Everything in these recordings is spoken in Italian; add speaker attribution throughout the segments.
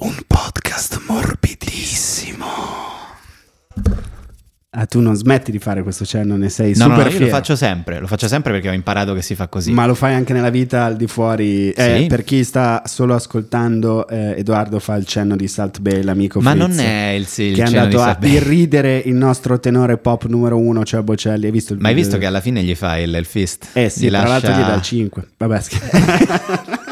Speaker 1: Un podcast morbidissimo. Ah, tu non smetti di fare questo cenno, ne sei
Speaker 2: No, no,
Speaker 1: super
Speaker 2: no, io lo
Speaker 1: fiero.
Speaker 2: faccio sempre, lo faccio sempre perché ho imparato che si fa così.
Speaker 1: Ma lo fai anche nella vita al di fuori. Eh,
Speaker 2: Sì.
Speaker 1: Per chi sta solo ascoltando, eh, Edoardo fa il cenno di Salt Bay, l'amico
Speaker 2: Ma
Speaker 1: Fritz,
Speaker 2: non è il, sì, il
Speaker 1: che è
Speaker 2: cenno di
Speaker 1: andato a
Speaker 2: Sabelli.
Speaker 1: irridere il nostro tenore pop numero uno, cioè Bocelli. Hai visto il
Speaker 2: Ma hai
Speaker 1: video?
Speaker 2: visto che alla fine gli fa il, il fist?
Speaker 1: Eh sì,
Speaker 2: Gli
Speaker 1: tra
Speaker 2: lascia-
Speaker 1: l'altro gli dà il 5. Vabbè, scherzo.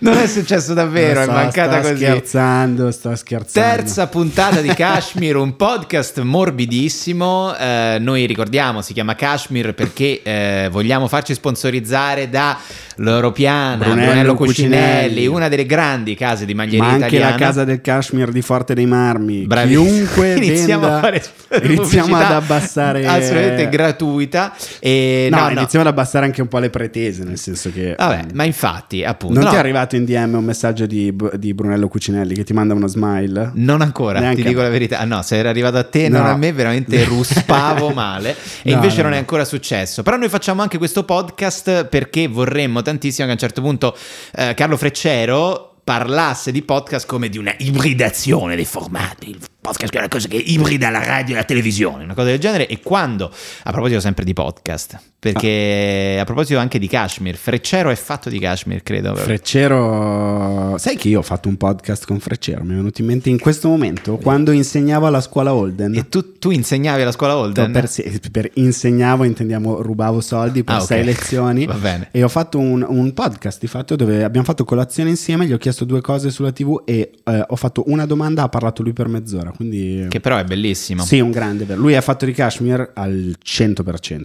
Speaker 2: Non è successo davvero,
Speaker 1: Lo so,
Speaker 2: è mancata
Speaker 1: sto
Speaker 2: così.
Speaker 1: scherzando, sto scherzando.
Speaker 2: Terza puntata di Kashmir, un podcast morbidissimo. eh, noi ricordiamo, si chiama Kashmir perché eh, vogliamo farci sponsorizzare da L'Europiana,
Speaker 1: Brunello
Speaker 2: Brunello, Cucinelli,
Speaker 1: Cucinelli,
Speaker 2: una delle grandi case di maglieria
Speaker 1: ma anche
Speaker 2: italiana.
Speaker 1: la casa del cashmere di Forte dei Marmi.
Speaker 2: Bravi.
Speaker 1: Chiunque
Speaker 2: iniziamo
Speaker 1: venda,
Speaker 2: a fare
Speaker 1: iniziamo ad
Speaker 2: pubblicità
Speaker 1: abbassare
Speaker 2: assolutamente gratuita e
Speaker 1: No,
Speaker 2: no, no.
Speaker 1: iniziamo ad abbassare anche un po' le pretese, nel senso che
Speaker 2: Vabbè,
Speaker 1: mm,
Speaker 2: ma infatti, appunto,
Speaker 1: non
Speaker 2: no,
Speaker 1: ti è arrivato in DM un messaggio di, Bu- di Brunello Cucinelli che ti manda uno smile?
Speaker 2: non ancora,
Speaker 1: Neanche
Speaker 2: ti
Speaker 1: a
Speaker 2: dico
Speaker 1: me.
Speaker 2: la verità. Ah, No, se era arrivato a te, non
Speaker 1: No.
Speaker 2: a me, veramente ruspavo male. E
Speaker 1: No,
Speaker 2: invece
Speaker 1: no,
Speaker 2: non è
Speaker 1: no.
Speaker 2: ancora successo. Però noi facciamo anche questo podcast perché vorremmo tantissimo che a un certo punto eh, Carlo Freccero parlasse di podcast come di una ibridazione dei formati. Il podcast è una cosa che ibrida la radio e la televisione, una cosa del genere. E quando, a proposito sempre di podcast, perché a proposito anche di Kashmir, Freccero è fatto di Kashmir, credo.
Speaker 1: Freccero, sai che io ho fatto un podcast con Freccero, mi è venuto in mente in questo momento, quando insegnavo alla scuola Holden.
Speaker 2: E tu, tu insegnavi alla scuola Holden?
Speaker 1: Per, per insegnavo intendiamo rubavo soldi per
Speaker 2: Ah, ok.
Speaker 1: sei lezioni
Speaker 2: Va bene.
Speaker 1: e ho fatto un, un podcast di fatto dove abbiamo fatto colazione insieme, gli ho chiesto due cose sulla tv e eh, ho fatto una domanda, ha parlato lui per mezz'ora, quindi
Speaker 2: Che però è bellissimo.
Speaker 1: sì, un grande, vero. lui è fatto di Kashmir al 100%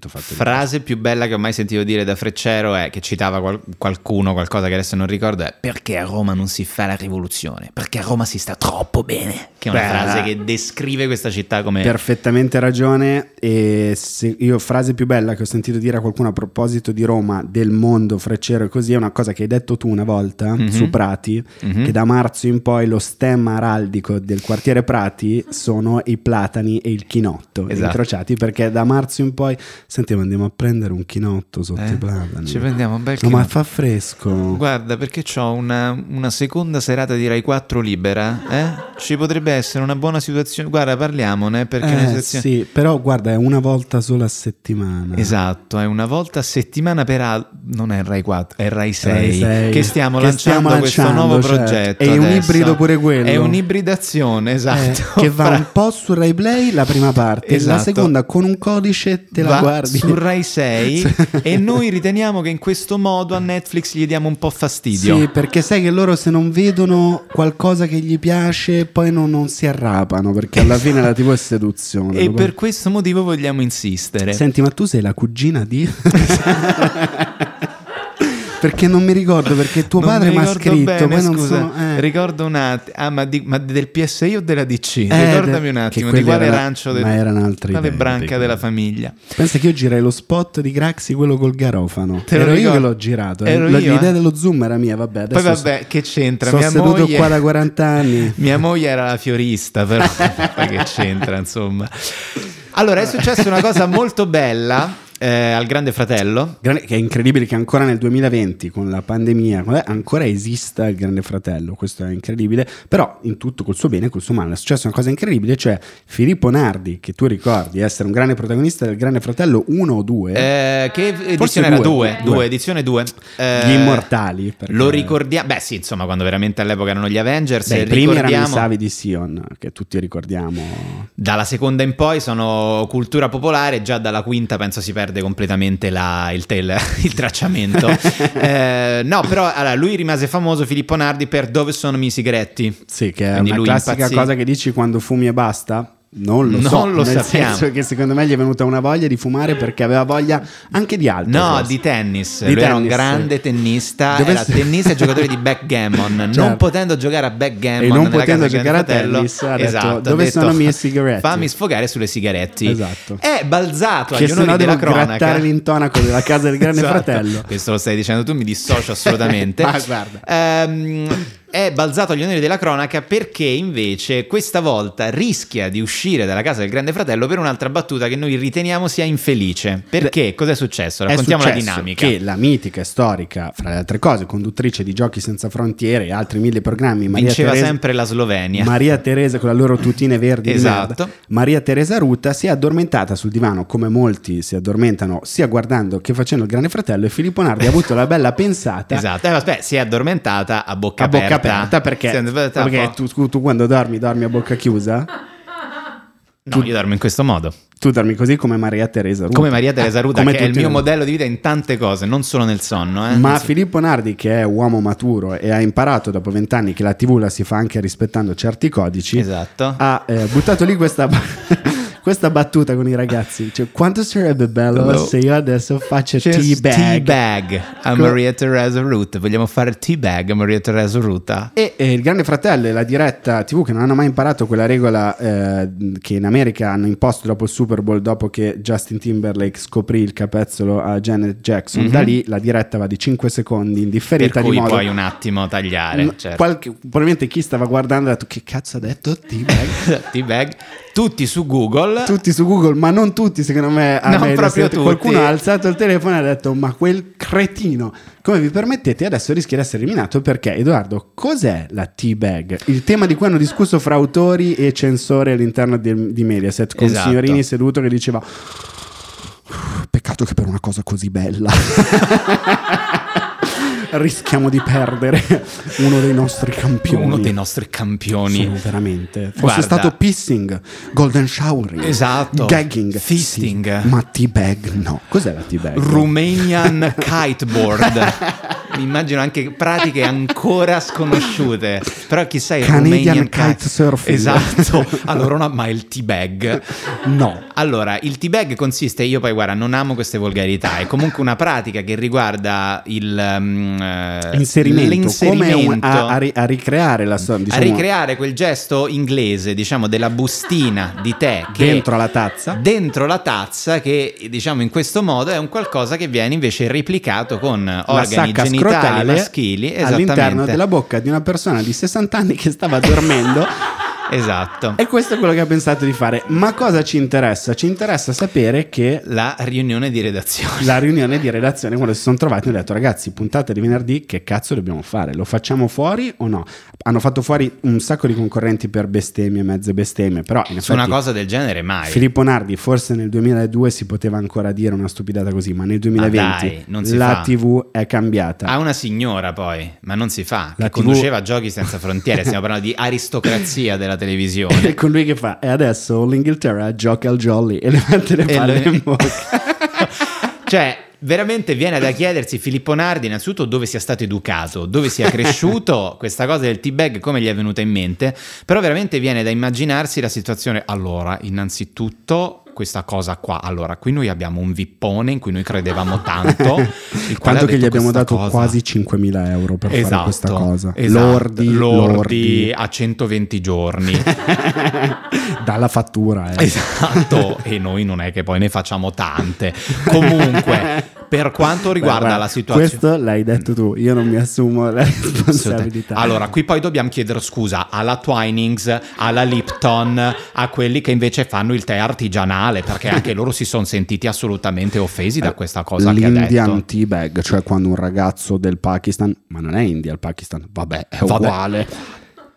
Speaker 1: fatto di
Speaker 2: Frase più bella che ho mai sentito dire da Freccero è che citava qual- qualcuno, qualcosa che adesso non ricordo, è perché a Roma non si fa la rivoluzione, perché a Roma si sta troppo bene. Che è una
Speaker 1: Beh.
Speaker 2: frase che descrive questa città come...
Speaker 1: Perfettamente ragione. E se io, frase più bella che ho sentito dire a qualcuno a proposito di Roma, del mondo, Freccero e così, è una cosa che hai detto tu una volta
Speaker 2: Mhm.
Speaker 1: su Prati.
Speaker 2: Mhm.
Speaker 1: Che da marzo in poi lo stemma araldico del quartiere Prati sono i platani e il chinotto
Speaker 2: Esatto.
Speaker 1: incrociati perché da marzo in poi sentiamo andiamo a prendere un chinotto sotto
Speaker 2: Eh,
Speaker 1: i platani.
Speaker 2: Ci prendiamo un bel
Speaker 1: No, ma
Speaker 2: chinotto.
Speaker 1: fa fresco.
Speaker 2: Guarda, perché ho una, una seconda serata di Rai 4 libera, eh? Ci potrebbe essere una buona situazione. Guarda, parliamone, perché è una
Speaker 1: Eh,
Speaker 2: situazione...
Speaker 1: sì, però guarda, è una volta sola a settimana.
Speaker 2: Esatto, è una volta a settimana per al- non è Rai 4, è Rai 6,
Speaker 1: Rai 6,
Speaker 2: che stiamo
Speaker 1: che
Speaker 2: lanciando
Speaker 1: stiamo
Speaker 2: questo
Speaker 1: lanciando,
Speaker 2: nuovo
Speaker 1: certo.
Speaker 2: progetto.
Speaker 1: È un
Speaker 2: adesso.
Speaker 1: ibrido pure quello.
Speaker 2: È un'ibridazione,
Speaker 1: Eh,
Speaker 2: esatto.
Speaker 1: che va
Speaker 2: Fra-
Speaker 1: un po' su Rai Play la prima parte, la
Speaker 2: Esatto.
Speaker 1: seconda con un codice te la
Speaker 2: va
Speaker 1: guardi.
Speaker 2: su Rai 6 e noi riteniamo che in questo modo a Netflix gli diamo un po' fastidio.
Speaker 1: Sì, perché sai che loro se non vedono qualcosa che gli piace, poi non, non si arrapano, perché alla fine la TV è seduzione.
Speaker 2: e
Speaker 1: lo-
Speaker 2: per questo motivo vogliamo insistere.
Speaker 1: Senti, ma tu sei la cugina di... perché non mi ricordo, perché tuo
Speaker 2: Non
Speaker 1: padre
Speaker 2: mi
Speaker 1: mi ha
Speaker 2: ricordo
Speaker 1: scritto,
Speaker 2: bene,
Speaker 1: poi non
Speaker 2: scusa,
Speaker 1: sono... eh.
Speaker 2: ricordo un attimo, ah, ma, di- ma del PSI o della DC?
Speaker 1: Eh,
Speaker 2: Ricordami
Speaker 1: de-
Speaker 2: un
Speaker 1: che
Speaker 2: attimo di
Speaker 1: quelli
Speaker 2: quale
Speaker 1: era-
Speaker 2: rancio, del-
Speaker 1: ma erano altri
Speaker 2: quale
Speaker 1: tempi,
Speaker 2: branca
Speaker 1: quelli.
Speaker 2: della famiglia.
Speaker 1: Pensa che io girai lo spot di Graxi, quello col garofano.
Speaker 2: Te lo
Speaker 1: Ero io
Speaker 2: ricordo.
Speaker 1: che l'ho girato. eh.
Speaker 2: Ero
Speaker 1: Lo-
Speaker 2: io,
Speaker 1: l'idea
Speaker 2: eh.
Speaker 1: dello zoom era mia, vabbè.
Speaker 2: Poi
Speaker 1: Adesso
Speaker 2: vabbè, che c'entra?
Speaker 1: Sono
Speaker 2: Mia
Speaker 1: seduto
Speaker 2: moglie...
Speaker 1: qua da 40 anni.
Speaker 2: Mia moglie era la fiorista, però poi che c'entra, insomma. Allora, è successa una cosa molto bella eh, al Grande Fratello.
Speaker 1: Grande- Che è incredibile che ancora nel 2020, con la pandemia, con- eh, ancora esista il Grande Fratello. Questo è incredibile. Però, in tutto col suo bene e col suo male, è successa una cosa incredibile: cioè Filippo Nardi, che tu ricordi essere un grande protagonista del Grande Fratello 1 o 2,
Speaker 2: Eh, che edizione era?
Speaker 1: due,
Speaker 2: Due,
Speaker 1: due.
Speaker 2: due, edizione 2.
Speaker 1: Gli Immortali. perché-
Speaker 2: Lo ricordiamo, beh sì, insomma, quando veramente all'epoca erano gli Avengers,
Speaker 1: Beh,
Speaker 2: e
Speaker 1: i primi erano i
Speaker 2: ricordiamo-
Speaker 1: Savi di Sion, che tutti ricordiamo.
Speaker 2: Dalla seconda in poi sono cultura popolare, già dalla quinta penso si perde completamente la- il, tel- il tracciamento. Eh, no, però allora, lui rimase famoso, Filippo Nardi, per Dove sono i miei sigaretti?
Speaker 1: Sì, che è
Speaker 2: Quindi
Speaker 1: una
Speaker 2: lui
Speaker 1: classica
Speaker 2: impazzì.
Speaker 1: cosa che dici quando fumi e basta. Non lo so,
Speaker 2: Non lo
Speaker 1: nel
Speaker 2: sappiamo.
Speaker 1: senso che secondo me gli è venuta una voglia di fumare perché aveva voglia anche di altro.
Speaker 2: No,
Speaker 1: forse.
Speaker 2: di tennis.
Speaker 1: Di
Speaker 2: Lui era un
Speaker 1: tennis.
Speaker 2: grande tennista, era
Speaker 1: Dovesse-
Speaker 2: tennista e giocatore di backgammon.
Speaker 1: Certo.
Speaker 2: Non potendo giocare a backgammon
Speaker 1: E non
Speaker 2: nella
Speaker 1: potendo
Speaker 2: casa di
Speaker 1: giocare a
Speaker 2: Gianni Fratello,
Speaker 1: tennis, ha detto,
Speaker 2: esatto,
Speaker 1: "Dove
Speaker 2: ha detto,
Speaker 1: sono i miei sigaretti?"
Speaker 2: Fammi sfogare sulle sigarette.
Speaker 1: Esatto.
Speaker 2: È balzato
Speaker 1: che
Speaker 2: agli
Speaker 1: se
Speaker 2: onori
Speaker 1: no devo
Speaker 2: della
Speaker 1: grattare
Speaker 2: cronaca.
Speaker 1: l'intonaco della casa del grande
Speaker 2: Esatto.
Speaker 1: fratello. Ah,
Speaker 2: Questo lo stai dicendo tu, mi dissocio assolutamente.
Speaker 1: Ma guarda.
Speaker 2: Ehm, è balzato agli onori della cronaca perché invece questa volta rischia di uscire dalla casa del Grande Fratello per un'altra battuta che noi riteniamo sia infelice. Perché? Cos'è successo?
Speaker 1: È
Speaker 2: Raccontiamo la
Speaker 1: successo
Speaker 2: dinamica.
Speaker 1: Che la mitica e storica, fra le altre cose, conduttrice di Giochi senza frontiere e altri mille programmi, Maria
Speaker 2: Vinceva
Speaker 1: Teresa,
Speaker 2: sempre la Slovenia.
Speaker 1: Maria Teresa con la loro tutine verdi di
Speaker 2: Esatto.
Speaker 1: merda, Maria Teresa Ruta si è addormentata sul divano come molti si addormentano sia guardando che facendo il Grande Fratello e Filippo Nardi ha avuto la bella pensata
Speaker 2: Esatto, eh, aspetta, si è addormentata a bocca
Speaker 1: a
Speaker 2: aperta.
Speaker 1: bocca aperta perché,
Speaker 2: Si è addormentata un
Speaker 1: perché
Speaker 2: po'.
Speaker 1: tu, tu- tu quando dormi dormi a bocca chiusa
Speaker 2: No, io dormo in questo modo.
Speaker 1: tu dormi così come Maria Teresa Ruta
Speaker 2: Come Maria Teresa
Speaker 1: Eh,
Speaker 2: Ruta,
Speaker 1: come
Speaker 2: che è il
Speaker 1: tutti
Speaker 2: mio
Speaker 1: noi.
Speaker 2: modello di vita in tante cose, non solo nel sonno. eh.
Speaker 1: Ma
Speaker 2: Sì.
Speaker 1: Filippo Nardi, che è uomo maturo e ha imparato dopo vent'anni che la TV la si fa anche rispettando certi codici,
Speaker 2: Esatto.
Speaker 1: ha eh, buttato lì questa, questa battuta con i ragazzi. Cioè, quanto sarebbe bello
Speaker 2: Hello.
Speaker 1: se io adesso faccio
Speaker 2: Just
Speaker 1: teabag?
Speaker 2: teabag a
Speaker 1: Co-
Speaker 2: Maria Teresa Ruta. Vogliamo fare teabag a Maria Teresa Ruta?
Speaker 1: E, eh, il Grande Fratello e la diretta TV che non hanno mai imparato quella regola eh, che in America hanno imposto dopo il Super Bowl, dopo che Justin Timberlake scoprì il capezzolo a Janet Jackson.
Speaker 2: Mhm.
Speaker 1: Da lì la diretta va di 5 secondi
Speaker 2: Per
Speaker 1: indifferita
Speaker 2: cui
Speaker 1: di modo
Speaker 2: puoi un attimo tagliare.
Speaker 1: No,
Speaker 2: certo.
Speaker 1: qualche- probabilmente chi stava guardando ha detto che cazzo ha detto T-Bag?"
Speaker 2: teabag. Tutti su Google.
Speaker 1: tutti su Google ma non tutti secondo me a
Speaker 2: Non
Speaker 1: me,
Speaker 2: proprio
Speaker 1: adesso, qualcuno
Speaker 2: tutti.
Speaker 1: ha alzato il telefono e ha detto ma quel cretino come vi permettete adesso rischia di essere eliminato perché Edoardo cos'è la T-Bag il tema di cui hanno discusso fra autori e censori all'interno del- di Mediaset con
Speaker 2: Esatto.
Speaker 1: Signorini seduto che diceva peccato che per una cosa così bella rischiamo di perdere uno dei nostri campioni
Speaker 2: Uno dei nostri campioni.
Speaker 1: Sono veramente. Fosse
Speaker 2: Guarda.
Speaker 1: stato pissing, golden showering,
Speaker 2: Esatto.
Speaker 1: gagging,
Speaker 2: Fisting.
Speaker 1: sì, ma teabag no. Cos'è la teabag?
Speaker 2: Romanian kiteboard. Mi immagino anche pratiche ancora sconosciute. Però chissà il
Speaker 1: Canadian
Speaker 2: Romanian ki-
Speaker 1: kitesurfing.
Speaker 2: Esatto. Allora, no, ma il teabag.
Speaker 1: No.
Speaker 2: Allora, il teabag consiste, io poi guarda, non amo queste volgarità, è comunque una pratica che riguarda il um, eh,
Speaker 1: Inserimento,
Speaker 2: l'inserimento
Speaker 1: come un- a, a ri- diciamo- a ricreare la storia,
Speaker 2: a ricreare quel gesto inglese, diciamo, della bustina di tè che
Speaker 1: dentro alla tazza.
Speaker 2: dentro la tazza che diciamo in questo modo è un qualcosa che viene invece replicato con
Speaker 1: La
Speaker 2: organi
Speaker 1: sacca
Speaker 2: genitali
Speaker 1: scrotale
Speaker 2: maschili
Speaker 1: all'interno
Speaker 2: esattamente.
Speaker 1: della bocca di una persona di 60 anni che stava dormendo
Speaker 2: Esatto.
Speaker 1: e questo è quello che ha pensato di fare. Ma cosa ci interessa? Ci interessa sapere che
Speaker 2: La riunione di redazione.
Speaker 1: la riunione di redazione quando si sono trovati hanno detto ragazzi puntata di venerdì che cazzo dobbiamo fare lo facciamo fuori o no hanno fatto fuori un sacco di concorrenti per bestemmie mezze bestemmie però in
Speaker 2: Su una
Speaker 1: effetti
Speaker 2: cosa del genere mai.
Speaker 1: Filippo Nardi forse nel 2002 si poteva ancora dire una stupidata così ma nel 2020
Speaker 2: dai, non si
Speaker 1: la
Speaker 2: fa. Ah.
Speaker 1: tv è cambiata
Speaker 2: Ha una signora poi, ma non si fa,
Speaker 1: La
Speaker 2: che
Speaker 1: TV
Speaker 2: conduceva Giochi senza frontiere, stiamo parlando di aristocrazia della televisione.
Speaker 1: e con lui che fa e adesso l'Inghilterra gioca al jolly e le mette le
Speaker 2: E
Speaker 1: palle
Speaker 2: lo-
Speaker 1: in bocca
Speaker 2: Cioè, veramente viene da chiedersi Filippo Nardi innanzitutto dove sia stato educato, dove sia cresciuto, questa cosa del T-Bag come gli è venuta in mente, però veramente viene da immaginarsi la situazione. Allora, innanzitutto questa cosa qua, allora, qui noi abbiamo un vippone in cui noi credevamo tanto, il quale ha
Speaker 1: Tanto che gli
Speaker 2: detto
Speaker 1: abbiamo
Speaker 2: questa
Speaker 1: dato
Speaker 2: cosa.
Speaker 1: quasi 5.000 euro per fare questa cosa.
Speaker 2: esatto.
Speaker 1: Lordi,
Speaker 2: Lordi
Speaker 1: lordi.
Speaker 2: a 120 giorni.
Speaker 1: Dalla fattura. Eh.
Speaker 2: Esatto, e noi non è che poi ne facciamo tante. Comunque, per quanto riguarda
Speaker 1: Guarda,
Speaker 2: la situazione...
Speaker 1: Questo l'hai detto tu, io non mi assumo la responsabilità.
Speaker 2: Allora, qui poi dobbiamo chiedere scusa alla Twinings, alla Lipton, a quelli che invece fanno il tè artigianale, perché anche loro si sono sentiti assolutamente offesi
Speaker 1: Eh,
Speaker 2: da questa cosa che ha detto.
Speaker 1: L'Indian tea bag, cioè quando un ragazzo del Pakistan, ma non è India il Pakistan, vabbè, è
Speaker 2: Vabbè.
Speaker 1: uguale,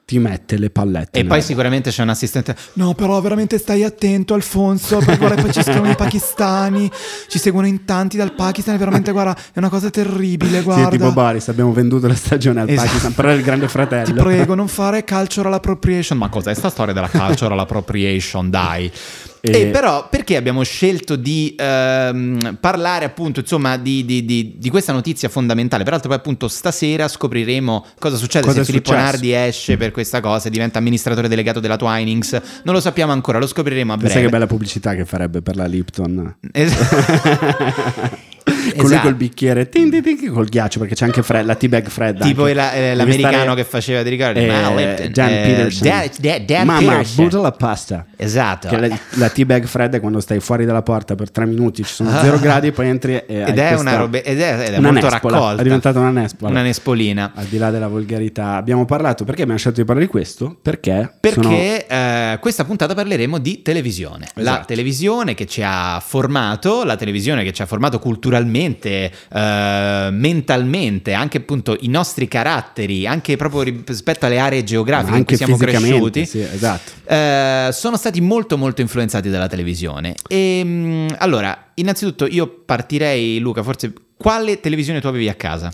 Speaker 1: ti mette le pallette.
Speaker 2: E
Speaker 1: nella-
Speaker 2: poi sicuramente c'è un assistente.
Speaker 3: No, però veramente stai attento, Alfonso. Perché guarda, poi ci scrivono i pakistani. Ci seguono in tanti dal Pakistan. e Veramente, guarda, è una cosa terribile.
Speaker 1: Sì, è tipo
Speaker 3: Guarda.
Speaker 1: Boris, abbiamo venduto la stagione al
Speaker 2: Esatto.
Speaker 1: Pakistan, però è il grande fratello.
Speaker 3: Ti prego, non fare cultural appropriation.
Speaker 2: Ma cos'è sta storia della cultural appropriation, dai? E...
Speaker 1: E-
Speaker 2: Eh, però perché abbiamo scelto di ehm, parlare appunto insomma di, di- di- di questa notizia fondamentale? Peraltro poi appunto stasera scopriremo cosa succede
Speaker 1: Cosa
Speaker 2: se
Speaker 1: è
Speaker 2: Filippo
Speaker 1: successo?
Speaker 2: Nardi esce per questa cosa e diventa amministratore delegato della Twinings. Non lo sappiamo ancora, lo scopriremo a
Speaker 1: Pensa che
Speaker 2: breve.
Speaker 1: bella pubblicità che farebbe per la Lipton.
Speaker 2: Esatto.
Speaker 1: con lui
Speaker 2: Esatto.
Speaker 1: col bicchiere, tin, tin, tin, col ghiaccio, perché c'è anche fre- la teabag fredda.
Speaker 2: Tipo
Speaker 1: anche.
Speaker 2: la- eh,
Speaker 1: Devi
Speaker 2: l'americano
Speaker 1: stare-
Speaker 2: che faceva, ti ricordi? Ma Lipton,
Speaker 1: Dan
Speaker 2: eh,
Speaker 1: Peterson.
Speaker 2: Dan- Dan- Dan
Speaker 1: Mamma,
Speaker 2: Peterson.
Speaker 1: butta la pasta.
Speaker 2: Esatto.
Speaker 1: Che la, la teabag fredda è quando stai fuori dalla porta per tre minuti, ci sono
Speaker 2: Ah.
Speaker 1: zero gradi e poi entri e hai
Speaker 2: Ed è,
Speaker 1: questa-
Speaker 2: una robe- ed è, ed è
Speaker 1: una
Speaker 2: molto
Speaker 1: nespola.
Speaker 2: raccolta.
Speaker 1: È diventata una nespola.
Speaker 2: Una nespolina.
Speaker 1: Al di là della volgarità, abbiamo parlato perché abbiamo scelto di parlare di questo? Perché, sono-
Speaker 2: Perché eh, questa puntata parleremo di televisione, la
Speaker 1: Esatto.
Speaker 2: televisione che ci ha formato, la televisione che ci ha formato culturalmente, eh, mentalmente, anche appunto i nostri caratteri, anche proprio ri- rispetto alle aree
Speaker 1: ma
Speaker 2: geografiche in
Speaker 1: anche
Speaker 2: cui siamo
Speaker 1: fisicamente,
Speaker 2: cresciuti.
Speaker 1: sì, esatto.
Speaker 2: Eh, sono stati molto molto influenzati dalla televisione. E mm, allora, innanzitutto io partirei, Luca, forse quale televisione tu avevi a casa?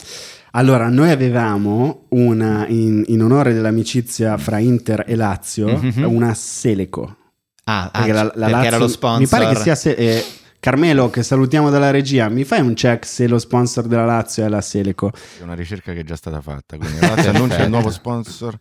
Speaker 1: Allora, noi avevamo una in, in onore dell'amicizia fra Inter e Lazio,
Speaker 2: Mhm.
Speaker 1: una Seleco.
Speaker 2: Ah, ah,
Speaker 1: Perché la- la
Speaker 2: perché era
Speaker 1: Lazio-
Speaker 2: lo sponsor.
Speaker 1: Mi pare che sia se- eh, Carmelo, che salutiamo dalla regia, mi fai un check se lo sponsor della Lazio è la Seleco.
Speaker 4: È una ricerca che è già stata fatta. Quindi la Lazio annuncia il nuovo sponsor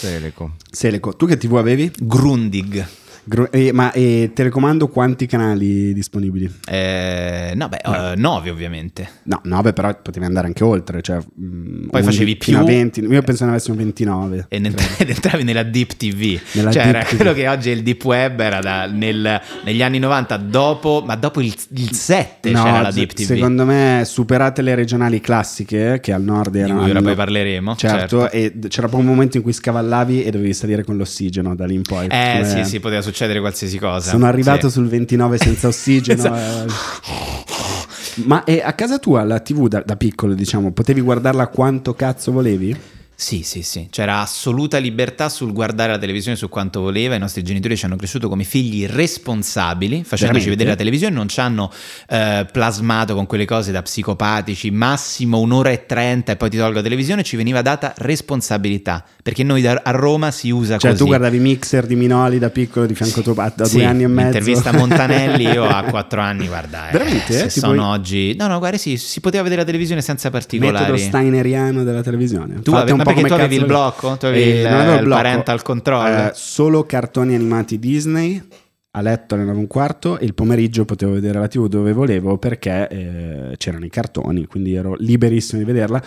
Speaker 4: Teleco.
Speaker 1: Seleco, tu che TV avevi?
Speaker 2: Grundig.
Speaker 1: Gro- eh, ma eh, telecomando quanti canali disponibili?
Speaker 2: Eh, no, beh, 9 ovviamente.
Speaker 1: No, 9 però potevi andare anche oltre, cioè mm, 11
Speaker 2: Poi facevi
Speaker 1: fino a
Speaker 2: più.
Speaker 1: 20, io penso ne avessimo 29.
Speaker 2: E ne- ed entravi nella Deep TV.
Speaker 1: Nella
Speaker 2: cioè,
Speaker 1: Deep
Speaker 2: era
Speaker 1: TV.
Speaker 2: quello che oggi è il Deep Web, era da- nel- negli anni 90, dopo, ma dopo il, 7 c'era la
Speaker 1: se-
Speaker 2: Deep TV.
Speaker 1: Secondo me, superate le regionali classiche, che al nord
Speaker 2: di
Speaker 1: erano.
Speaker 2: cui ora
Speaker 1: hanno-
Speaker 2: poi parleremo.
Speaker 1: Certo, e d- c'era proprio un momento in cui scavallavi e dovevi salire con l'ossigeno da lì in poi.
Speaker 2: Eh
Speaker 1: come-
Speaker 2: sì, sì, poteva succedere qualsiasi cosa.
Speaker 1: Sono arrivato
Speaker 2: Sì.
Speaker 1: sul 29 senza ossigeno.
Speaker 2: Esatto.
Speaker 1: eh. Ma eh, a casa tua la TV da, da piccolo, diciamo, potevi guardarla quanto cazzo volevi?
Speaker 2: Sì, sì, sì, c'era assoluta libertà sul guardare la televisione su quanto voleva, i nostri genitori ci hanno cresciuto come figli responsabili, facendoci
Speaker 1: Veramente?
Speaker 2: vedere la televisione, non ci hanno eh, plasmato con quelle cose da psicopatici, massimo un'ora e trenta e poi ti tolgo la televisione, ci veniva data responsabilità, perché noi da- a Roma si usa
Speaker 1: Cioè,
Speaker 2: così.
Speaker 1: tu guardavi Mixer di Minoli da piccolo di fianco a tuo padre da
Speaker 2: Sì,
Speaker 1: due anni e mezzo.
Speaker 2: Intervista a Montanelli, io a quattro anni, guarda. eh,
Speaker 1: Veramente?
Speaker 2: Se
Speaker 1: Ti
Speaker 2: sono
Speaker 1: puoi-
Speaker 2: oggi... No, no, guarda, sì, si poteva vedere la televisione senza particolari.
Speaker 1: metodo steineriano della televisione. Fate
Speaker 2: Tu avevi-
Speaker 1: un
Speaker 2: ma
Speaker 1: po'
Speaker 2: perché
Speaker 1: come
Speaker 2: tu avevi
Speaker 1: cazzo Eh,
Speaker 2: il
Speaker 1: lo-
Speaker 2: blocco? Tu avevi il-
Speaker 1: non avevo
Speaker 2: il parental control?
Speaker 1: Eh, solo cartoni animati Disney. A letto alle 9 e un quarto e il pomeriggio potevo vedere la TV dove volevo perché eh, c'erano i cartoni, quindi ero liberissimo di vederla.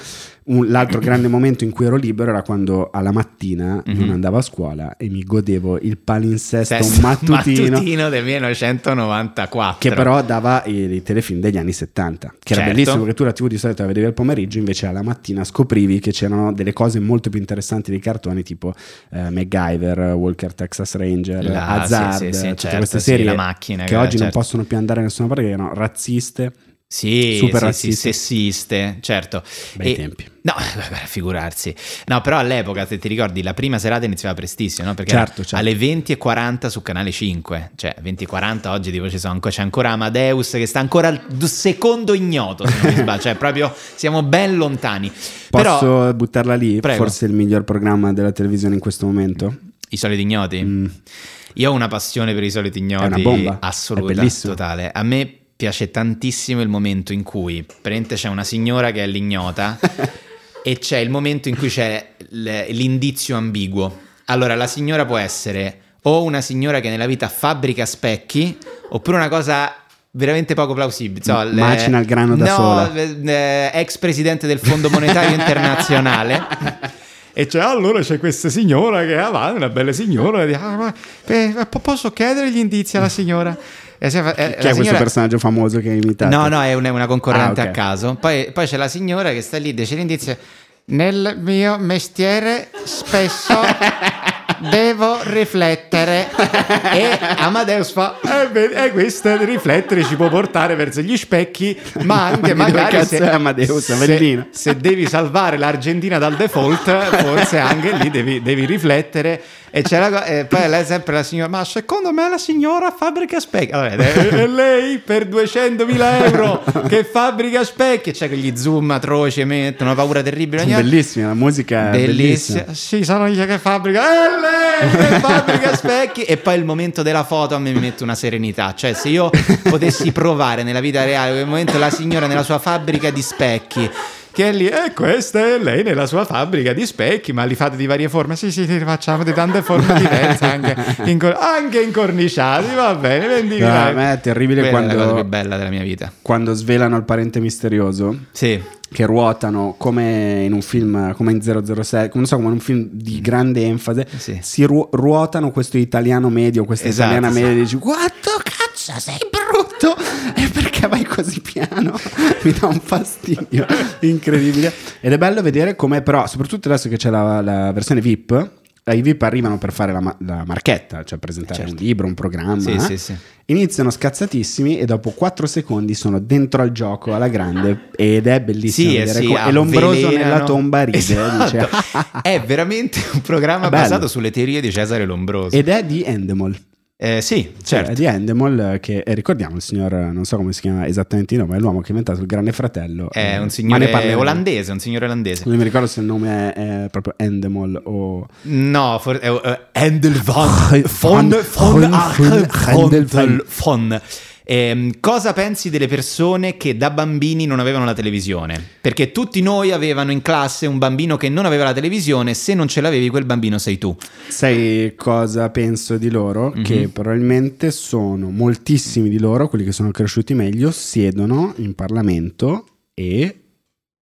Speaker 1: Un- l'altro grande momento in cui ero libero era quando alla mattina non
Speaker 2: Mhm.
Speaker 1: andavo a scuola e mi godevo il palinsesto
Speaker 2: Sesto
Speaker 1: mattutino,
Speaker 2: del 1994.
Speaker 1: che però dava i, i telefilm degli anni 70, che era
Speaker 2: Certo.
Speaker 1: bellissimo perché tu la TV di solito la vedevi al pomeriggio, invece alla mattina scoprivi che c'erano delle cose molto più interessanti dei cartoni tipo eh, MacGyver, Walker Texas Ranger,
Speaker 2: La-
Speaker 1: Hazard,
Speaker 2: sì, sì, sì,
Speaker 1: tutte
Speaker 2: certo,
Speaker 1: queste
Speaker 2: sì,
Speaker 1: serie
Speaker 2: la macchina,
Speaker 1: che
Speaker 2: che-
Speaker 1: oggi non
Speaker 2: certo.
Speaker 1: possono più andare a nessuna parte, che erano razziste,
Speaker 2: Sì,
Speaker 1: super
Speaker 2: sì, sì,
Speaker 1: razziste.
Speaker 2: sessiste, certo.
Speaker 1: bei
Speaker 2: E-
Speaker 1: tempi.
Speaker 2: No, figurarsi. No, però all'epoca, se ti ricordi, la prima serata iniziava prestissimo, no? Perché era
Speaker 1: Certo, certo.
Speaker 2: alle 20.40 su canale 5. Cioè, 20.40 oggi tipo ci sono ancora, c'è ancora Amadeus che sta ancora al d- secondo ignoto, se non mi sbaglio. Cioè, proprio siamo ben lontani.
Speaker 1: Posso
Speaker 2: Però
Speaker 1: buttarla lì?
Speaker 2: Prego.
Speaker 1: Forse il miglior programma della televisione in questo momento?
Speaker 2: i soliti ignoti?
Speaker 1: Mm.
Speaker 2: Io ho una passione per i soliti ignoti
Speaker 1: È una bomba. È
Speaker 2: assoluta,
Speaker 1: bellissimo.
Speaker 2: totale. A me piace tantissimo il momento in cui praticamente c'è una signora che è l'ignota e c'è il momento in cui c'è l- l'indizio ambiguo. Allora, la signora può essere o una signora che nella vita fabbrica specchi oppure una cosa veramente poco plausibile. So, le-
Speaker 1: Macina il grano da
Speaker 2: no,
Speaker 1: sola.
Speaker 2: eh, ex presidente del Fondo Monetario Internazionale. E c'è allora c'è questa signora che ah, è avanti, una bella signora, e dice, "Ah, ma, eh, ma po- posso chiedere gli indizi alla signora? E se fa- eh,
Speaker 1: Chi
Speaker 2: la
Speaker 1: è questo
Speaker 2: signora-
Speaker 1: personaggio famoso che hai imitato?
Speaker 2: No, no, è una, una concorrente
Speaker 1: Ah, ok.
Speaker 2: a caso. Poi, poi c'è la signora che sta lì, dice l'indizio, nel mio mestiere spesso devo riflettere. e Amadeus fa, eh, beh, eh, questo riflettere ci può portare verso gli specchi, ma anche
Speaker 1: Ma di dove
Speaker 2: magari...
Speaker 1: cazzo
Speaker 2: se-
Speaker 1: è Amadeus? Avellino?
Speaker 2: se, se devi salvare l'Argentina dal default, forse anche lì devi, devi riflettere. E, c'è la, co- e poi lei sempre la signora, ma secondo me la signora fabbrica specchi. Allora, e- e lei per 200.000 euro che fabbrica specchi. E c'è quegli zoom atroci, mettono una paura terribile. ogni-
Speaker 1: Bellissima, la musica è bellissima.
Speaker 2: Bellissima. Sì, sono io che fabbrica. E lei che fabbrica specchi. E poi il momento della foto a me mi mette una serenità. Cioè, se io potessi provare nella vita reale quel momento la signora nella sua fabbrica di specchi. che è lì, e questa è lei nella sua fabbrica di specchi, ma li fate di varie forme? Sì, sì, li facciamo di tante forme diverse, anche, incor- anche incorniciati, va bene, vendimi.
Speaker 1: No,
Speaker 2: dai.
Speaker 1: a me Ah, è terribile
Speaker 2: Quella è la
Speaker 1: quando-
Speaker 2: cosa più bella della mia vita.
Speaker 1: Quando svelano il parente misterioso,
Speaker 2: Sì,
Speaker 1: che ruotano come in un film come in 007 come, non so, come in un film di grande enfasi
Speaker 2: Mm. Sì.
Speaker 1: si ruo- ruotano questo italiano medio questa
Speaker 2: Esatto,
Speaker 1: italiana
Speaker 2: sì.
Speaker 1: media media e dici quanto cazzo sei brutto e perché vai così piano mi dà un fastidio incredibile ed è bello vedere come però soprattutto adesso che c'è la, la versione VIP i VIP arrivano per fare la, ma- la marchetta cioè presentare
Speaker 2: Certo.
Speaker 1: un libro un programma
Speaker 2: sì,
Speaker 1: eh?
Speaker 2: sì, sì.
Speaker 1: Iniziano scazzatissimi e dopo 4 secondi sono dentro al gioco alla grande ed è bellissimo
Speaker 2: Sì, eh,
Speaker 1: vedere
Speaker 2: sì,
Speaker 1: come- e l'ombroso
Speaker 2: avvelenano.
Speaker 1: nella tomba ride eh,
Speaker 2: Esatto.
Speaker 1: dice,
Speaker 2: è veramente un programma
Speaker 1: È bello.
Speaker 2: basato sulle teorie di Cesare Lombroso.
Speaker 1: ed è di Endemol.
Speaker 2: Eh, sì,
Speaker 1: Cioè,
Speaker 2: certo.
Speaker 1: è di Endemol eh, che eh, ricordiamo il signor, eh, non so come si chiama esattamente il nome, è l'uomo che ha inventato il grande fratello.
Speaker 2: È
Speaker 1: eh,
Speaker 2: un
Speaker 1: ma
Speaker 2: signore
Speaker 1: ne parleremo.
Speaker 2: olandese, un signore olandese.
Speaker 1: Non mi ricordo se il nome è, è proprio Endemol o
Speaker 2: No, for, eh, eh, Handel van von
Speaker 1: Van-
Speaker 2: von
Speaker 1: Ah, eh, von-
Speaker 2: Arkel
Speaker 1: Handel
Speaker 2: von
Speaker 1: van-
Speaker 2: von. Ehm, cosa pensi delle persone che da bambini non avevano la televisione? Perché tutti noi avevano in classe un bambino che non aveva la televisione, se non ce l'avevi quel bambino sei tu.
Speaker 1: Sai cosa penso di loro?
Speaker 2: Mhm.
Speaker 1: Che probabilmente sono moltissimi di loro, quelli che sono cresciuti meglio, siedono in Parlamento e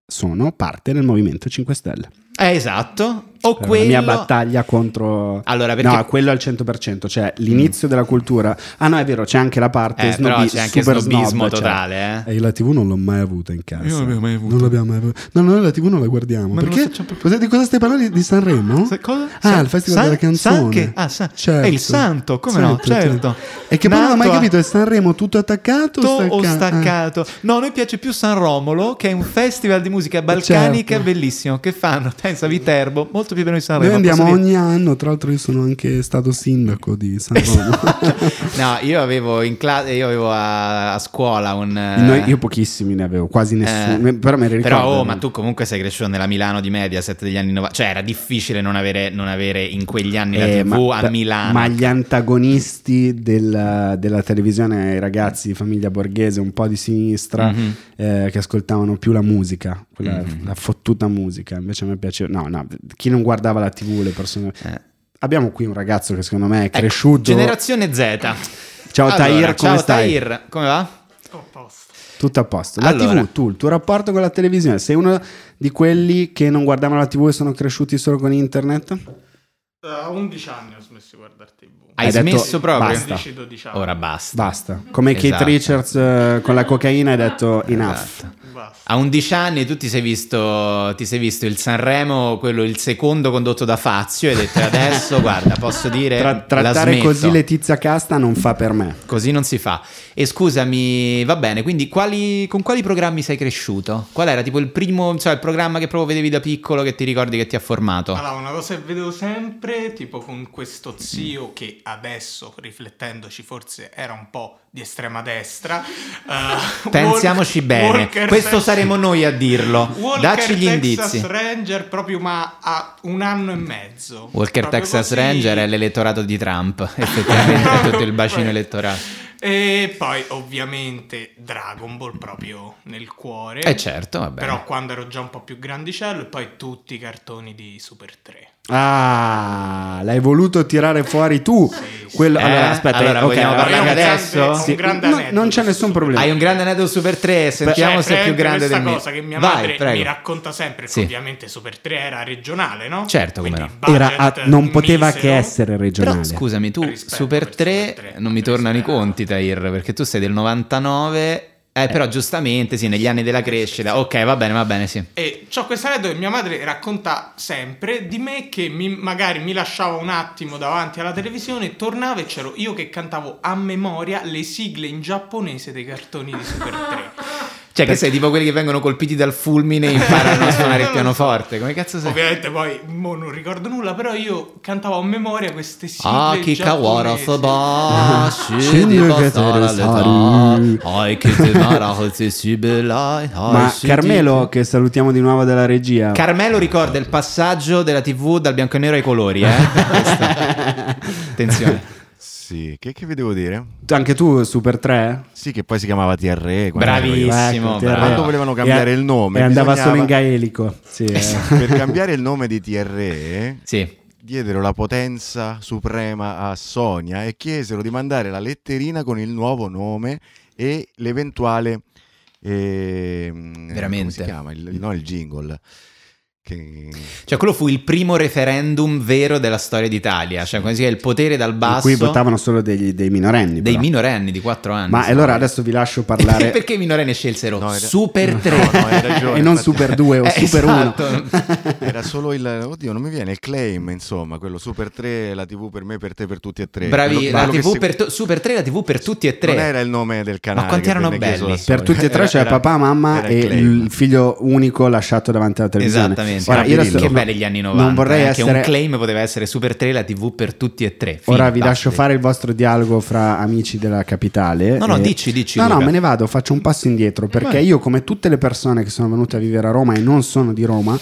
Speaker 1: sono parte del Movimento 5 Stelle.
Speaker 2: Eh, esatto.
Speaker 1: Eh,
Speaker 2: O
Speaker 1: La mia
Speaker 2: quello
Speaker 1: battaglia contro...
Speaker 2: Allora, perché Mm.
Speaker 1: No, quello al 100%, cioè l'inizio della cultura. Ah no, è vero, c'è anche la parte
Speaker 2: eh,
Speaker 1: snobbi-
Speaker 2: però c'è anche
Speaker 1: super
Speaker 2: snobismo
Speaker 1: snob, cioè.
Speaker 2: totale, eh.
Speaker 1: E la TV non l'ho mai avuta in casa.
Speaker 3: Io non l'abbiamo mai avuta.
Speaker 1: Non l'abbiamo mai avuta. No, noi la TV non la guardiamo.
Speaker 3: Ma non
Speaker 1: perché?
Speaker 3: lo facciamo
Speaker 1: Cosa- Di cosa stai parlando? Di- Di Sanremo?
Speaker 3: Se- cosa?
Speaker 1: Ah,
Speaker 3: Sa-
Speaker 1: il Festival
Speaker 3: San-
Speaker 1: della Canzone.
Speaker 3: San che? Ah, sa-
Speaker 1: Certo.
Speaker 3: è il santo, come no? Certo.
Speaker 1: E che poi non ho mai
Speaker 3: Nato a-
Speaker 1: capito, è Sanremo tutto attaccato
Speaker 3: Tutto o
Speaker 1: stacca- eh?
Speaker 3: staccato? No, a noi piace più San Romolo, che è un festival di musica balcanica
Speaker 1: Certo.
Speaker 3: bellissimo. Che fanno? Pensa a Viterbo, molto più bello di
Speaker 1: Ah,
Speaker 3: Sanremo.
Speaker 1: Noi andiamo
Speaker 3: posso dire?
Speaker 1: ogni anno, tra l'altro io sono anche stato sindaco di Sanremo.
Speaker 2: No, io avevo in classe, io avevo a, a scuola un eh,
Speaker 1: Noi- io pochissimi ne avevo, quasi nessuno,
Speaker 2: Eh,
Speaker 1: però me ne ricordo.
Speaker 2: però, oh, ma tu comunque sei cresciuto nella Milano di Mediaset degli anni 90. Cioè, era difficile non avere, non avere in quegli anni la
Speaker 1: Eh,
Speaker 2: TV a
Speaker 1: per-
Speaker 2: Milano.
Speaker 1: ma gli antagonisti della, della televisione, i ragazzi di famiglia borghese, un po' di sinistra,
Speaker 2: Mhm.
Speaker 1: eh, che ascoltavano più la musica, quella,
Speaker 2: Mhm.
Speaker 1: la fottuta musica. Invece a me piaceva, no, no, chi non guardava la TV, le persone.
Speaker 2: Eh.
Speaker 1: Abbiamo qui un ragazzo che secondo me è
Speaker 2: Ecco,
Speaker 1: cresciuto.
Speaker 2: Generazione Z.
Speaker 1: Ciao
Speaker 2: Allora,
Speaker 1: Tahir, come
Speaker 2: ciao,
Speaker 1: stai?
Speaker 2: Tahir, come va?
Speaker 1: Tutto a posto. La
Speaker 2: Allora.
Speaker 1: TV, tu, il tuo rapporto con la televisione, sei uno di quelli che non guardavano la TV e sono cresciuti solo con internet?
Speaker 5: Eh, A 11 anni ho smesso di guardare TV.
Speaker 2: Hai
Speaker 1: Hai detto
Speaker 2: smesso proprio?
Speaker 1: basta.
Speaker 5: 11-12 anni.
Speaker 2: Ora basta.
Speaker 1: Basta. Come Kate
Speaker 2: Esatto.
Speaker 1: Richards eh, con la cocaina hai detto enough.
Speaker 2: Esatto.
Speaker 5: Basta.
Speaker 2: A 11 anni tu ti sei visto, ti sei visto il Sanremo, quello il secondo condotto da Fazio, e hai detto adesso guarda, posso dire
Speaker 1: Tra-
Speaker 2: la
Speaker 1: trattare
Speaker 2: smetto."
Speaker 1: così Letizia Casta non fa per me.
Speaker 2: Così non si fa. E scusami, va bene, quindi quali- con quali programmi sei cresciuto? Qual era tipo il primo, cioè il programma che proprio vedevi da piccolo che ti ricordi che ti ha formato?
Speaker 5: Allora, una cosa che vedevo sempre, tipo con questo zio che adesso, riflettendoci, forse era un po' di estrema destra. eh,
Speaker 2: Pensiamoci
Speaker 5: Walk-
Speaker 2: bene,
Speaker 5: Walker
Speaker 2: questo
Speaker 5: Texas-
Speaker 2: saremo noi a dirlo.
Speaker 5: Walker
Speaker 2: Dacci gli
Speaker 5: Texas
Speaker 2: indizi.
Speaker 5: Ranger proprio ma a un anno e mezzo.
Speaker 2: Walker
Speaker 5: Proprio
Speaker 2: Texas
Speaker 5: così.
Speaker 2: Ranger è l'elettorato di Trump, effettivamente, è tutto il bacino
Speaker 5: Quello.
Speaker 2: elettorale.
Speaker 5: E poi ovviamente Dragon Ball proprio nel cuore.
Speaker 2: Eh certo, va bene.
Speaker 5: Però quando ero già un po' più grandicello e poi tutti i cartoni di Super 3.
Speaker 1: Ah, l'hai voluto tirare fuori tu.
Speaker 5: Sì, sì.
Speaker 1: Quello-
Speaker 2: Eh,
Speaker 1: allora, aspetta,
Speaker 2: allora
Speaker 1: ok,
Speaker 2: vogliamo
Speaker 1: allora-
Speaker 2: parlare
Speaker 5: Io ho un
Speaker 2: adesso?
Speaker 5: grande-
Speaker 1: Sì,
Speaker 5: un grande
Speaker 1: no-
Speaker 5: aneddoto
Speaker 1: non c'è
Speaker 5: su
Speaker 1: nessun
Speaker 5: Super
Speaker 1: problema.
Speaker 2: Hai un grande aneddoto Super 3, sentiamo
Speaker 5: Cioè,
Speaker 2: se è più
Speaker 5: presente
Speaker 2: grande
Speaker 5: questa
Speaker 2: del mio.
Speaker 5: cosa che mia
Speaker 2: Vai,
Speaker 5: madre
Speaker 2: prego.
Speaker 5: mi racconta sempre,
Speaker 2: Sì.
Speaker 5: che ovviamente Super 3 era regionale, no?
Speaker 2: Certo,
Speaker 5: Quindi
Speaker 2: come
Speaker 5: il
Speaker 1: Era a-
Speaker 5: budget
Speaker 1: non poteva
Speaker 5: misero.
Speaker 1: che essere
Speaker 2: Però
Speaker 1: regionale.
Speaker 2: scusami, tu
Speaker 5: Rispetto
Speaker 2: Super
Speaker 5: per
Speaker 2: 3,
Speaker 5: Super 3,
Speaker 2: non mi tornano i
Speaker 5: rispetto.
Speaker 2: conti, Tahir, perché tu sei del 99. Eh, però giustamente, sì, negli anni della crescita. Ok, va bene, va bene, sì.
Speaker 5: E c'ho questa aneddoto che mia madre racconta sempre di me che mi- magari mi lasciava un attimo davanti alla televisione, tornava e c'ero io che cantavo a memoria le sigle in giapponese dei cartoni di Super 3.
Speaker 2: Cioè, che sei tipo quelli che vengono colpiti dal fulmine e imparano a suonare il
Speaker 5: Non lo so.
Speaker 2: pianoforte. Come cazzo sei?
Speaker 5: Ovviamente poi mo, non ricordo nulla, però io cantavo a memoria queste sigle
Speaker 2: Aki kawara
Speaker 5: giapponesi.
Speaker 2: soba, shidi
Speaker 1: Shinno
Speaker 2: basara
Speaker 1: Gateru
Speaker 2: le ta, ai kitebara hotse shibelai, ai
Speaker 1: Ma
Speaker 2: shidi-
Speaker 1: Carmelo, che salutiamo di nuovo dalla regia.
Speaker 2: Carmelo ricorda il passaggio della TV dal bianco e nero ai colori, eh? Questo. Attenzione.
Speaker 4: Sì, che, che vi devo dire?
Speaker 1: Anche tu, Super 3?
Speaker 4: Sì, che poi si chiamava TRE. quando
Speaker 2: Bravissimo.
Speaker 4: arrivava.
Speaker 1: Ecco, TRE.
Speaker 4: Quando volevano cambiare
Speaker 1: E-
Speaker 4: il nome,
Speaker 1: E andava
Speaker 4: bisognava-
Speaker 1: solo in gaelico. Sì, eh.
Speaker 4: Per cambiare il nome di TRE,
Speaker 2: Sì.
Speaker 4: diedero la potenza suprema a Sonia e chiesero di mandare la letterina con il nuovo nome e l'eventuale ehm,
Speaker 2: Veramente.
Speaker 4: come si chiama? Il, no, il jingle. Che...
Speaker 2: Cioè, quello fu il primo referendum vero della storia d'Italia. Cioè, quasi il potere dal
Speaker 1: In
Speaker 2: basso
Speaker 1: cui votavano solo degli- dei minorenni.
Speaker 2: dei
Speaker 1: però.
Speaker 2: minorenni di 4 anni.
Speaker 1: Ma
Speaker 2: se
Speaker 1: allora
Speaker 2: non
Speaker 1: adesso vi lascio
Speaker 2: sbaglio.
Speaker 1: parlare.
Speaker 2: Perché i minorenni scelsero
Speaker 4: No, era-
Speaker 2: Super
Speaker 4: No,
Speaker 2: 3?
Speaker 4: no, hai ragione,
Speaker 1: e non
Speaker 4: infatti.
Speaker 1: Super 2 o
Speaker 2: Eh,
Speaker 1: Super 1.
Speaker 2: esatto.
Speaker 4: Era solo il oddio, non mi viene il claim, insomma, quello super 3, la TV per me, per te, per tutti e tre.
Speaker 2: Bravi,
Speaker 4: Quello-
Speaker 2: la
Speaker 4: quello che
Speaker 2: TV
Speaker 4: si-
Speaker 2: per tu- Super 3 la TV per tutti e tre.
Speaker 4: Non era il nome del canale.
Speaker 2: Ma quanti
Speaker 4: che
Speaker 2: erano
Speaker 4: venne chieso
Speaker 2: belli.
Speaker 4: da Sonia.
Speaker 1: Per tutti e tre
Speaker 4: Era-
Speaker 1: c'è
Speaker 4: era-
Speaker 1: papà, mamma
Speaker 4: era
Speaker 1: e
Speaker 4: claim.
Speaker 1: il figlio unico lasciato davanti alla televisione.
Speaker 2: Esattamente.
Speaker 1: Ora, io adesso-
Speaker 2: che belli gli anni 90.
Speaker 1: Non vorrei
Speaker 2: eh, Che
Speaker 1: essere...
Speaker 2: un claim poteva essere Super 3 la TV per tutti e tre. Fine,
Speaker 1: Ora vi
Speaker 2: basta.
Speaker 1: lascio fare il vostro dialogo fra amici della capitale.
Speaker 2: No, no,
Speaker 1: E-
Speaker 2: dici, dici,
Speaker 1: No, no,
Speaker 2: Luca.
Speaker 1: me ne vado, faccio un passo indietro perché io, come tutte le persone che sono venute a vivere a Roma e non sono di Roma,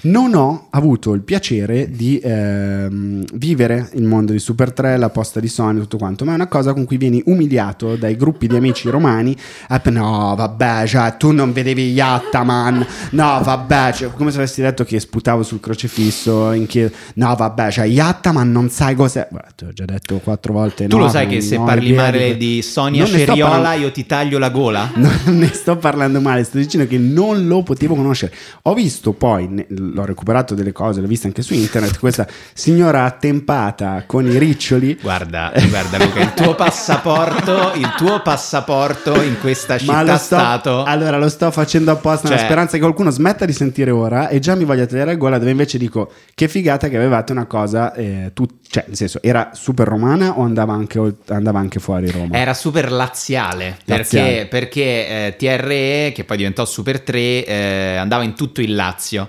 Speaker 1: non ho avuto il piacere di ehm, vivere il mondo di Super 3, la posta di Sony, tutto quanto. Ma è una cosa con cui vieni umiliato dai gruppi di amici romani. Ah, No, vabbè, cioè, tu non vedevi Yattaman. No, vabbè, cioè, come se avessi detto che sputavo sul crocefisso in chiesa. No, vabbè, cioè, Yattaman non sai cos'è. Guarda, ti ho già detto quattro volte.
Speaker 2: Tu
Speaker 1: no,
Speaker 2: lo sai
Speaker 1: non
Speaker 2: che se
Speaker 1: ho
Speaker 2: parli
Speaker 1: idea
Speaker 2: male
Speaker 1: que-
Speaker 2: di Sonia
Speaker 1: Non ne sto
Speaker 2: Ceriola
Speaker 1: parlando-
Speaker 2: io ti taglio la gola?
Speaker 1: non ne sto parlando male, sto dicendo che non lo potevo conoscere. Ho visto poi, ne- l'ho recuperato delle cose, l'ho vista anche su internet, questa signora attempata con i riccioli.
Speaker 2: Guarda, guarda Luca, il tuo passaporto, il tuo passaporto in questa
Speaker 1: Ma lo
Speaker 2: città
Speaker 1: sto,
Speaker 2: stato.
Speaker 1: allora lo sto facendo apposta nella
Speaker 2: Cioè-
Speaker 1: speranza che qualcuno smetta di sentire ora e già mi voglia tagliare la gola dove invece dico che figata che avevate una cosa, eh, tut- cioè nel senso era super romana o andava anche, o- andava anche fuori Roma?
Speaker 2: Era super laziale perché,
Speaker 1: Boh. Laziale.
Speaker 2: perché, eh, TRE, che poi diventò Super 3, eh, andava in tutto il Lazio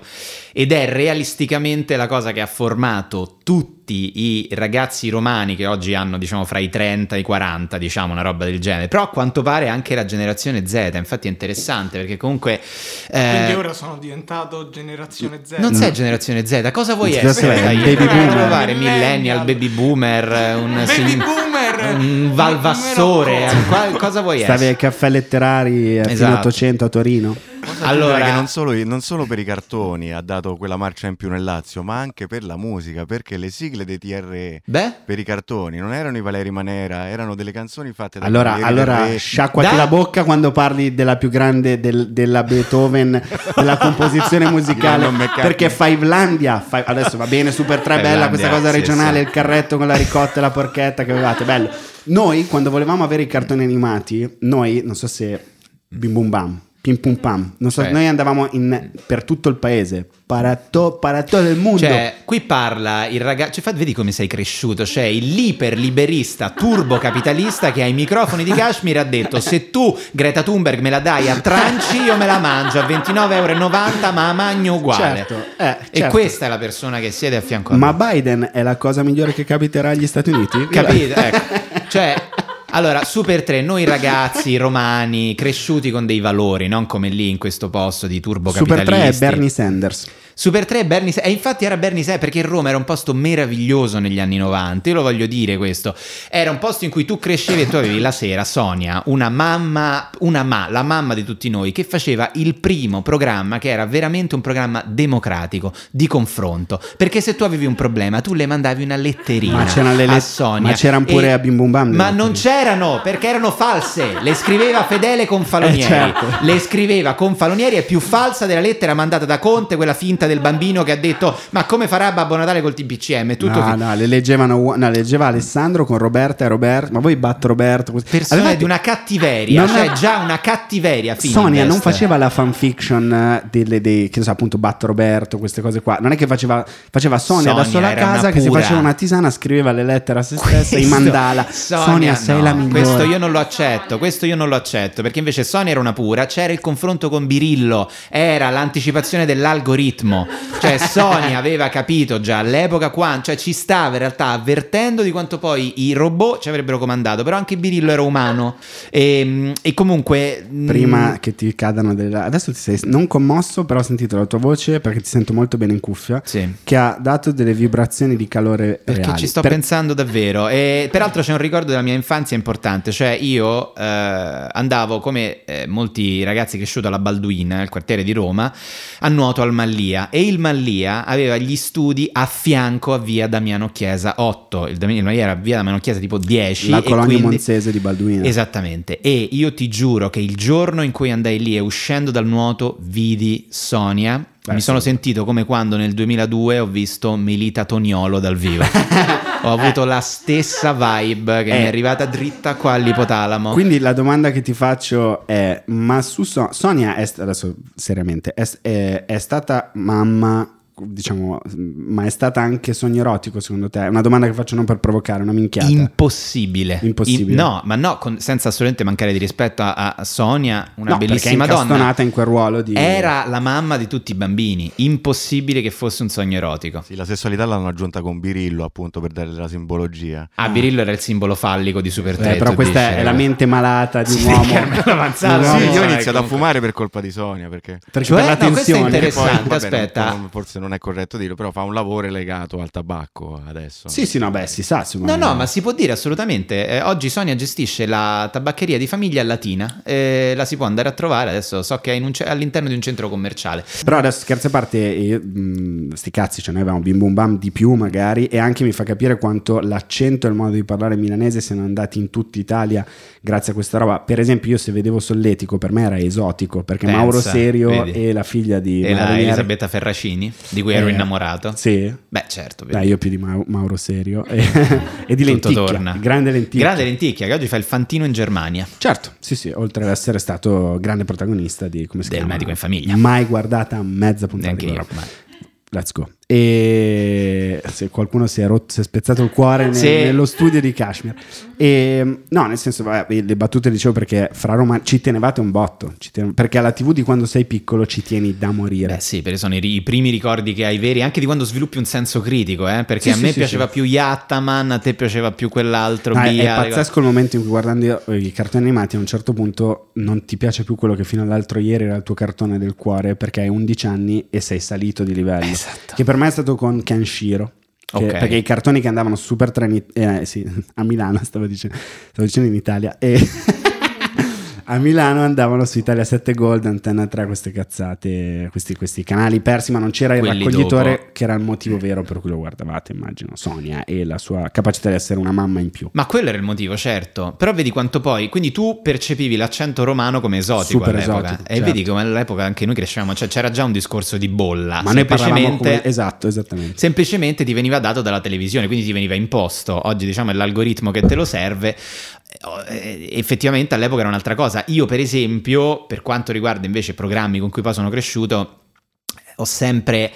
Speaker 2: ed è realisticamente la cosa che ha formato tutti i ragazzi romani che oggi hanno diciamo fra i 30 e i 40, diciamo una roba del genere, però a quanto pare anche la generazione Z, infatti è interessante perché comunque... eh,
Speaker 5: Quindi ora sono diventato generazione Z.
Speaker 2: Non sei generazione Z, cosa vuoi
Speaker 1: Cosa
Speaker 2: essere?
Speaker 1: sei?
Speaker 2: dai?
Speaker 1: Baby
Speaker 2: Puoi
Speaker 1: boomer.
Speaker 2: provare millennial,
Speaker 5: Millennial.
Speaker 2: baby boomer, un,
Speaker 5: Baby boomer,
Speaker 2: un valvassore,
Speaker 5: numero
Speaker 2: qual- cosa vuoi
Speaker 1: Stavi ai
Speaker 2: essere?
Speaker 1: caffè letterari eh, fino
Speaker 2: Esatto.
Speaker 1: all'Ottocento a Torino?
Speaker 4: Posso
Speaker 2: Allora-
Speaker 4: aggiungere che non solo, non solo per i cartoni ha dato quella marcia in più nel Lazio, ma anche per la musica, perché le sigle dei TRE
Speaker 2: Beh,
Speaker 4: per i cartoni non erano i Valeri Manera, erano delle canzoni fatte da
Speaker 1: Allora,
Speaker 4: Cavalieri del
Speaker 1: allora
Speaker 4: Re.
Speaker 1: sciacquati
Speaker 2: Da-
Speaker 1: la bocca quando parli della più grande del- della Beethoven, della composizione musicale,
Speaker 4: Diranno McCartney.
Speaker 1: perché Fivelandia, Fi- adesso va bene, Super 3, bella
Speaker 2: Fivelandia,
Speaker 1: questa cosa
Speaker 2: sì,
Speaker 1: regionale,
Speaker 2: sì.
Speaker 1: il carretto con la ricotta e la porchetta che avevate, bello. Noi quando volevamo avere i cartoni animati, noi, non so se, bim bum bam, pim pum pam, non so,
Speaker 2: Cioè-
Speaker 1: noi andavamo in- per tutto il paese, paratto, paratto del mondo.
Speaker 2: cioè, qui parla il ragazzo, cioè, fa- vedi come sei cresciuto, cioè l'iperliberista turbo capitalista che ai microfoni di Kashmir ha detto se tu Greta Thunberg me la dai a tranci io me la mangio a 29,90 euro ma la magno uguale.
Speaker 1: Certo, eh,
Speaker 2: E
Speaker 1: certo.
Speaker 2: questa è la persona che siede a fianco a me.
Speaker 1: Ma Biden è la cosa migliore che capiterà agli Stati Uniti?
Speaker 2: Capito? Ecco. Cioè, allora, Super 3, noi ragazzi romani cresciuti con dei valori, non come lì in questo posto di turbo
Speaker 1: Super 3 è
Speaker 2: capitalisti.
Speaker 1: Bernie Sanders.
Speaker 2: Super 3 è Bernie Sa- E infatti era Bernie Sanders perché Roma era un posto meraviglioso negli anni 90. Io lo voglio dire questo. Era un posto in cui tu crescevi e tu avevi la sera Sonia, una mamma, una ma, la mamma di tutti noi, che faceva il primo programma che era veramente un programma democratico di confronto. Perché se tu avevi un problema, tu le mandavi una letterina
Speaker 1: Ma c'erano le
Speaker 2: a
Speaker 1: let-
Speaker 2: Sonia.
Speaker 1: ma c'erano pure
Speaker 2: E-
Speaker 1: a Bim Bum Bam le
Speaker 2: Ma
Speaker 1: letterine.
Speaker 2: non c'erano perché erano false. Le scriveva Fedele con Falonieri.
Speaker 1: Eh, certo.
Speaker 2: Le scriveva con Falonieri è più falsa della lettera mandata da Conte, quella finta del bambino che ha detto "Ma come farà Babbo Natale col TPCM?" Tutto
Speaker 1: no,
Speaker 2: fi-
Speaker 1: no, le leggevano, u- no, leggeva Alessandro con Roberta e Roberto. Ma voi batto Roberto. così.
Speaker 2: persone
Speaker 1: Avevate-
Speaker 2: di una cattiveria,
Speaker 1: Non
Speaker 2: cioè
Speaker 1: è-
Speaker 2: già una cattiveria Fininvest.
Speaker 1: Sonia non faceva la fanfiction eh, delle, dei, che ne so, appunto, Batto Roberto, queste cose qua. Non è che faceva, faceva Sonia, da
Speaker 2: Sonia
Speaker 1: sola a
Speaker 2: era una
Speaker 1: casa che si
Speaker 2: pura.
Speaker 1: faceva una tisana, scriveva le lettere a se stessa e i
Speaker 2: Questo-
Speaker 1: mandala. Sonia, sei
Speaker 2: no,
Speaker 1: la migliore.
Speaker 2: Questo io non lo accetto, questo io non lo accetto, perché invece Sonia era una pura, c'era il confronto con Birillo, era l'anticipazione dell'algoritmo, Sanremo. Cioè, Sony aveva capito già all'epoca quanto, cioè ci stava in realtà avvertendo di quanto poi i robot ci avrebbero comandato, però anche Birillo era umano. E, e comunque... mm, mh,
Speaker 1: Prima che ti cadano delle... la- Adesso ti sei non commosso, però ho sentito la tua voce perché ti sento molto bene in cuffia.
Speaker 2: Sì.
Speaker 1: Che ha dato delle vibrazioni di calore
Speaker 2: Perché
Speaker 1: reali.
Speaker 2: ci sto
Speaker 1: Per-
Speaker 2: pensando davvero. E, peraltro c'è un ricordo della mia infanzia importante, cioè io eh, andavo come eh, molti ragazzi cresciuti alla Balduina, nel quartiere di Roma, a nuoto al Mallia e il Mallia aveva gli studi a fianco a via Damiano Chiesa 8, il, Dami- il Mallia era via Damiano Chiesa tipo 10.
Speaker 1: La
Speaker 2: e
Speaker 1: colonia
Speaker 2: quindi-
Speaker 1: monzese di Balduino.
Speaker 2: Esattamente, e io ti giuro che il giorno in cui andai lì e uscendo dal nuoto vidi Sonia,
Speaker 1: Beh,
Speaker 2: mi
Speaker 1: sì.
Speaker 2: sono sentito come quando nel 2002 ho visto Milita Toniolo dal vivo. ho avuto la stessa vibe che mi è arrivata dritta qua all'ipotalamo.
Speaker 1: Eh. Quindi la domanda che ti faccio è: ma su So- Sonia, è, st- adesso seriamente, è, è- è stata mamma, diciamo, ma è stata anche sogno erotico secondo te? È una domanda che faccio non per provocare, una minchiata.
Speaker 2: Impossibile.
Speaker 1: Impossibile.
Speaker 2: In- no, ma no, con- senza assolutamente mancare di rispetto a, a Sonia, una
Speaker 1: No, perché è
Speaker 2: bellissima donna.
Speaker 1: incastonata in quel ruolo di-
Speaker 2: Era la mamma di tutti i bambini. Impossibile che fosse un sogno erotico.
Speaker 4: Sì, la sessualità l'hanno aggiunta con Birillo, appunto, per dare la simbologia.
Speaker 2: Ah, Birillo era il simbolo fallico di Super
Speaker 1: Eh,
Speaker 2: 3.
Speaker 1: però
Speaker 2: tu
Speaker 1: questa è
Speaker 2: dici,
Speaker 1: la
Speaker 2: ragazzi.
Speaker 1: mente malata di un
Speaker 2: Sì,
Speaker 1: uomo.
Speaker 2: Carmelo Avanzato,
Speaker 1: Di
Speaker 4: Sì,
Speaker 1: un uomo-
Speaker 2: sì,
Speaker 4: io ho
Speaker 2: sai,
Speaker 4: iniziato a
Speaker 2: comunque.
Speaker 4: fumare per colpa di Sonia, perché...
Speaker 1: Perché
Speaker 2: Cioè,
Speaker 1: per
Speaker 2: no, questo è
Speaker 1: l'attenzione.
Speaker 4: Che poi,
Speaker 2: Interessante,
Speaker 4: vabbè, non-
Speaker 2: aspetta.
Speaker 4: non- forse non è corretto dirlo, però fa un lavoro legato al tabacco adesso.
Speaker 1: Sì, sì, no, beh, si sa.
Speaker 2: No,
Speaker 1: insomma. eh.
Speaker 2: no, ma si può dire assolutamente. Eh, oggi Sonia gestisce la tabaccheria di famiglia latina. Eh, la si può andare a trovare. Adesso so che è in un ce- all'interno di un centro commerciale.
Speaker 1: Però adesso scherzi a parte, io, mh, sti cazzi, cioè noi avevamo bim bum bam di più magari e anche mi fa capire quanto l'accento e il modo di parlare milanese siano andati in tutta Italia grazie a questa roba. Per esempio io se vedevo Solletico per me era esotico perché
Speaker 2: Pensa,
Speaker 1: Mauro Serio
Speaker 2: vedi.
Speaker 1: e la figlia di
Speaker 2: E la
Speaker 1: Maradonieri-
Speaker 2: Elisabetta Ferracini, di cui ero
Speaker 1: Eh,
Speaker 2: innamorato.
Speaker 1: Sì.
Speaker 2: Beh, certo. vedi.
Speaker 1: Dai, io più di Mau- Mauro Serio e, e di
Speaker 2: Tutto
Speaker 1: Lenticchia,
Speaker 2: torna.
Speaker 1: grande Lenticchia.
Speaker 2: Grande lenticchia, che oggi fa il fantino in Germania.
Speaker 1: Certo, sì, sì, oltre ad essere stato grande protagonista di come si
Speaker 2: Del
Speaker 1: chiama?
Speaker 2: Medico in Famiglia.
Speaker 1: Mai guardata mezza puntata
Speaker 2: Neanche
Speaker 1: di
Speaker 2: io.
Speaker 1: quella roba. Let's go. E se qualcuno si è, rotto, si è spezzato il cuore ne-
Speaker 2: Sì.
Speaker 1: nello studio di Kashmir. E, no, nel senso, vabbè, le battute dicevo perché fra Roma ci tenevate un botto. ci ten- perché alla TV di quando sei piccolo ci tieni da morire.
Speaker 2: Beh, Eh, sì, perché sono i, ri- i primi ricordi che hai veri, anche di quando sviluppi un senso critico, eh,
Speaker 1: Sì,
Speaker 2: perché a me
Speaker 1: sì, sì,
Speaker 2: piaceva
Speaker 1: sì.
Speaker 2: più Yattaman, a te piaceva più quell'altro.
Speaker 1: No, Ah, è- è,
Speaker 2: Bia, le cose-
Speaker 1: pazzesco il momento in cui guardando eh, i i cartoni animati a un certo punto non ti piace più quello che fino all'altro ieri era il tuo cartone del cuore perché hai 11 anni e sei salito di livello.
Speaker 2: Esatto.
Speaker 1: Che per me è stato con Kenshiro. che-
Speaker 2: Ok.
Speaker 1: Perché i cartoni che andavano super treni eh, sì, a Milano, stavo dicendo, stavo dicendo in Italia, e a Milano andavano su Italia 7 Gold, Antenna 3, queste cazzate, questi, questi canali persi, ma non c'era il
Speaker 2: Quelli
Speaker 1: raccoglitore
Speaker 2: dopo.
Speaker 1: che era il motivo vero per cui lo guardavate, immagino, Sonia e la sua capacità di essere una mamma in più.
Speaker 2: Ma quello era il motivo, certo. Però vedi quanto poi. Quindi tu percepivi l'accento romano come esotico
Speaker 1: Super
Speaker 2: all'epoca.
Speaker 1: esotico,
Speaker 2: e
Speaker 1: certo.
Speaker 2: vedi come all'epoca anche noi crescevamo. Cioè, c'era già un discorso di bolla.
Speaker 1: Ma noi parlavamo
Speaker 2: Ah, semplicemente,
Speaker 1: come... Esatto, esattamente.
Speaker 2: semplicemente ti veniva dato dalla televisione, quindi ti veniva imposto. Oggi, diciamo, è l'algoritmo che te lo serve. Eh, Effettivamente all'epoca era un'altra cosa. Io, per esempio, per quanto riguarda invece programmi con cui poi sono cresciuto, ho sempre.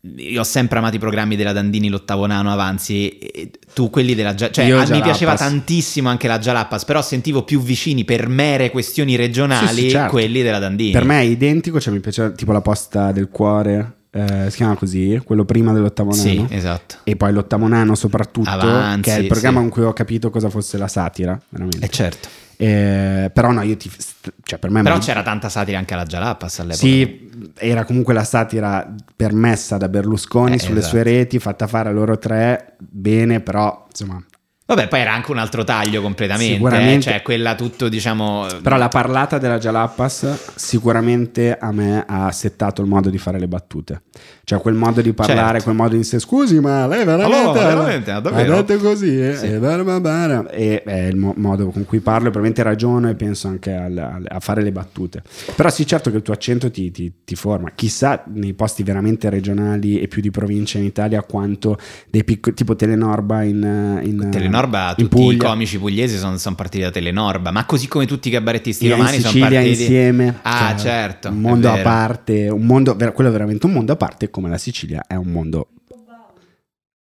Speaker 2: eh, Io ho sempre amato i programmi della Dandini, l'ottavo nano, avanzi, e tu quelli della Gia- cioè
Speaker 1: Io
Speaker 2: a- mi
Speaker 1: Jalapas.
Speaker 2: piaceva tantissimo anche la Jalapas, però sentivo più vicini per mere questioni regionali
Speaker 1: Sì, sì, certo.
Speaker 2: quelli della Dandini.
Speaker 1: Per me è identico, cioè mi piaceva tipo la posta del cuore, eh, si chiama così, quello prima dell'ottavo nano.
Speaker 2: sì, esatto.
Speaker 1: E poi l'ottavo nano soprattutto,
Speaker 2: Avanzi,
Speaker 1: che è il programma
Speaker 2: sì.
Speaker 1: con cui ho capito cosa fosse la satira, veramente.
Speaker 2: E certo.
Speaker 1: Eh, però no, io ti... st- Cioè per me...
Speaker 2: Però
Speaker 1: ma-
Speaker 2: c'era tanta satira anche alla Jalapas all'epoca.
Speaker 1: Sì, era comunque la satira permessa da Berlusconi
Speaker 2: Eh,
Speaker 1: sulle
Speaker 2: esatto.
Speaker 1: sue reti, fatta fare a loro tre, bene, però insomma...
Speaker 2: Vabbè, poi era anche un altro taglio completamente,
Speaker 1: Sicuramente.
Speaker 2: eh, cioè quella tutto, diciamo,
Speaker 1: Però la parlata della Jalapas sicuramente a me ha settato il modo di fare le battute. Cioè quel modo di parlaare,
Speaker 2: Certo.
Speaker 1: quel modo di dire scusi ma lei veramente...
Speaker 2: Allora, veramente, ah, davvero?"
Speaker 1: ha detto così, eh?
Speaker 2: Sì.
Speaker 1: E bara bara bara. E eh, è il mo- modo con cui parlo, e probabilmente ragiono e penso anche al- al- a fare le battute. Però sì, certo che il tuo accento ti, ti- ti forma. Chissà nei posti veramente regionali e più di provincia in Italia quanto dei piccoli... tipo Telenorba in... in
Speaker 2: Telenorba,
Speaker 1: in
Speaker 2: tutti i
Speaker 1: Puglia.
Speaker 2: comici pugliesi sono, sono partiti da Telenorba, ma così come tutti i cabarettisti
Speaker 1: E in
Speaker 2: romani sono
Speaker 1: Sicilia
Speaker 2: partiti
Speaker 1: insieme.
Speaker 2: Ah,
Speaker 1: Cioè,
Speaker 2: certo.
Speaker 1: Un
Speaker 2: è
Speaker 1: mondo a
Speaker 2: vero.
Speaker 1: parte, un mondo, ver- quello è veramente un mondo a parte, come la Sicilia è un mondo.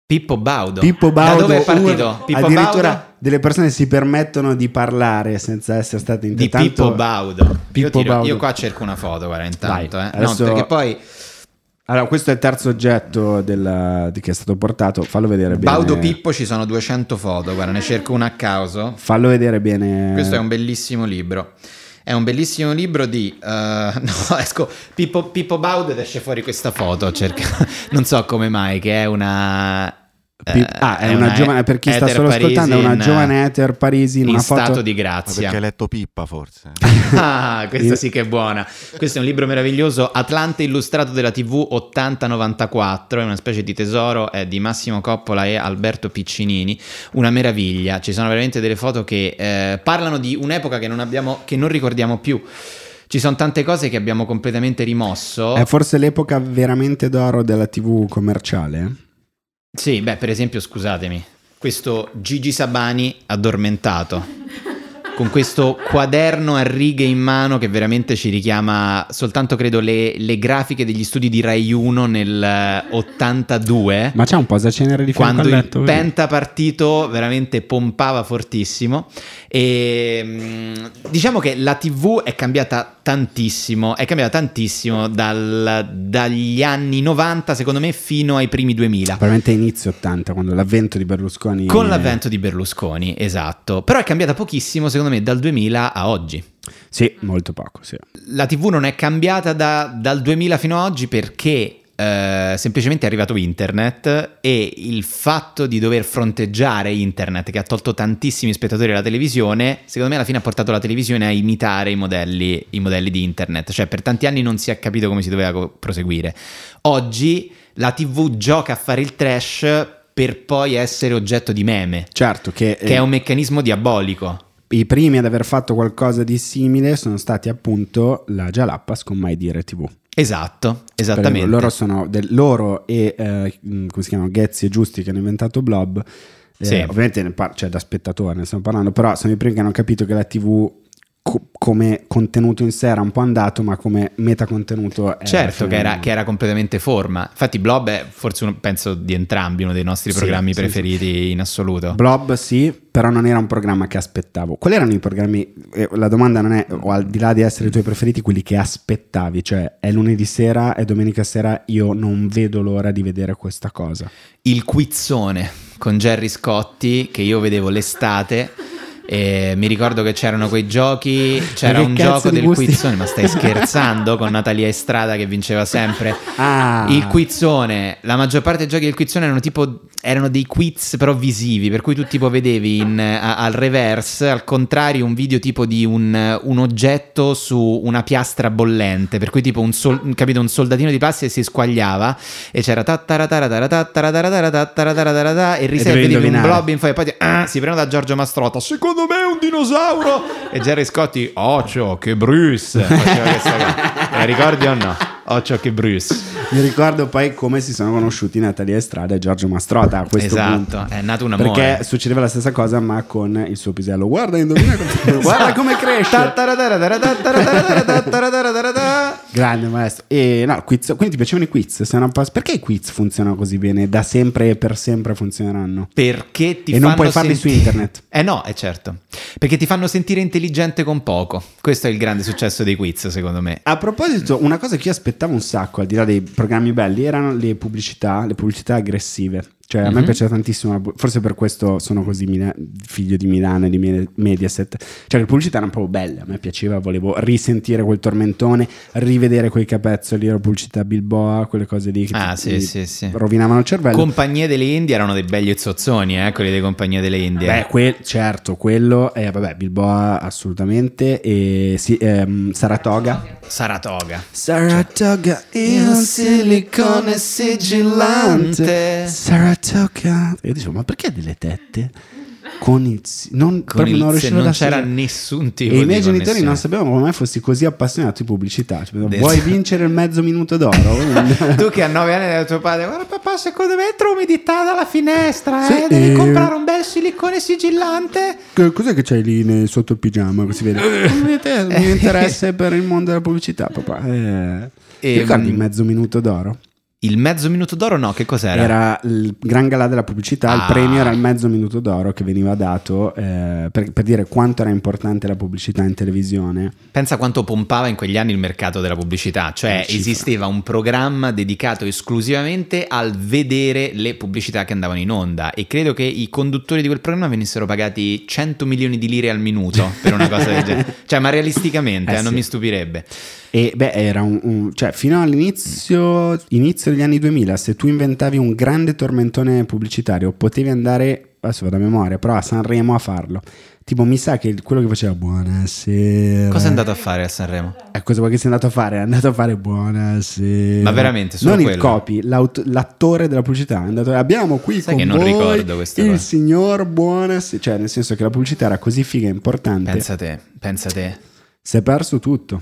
Speaker 2: Pippo Baudo.
Speaker 1: Pippo
Speaker 2: Da
Speaker 1: Baudo,
Speaker 2: dove è partito?
Speaker 1: ur-
Speaker 2: Pippo
Speaker 1: addirittura
Speaker 2: Baudo?
Speaker 1: delle persone si permettono di parlare senza essere state
Speaker 2: Di
Speaker 1: intanto-
Speaker 2: Pippo Baudo.
Speaker 1: Pippo
Speaker 2: io, tiro-
Speaker 1: Baudo.
Speaker 2: io qua cerco una foto, guarda, intanto,
Speaker 1: Vai,
Speaker 2: eh. No,
Speaker 1: adesso-
Speaker 2: perché poi
Speaker 1: Allora, questo è il terzo oggetto della- di che è stato portato. Fallo vedere bene.
Speaker 2: Baudo Pippo ci sono 200 foto, guarda, ne cerco una a caso.
Speaker 1: Fallo vedere bene.
Speaker 2: Questo è un bellissimo libro. È un bellissimo libro di... eh, no, esco Pippo, Pippo Baudo ed esce fuori questa foto, cerca- non so come mai, che è una... eh,
Speaker 1: Pi- ah, è, una, giovane. Per chi sta
Speaker 2: ether
Speaker 1: solo ascoltando, è una
Speaker 2: parisi in-
Speaker 1: giovane Ether Parisi in
Speaker 2: in
Speaker 1: una foto.
Speaker 2: stato di
Speaker 4: Ma
Speaker 2: grazia.
Speaker 4: perché hai letto Pippa forse?
Speaker 2: Ah, questa sì che è buona. Questo è un libro meraviglioso, Atlante Illustrato della TV 8094, è una specie di tesoro eh, di Massimo Coppola e Alberto Piccinini, una meraviglia. Ci sono veramente delle foto che eh, parlano di un'epoca che non abbiamo che non ricordiamo più. Ci sono tante cose che abbiamo completamente rimosso.
Speaker 1: È forse l'epoca veramente d'oro della TV commerciale?
Speaker 2: Sì, beh, per esempio, scusatemi, questo Gigi Sabani addormentato. Con questo quaderno a righe in mano che veramente ci richiama soltanto, credo, le, le grafiche degli studi di Rai 1 nel eh, 82
Speaker 1: Ma c'è un posacenere di fianco
Speaker 2: quando
Speaker 1: al
Speaker 2: il
Speaker 1: letto? vedi?
Speaker 2: pentapartito veramente pompava fortissimo e mh, diciamo che la tv è cambiata tantissimo è cambiata tantissimo dal- dagli anni 90 secondo me fino ai primi 2000
Speaker 1: Probabilmente inizio 80, quando l'avvento di Berlusconi.
Speaker 2: con l'avvento di Berlusconi esatto però è cambiata pochissimo secondo me dal 2000 a oggi
Speaker 1: Sì, molto poco, sì.
Speaker 2: la TV non è cambiata da- dal 2000 fino ad oggi perché eh, semplicemente è arrivato internet e il fatto di dover fronteggiare internet che ha tolto tantissimi spettatori alla televisione, secondo me alla fine ha portato la televisione a imitare i modelli, i modelli di internet, cioè per tanti anni non si è capito come si doveva co- proseguire. Oggi la TV gioca a fare il trash per poi essere oggetto di meme,
Speaker 1: Certo che,
Speaker 2: che è un meccanismo diabolico.
Speaker 1: i primi ad aver fatto qualcosa di simile sono stati appunto la Jalappas con Mai Dire TV.
Speaker 2: Esatto,
Speaker 1: Per
Speaker 2: esattamente.
Speaker 1: esempio, Loro, sono del- loro e eh, mh, come si chiamano Ghezzi e Giusti che hanno inventato Blob. eh,
Speaker 2: Sì.
Speaker 1: Ovviamente ne par- cioè, da spettatore ne stiamo parlando, però sono i primi che hanno capito che la TV co- come contenuto in sé era un po' andato, ma come metacontenuto era
Speaker 2: Certo, che era,
Speaker 1: fenomeno.
Speaker 2: che era completamente forma. Infatti, Blob è forse uno, penso di entrambi uno dei nostri
Speaker 1: Sì,
Speaker 2: programmi
Speaker 1: sì,
Speaker 2: preferiti in assoluto.
Speaker 1: Blob sì, però non era un programma che aspettavo. Quali erano i programmi? eh, La domanda non è, o al di là di essere i tuoi preferiti, quelli che aspettavi, cioè è lunedì sera, è domenica sera, io non vedo l'ora di vedere questa cosa.
Speaker 2: Il quizzone con Jerry Scotti, che io vedevo l'estate. E mi ricordo che c'erano quei giochi, c'era
Speaker 1: che
Speaker 2: un
Speaker 1: cazzo
Speaker 2: gioco
Speaker 1: di
Speaker 2: del
Speaker 1: gusti?
Speaker 2: quizzone, ma stai scherzando con Natalia Estrada che vinceva sempre.
Speaker 1: Ah,
Speaker 2: Il quizzone, la maggior parte dei giochi del quizzone erano tipo erano dei quiz però visivi, per cui tu tipo vedevi in- a- al reverse, al contrario, un video tipo di un, un oggetto su una piastra bollente, per cui tipo un, sol- capito, un soldatino di plastica si squagliava e c'era tattarataratataratataratataratataratataratatara
Speaker 1: dovevi
Speaker 2: e riservi un
Speaker 1: indovinare.
Speaker 2: blob in fai, poi ti- ah, si prende da Giorgio Mastrota, secondo me è un dinosauro! E Jerry Scotti, occhio che Bruce! Faceva questa cosa. Te la ricordi o no? Occhio che Bruce!
Speaker 1: Mi ricordo poi come si sono conosciuti Natalia Estrada e Giorgio Mastrota a questo
Speaker 2: Esatto,
Speaker 1: punto.
Speaker 2: è nato un amore.
Speaker 1: Perché succedeva la stessa cosa, ma con il suo pisello. Guarda, indovina come- guarda come cresce. Grande maestro. E no, quiz, quindi ti piacevano i quiz? Se non pas- perché i quiz funzionano così bene? Da sempre e per sempre funzioneranno?
Speaker 2: Perché ti
Speaker 1: E non
Speaker 2: fanno
Speaker 1: puoi farli su
Speaker 2: sentire-
Speaker 1: internet.
Speaker 2: Eh no, è certo. Perché ti fanno sentire intelligente con poco. Questo è il grande successo dei quiz, secondo me.
Speaker 1: A proposito, una cosa che io aspettavo un sacco, al di là dei programmi belli, erano le pubblicità, le pubblicità aggressive. Cioè, a me
Speaker 2: Mhm.
Speaker 1: piaceva tantissimo, la pu- forse per questo sono così mila- figlio di Milano e di Medi- Mediaset. Cioè, le pubblicità erano proprio belle, a me piaceva, volevo risentire quel tormentone, rivedere quei capezzoli, la pubblicità Bilboa, quelle cose lì che
Speaker 2: Ah,
Speaker 1: ti-
Speaker 2: sì,
Speaker 1: ti
Speaker 2: sì, sì.
Speaker 1: rovinavano il cervello.
Speaker 2: Compagnie delle Indie erano dei belli zozzoni, eh, quelli dei Compagnie delle Indie. eh.
Speaker 1: Beh, quel- certo, quello, eh, vabbè, Bilboa assolutamente, e sì, ehm, Saratoga.
Speaker 2: Saratoga.
Speaker 1: Saratoga
Speaker 2: in silicone sigillante.
Speaker 1: Saratoga. E io dicevo, ma perché delle tette? Con il. si- Non,
Speaker 2: Con
Speaker 1: proprio
Speaker 2: il-
Speaker 1: non
Speaker 2: se
Speaker 1: riuscivo
Speaker 2: non
Speaker 1: ad
Speaker 2: c'era
Speaker 1: associare.
Speaker 2: nessun tipo
Speaker 1: E
Speaker 2: di
Speaker 1: i miei genitori
Speaker 2: connessione.
Speaker 1: non sapevano come mai fossi così appassionato di pubblicità. Cioè,
Speaker 2: Del-
Speaker 1: Vuoi vincere il mezzo minuto d'oro?
Speaker 2: tu che a 9 anni hai detto a tuo padre guarda papà secondo me entra umidità dalla finestra
Speaker 1: Sì,
Speaker 2: eh, devi
Speaker 1: eh.
Speaker 2: comprare un bel silicone sigillante
Speaker 1: Che- Cos'è che c'hai lì ne- sotto il pigiama? Così vedi? Il mio interesse per il mondo della pubblicità, papà. Eh,
Speaker 2: E,
Speaker 1: ti ricordi
Speaker 2: mm,
Speaker 1: il mezzo minuto d'oro?
Speaker 2: Il mezzo minuto d'oro no, che cos'era?
Speaker 1: Era il gran galà della pubblicità, il
Speaker 2: Ah.
Speaker 1: premio era il mezzo minuto d'oro che veniva dato eh, per, per dire quanto era importante la pubblicità in televisione.
Speaker 2: Pensa quanto pompava in quegli anni il mercato della pubblicità,
Speaker 1: Una
Speaker 2: cioè
Speaker 1: Eh, cifra.
Speaker 2: esisteva un programma dedicato esclusivamente al vedere le pubblicità che andavano in onda e credo che i conduttori di quel programma venissero pagati 100 milioni di lire al minuto per una cosa del genere. Cioè, ma realisticamente
Speaker 1: Eh
Speaker 2: eh, non
Speaker 1: sì.
Speaker 2: mi stupirebbe.
Speaker 1: E beh, era un, un- cioè fino all'inizio inizio degli anni 2000, se tu inventavi un grande tormentone pubblicitario, potevi andare adesso vado a memoria, però a Sanremo a farlo. Tipo, mi sa che il- quello che faceva buonasera.
Speaker 2: Cosa è andato a fare a Sanremo?
Speaker 1: Eh, cosa vuoi che sia andato a fare? È andato a fare buonasera.
Speaker 2: Ma veramente, solo
Speaker 1: Non il
Speaker 2: quello?
Speaker 1: copy, l'aut- l'attore della pubblicità. È andato, abbiamo qui
Speaker 2: Sai
Speaker 1: con
Speaker 2: che non
Speaker 1: voi
Speaker 2: ricordo queste
Speaker 1: il
Speaker 2: cose.
Speaker 1: signor buonasera. Cioè, nel senso che la pubblicità era così figa e importante.
Speaker 2: Pensa te, pensa te.
Speaker 1: Si è perso tutto.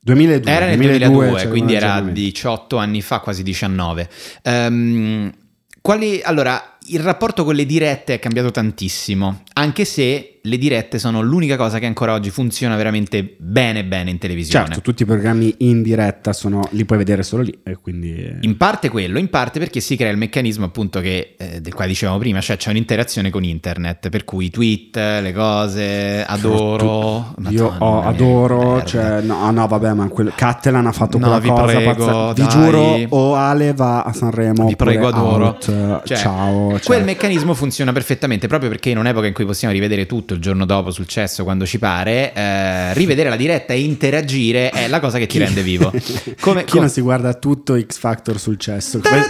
Speaker 1: 2002.
Speaker 2: Era nel
Speaker 1: 2002,
Speaker 2: 2002,
Speaker 1: c'era
Speaker 2: quindi
Speaker 1: un
Speaker 2: era
Speaker 1: aggiornamento.
Speaker 2: 18 anni fa, quasi 19. Ehm, quali, allora, il rapporto con le dirette è cambiato tantissimo, anche se le dirette sono l'unica cosa che ancora oggi funziona veramente bene bene in televisione.
Speaker 1: Certo, tutti i programmi in diretta sono, li puoi vedere solo lì. E quindi...
Speaker 2: In parte quello, in parte perché si crea il meccanismo appunto che, eh, del quale dicevamo prima, cioè c'è un'interazione con internet, per cui i tweet, le cose, adoro...
Speaker 1: Cioè, Io
Speaker 2: Madonna
Speaker 1: ho-
Speaker 2: mia, che
Speaker 1: adoro,
Speaker 2: merda.
Speaker 1: cioè, no, no, vabbè, ma quel, Cattelan ha fatto
Speaker 2: No,
Speaker 1: quella
Speaker 2: vi
Speaker 1: cosa.
Speaker 2: prego,
Speaker 1: pazza- vi
Speaker 2: dai.
Speaker 1: giuro, o Ale va a Sanremo.
Speaker 2: Vi prego,
Speaker 1: oppure
Speaker 2: adoro.
Speaker 1: out,
Speaker 2: Cioè,
Speaker 1: ciao. cioè,
Speaker 2: Quel meccanismo funziona perfettamente proprio perché in un'epoca in cui possiamo rivedere tutto il giorno dopo, successo, quando ci pare, eh, rivedere la diretta e interagire è la cosa che ti rende vivo. Come,
Speaker 1: Chi
Speaker 2: com-
Speaker 1: non si guarda tutto X Factor sul cesso? Come-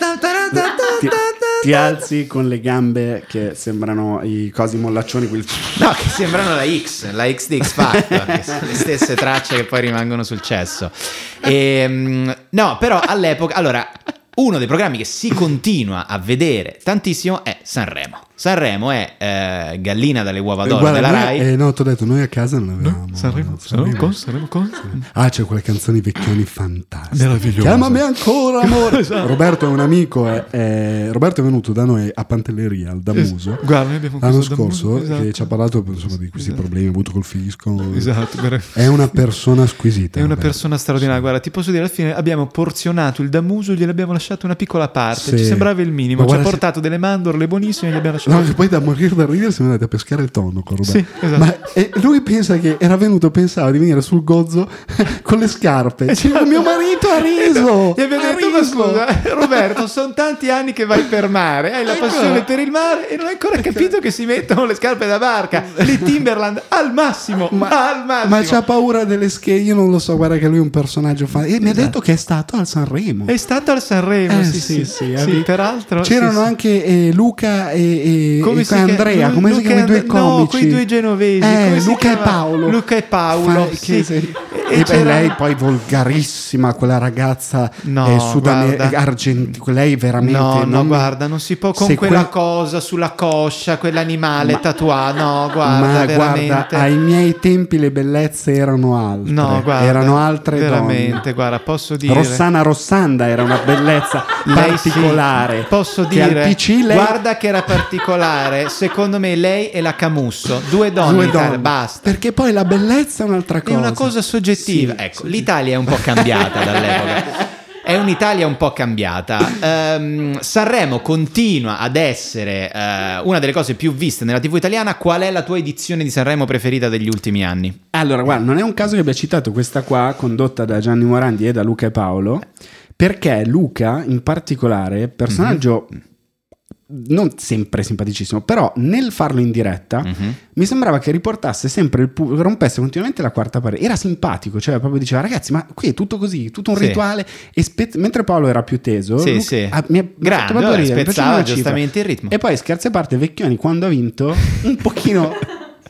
Speaker 1: Ti, ti alzi con le gambe che sembrano i cosi mollaccioni. quel-
Speaker 2: No, che sembrano la X, la X di X Factor, che sono le stesse tracce che poi rimangono sul cesso. Ehm, no, però all'epoca, allora, uno dei programmi che si continua a vedere tantissimo è Sanremo. Sanremo è eh, gallina dalle uova d'oro
Speaker 1: Guarda,
Speaker 2: della
Speaker 1: noi-
Speaker 2: Rai.
Speaker 1: eh, no, ti ho detto, noi a casa non avevamo.
Speaker 3: Sanremo,
Speaker 1: no,
Speaker 3: Sanremo,
Speaker 1: Sanremo.
Speaker 3: con, Sanremo, con.
Speaker 1: Ah, c'è quelle canzoni vecchioni fantastiche.
Speaker 3: Meravigliose.
Speaker 1: Chiamami ancora, amore.
Speaker 3: Esatto.
Speaker 1: Roberto è un amico. È, è- Roberto è venuto da noi a Pantelleria, al Damuso.
Speaker 3: Es- guarda, noi abbiamo
Speaker 1: L'anno
Speaker 3: chiuso il Damuso,
Speaker 1: scorso che
Speaker 3: esatto.
Speaker 1: ci ha parlato insomma, di questi
Speaker 3: Esatto.
Speaker 1: problemi che ha avuto col fisco.
Speaker 3: Esatto, guarda.
Speaker 1: È una persona squisita.
Speaker 3: È una
Speaker 1: Roberto.
Speaker 3: persona straordinaria. Guarda, ti posso dire, alla fine abbiamo porzionato il damuso, gliel'abbiamo lasciato una piccola parte.
Speaker 1: Sì.
Speaker 3: Ci sembrava il minimo. Ci
Speaker 1: Ma
Speaker 3: ha
Speaker 1: guarda se-
Speaker 3: portato delle mandorle buonissime, gli abbiamo lasciato.
Speaker 1: No, che poi da morire da ridere siamo andati a pescare il tonno con Roberto.
Speaker 3: Sì, esatto.
Speaker 1: Ma e lui pensa che era venuto, pensava di venire sul gozzo con le scarpe. Cioè, mio marito ha riso.
Speaker 3: Esatto. Gli abbiamo
Speaker 1: ha
Speaker 3: detto, ma
Speaker 1: riso."
Speaker 3: scusa, eh, Roberto, sono tanti anni che vai per mare, hai la
Speaker 1: Ecco.
Speaker 3: passione per il mare e non hai ancora capito che si mettono le scarpe da barca, le Timberland al massimo, ma, al massimo.
Speaker 1: Ma c'ha paura delle schede, io non lo so, guarda che lui è un personaggio fan. E mi
Speaker 3: Esatto.
Speaker 1: ha detto che è stato al Sanremo.
Speaker 3: È stato al Sanremo,
Speaker 1: Eh,
Speaker 3: sì, sì, sì,
Speaker 1: ha detto-
Speaker 3: peraltro.
Speaker 1: C'erano
Speaker 3: sì, sì.
Speaker 1: anche eh, Luca e, e- e
Speaker 3: Come si chiama-
Speaker 1: Andrea,
Speaker 3: Lu-
Speaker 1: come si
Speaker 3: Luca
Speaker 1: chiamano i
Speaker 3: e
Speaker 1: due
Speaker 3: And- no,
Speaker 1: comici?
Speaker 3: quei due genovesi,
Speaker 1: Eh,
Speaker 3: come si
Speaker 1: Luca e
Speaker 3: chiama?
Speaker 1: Paolo.
Speaker 3: Luca e Paolo,
Speaker 1: che
Speaker 3: sì.
Speaker 1: se-
Speaker 3: E
Speaker 1: E, poi
Speaker 3: c'era-
Speaker 1: lei poi volgarissima, quella ragazza
Speaker 3: No,
Speaker 1: eh, sudame-
Speaker 3: guarda.
Speaker 1: argenti- lei veramente...
Speaker 3: No, no,
Speaker 1: non-
Speaker 3: guarda, non si può con
Speaker 1: Se
Speaker 3: quella
Speaker 1: quel-
Speaker 3: cosa sulla coscia, quell'animale tatuato. No, guarda,
Speaker 1: Ma
Speaker 3: veramente.
Speaker 1: guarda, ai miei tempi le bellezze erano altre.
Speaker 3: No, guarda,
Speaker 1: erano altre
Speaker 3: veramente,
Speaker 1: donne.
Speaker 3: guarda, posso dire-
Speaker 1: Rossana Rossanda era una bellezza
Speaker 3: Lei sì.
Speaker 1: particolare.
Speaker 3: posso
Speaker 1: Che al
Speaker 3: dire,
Speaker 1: PC lei-
Speaker 3: guarda che era particolare. Secondo me lei e la Camusso, due donne,
Speaker 1: Due
Speaker 3: in Italia,
Speaker 1: donne.
Speaker 3: basta.
Speaker 1: Perché poi la bellezza è un'altra
Speaker 3: È
Speaker 1: cosa.
Speaker 3: una cosa soggettiva.
Speaker 1: Sì,
Speaker 2: ecco,
Speaker 1: sì.
Speaker 2: l'Italia è un po' cambiata dall'epoca. È un'Italia un po' cambiata. Ehm, Sanremo continua ad essere eh, una delle cose più viste nella TV italiana. Qual è la tua edizione di Sanremo preferita degli ultimi anni?
Speaker 1: Allora, guarda, non è un caso che abbia citato questa qua, condotta da Gianni Morandi e da Luca e Paolo, perché Luca, in particolare, personaggio
Speaker 2: Mhm.
Speaker 1: non sempre simpaticissimo, però nel farlo in diretta
Speaker 2: Mhm.
Speaker 1: mi sembrava che riportasse sempre il pu- rompesse continuamente la quarta parete. Era simpatico, cioè proprio diceva "Ragazzi, ma qui è tutto così, tutto un
Speaker 2: Sì.
Speaker 1: rituale" e spe- mentre Paolo era più teso,
Speaker 2: Sì,
Speaker 1: Luca-
Speaker 2: sì.
Speaker 1: ah, mi ha mi ha
Speaker 2: Grande,
Speaker 1: fatto proprio
Speaker 2: vabbè,
Speaker 1: ridere, mi piaceva
Speaker 2: spezzava
Speaker 1: la cifra.
Speaker 2: giustamente il ritmo.
Speaker 1: E poi scherzi a parte, Vecchioni quando ha vinto un pochino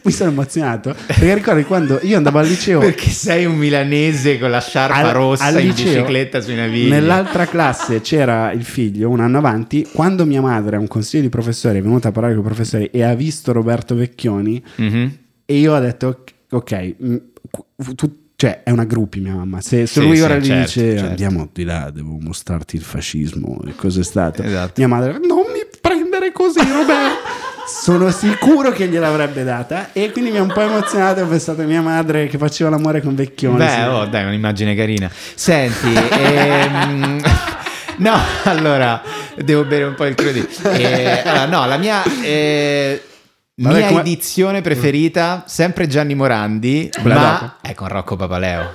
Speaker 1: mi sono emozionato perché ricordo che quando io andavo al liceo
Speaker 2: Perché sei un milanese con la sciarpa
Speaker 1: al-
Speaker 2: rossa
Speaker 1: al
Speaker 2: in
Speaker 1: liceo,
Speaker 2: bicicletta sui navigli.
Speaker 1: Nell'altra classe c'era il figlio, un anno avanti. Quando mia madre, a un consiglio di professore, è venuta a parlare con i professori e ha visto Roberto Vecchioni,
Speaker 2: Mhm.
Speaker 1: e io ho detto, ok, mh, qu- tu- cioè è una gruppi mia mamma. Se, se
Speaker 2: Sì,
Speaker 1: lui
Speaker 2: sì,
Speaker 1: ora gli
Speaker 2: certo,
Speaker 1: dice,
Speaker 2: certo.
Speaker 1: andiamo di là, devo mostrarti il fascismo e cos'è stato.
Speaker 2: Esatto.
Speaker 1: Mia madre, non mi prendere così, Roberto. Sono sicuro che gliel'avrebbe data e quindi mi ha un po' emozionato. Ho pensato a mia madre che faceva l'amore con Vecchioni.
Speaker 2: Beh,
Speaker 1: Sì.
Speaker 2: oh, dai, un'immagine carina. Senti, ehm,
Speaker 6: No, allora devo bere un po' il crudì. Eh, allora, no, la mia, eh,
Speaker 1: Vabbè,
Speaker 6: mia
Speaker 1: come-
Speaker 6: edizione preferita, sempre Gianni Morandi,
Speaker 1: Bla-
Speaker 6: ma è con Rocco Papaleo.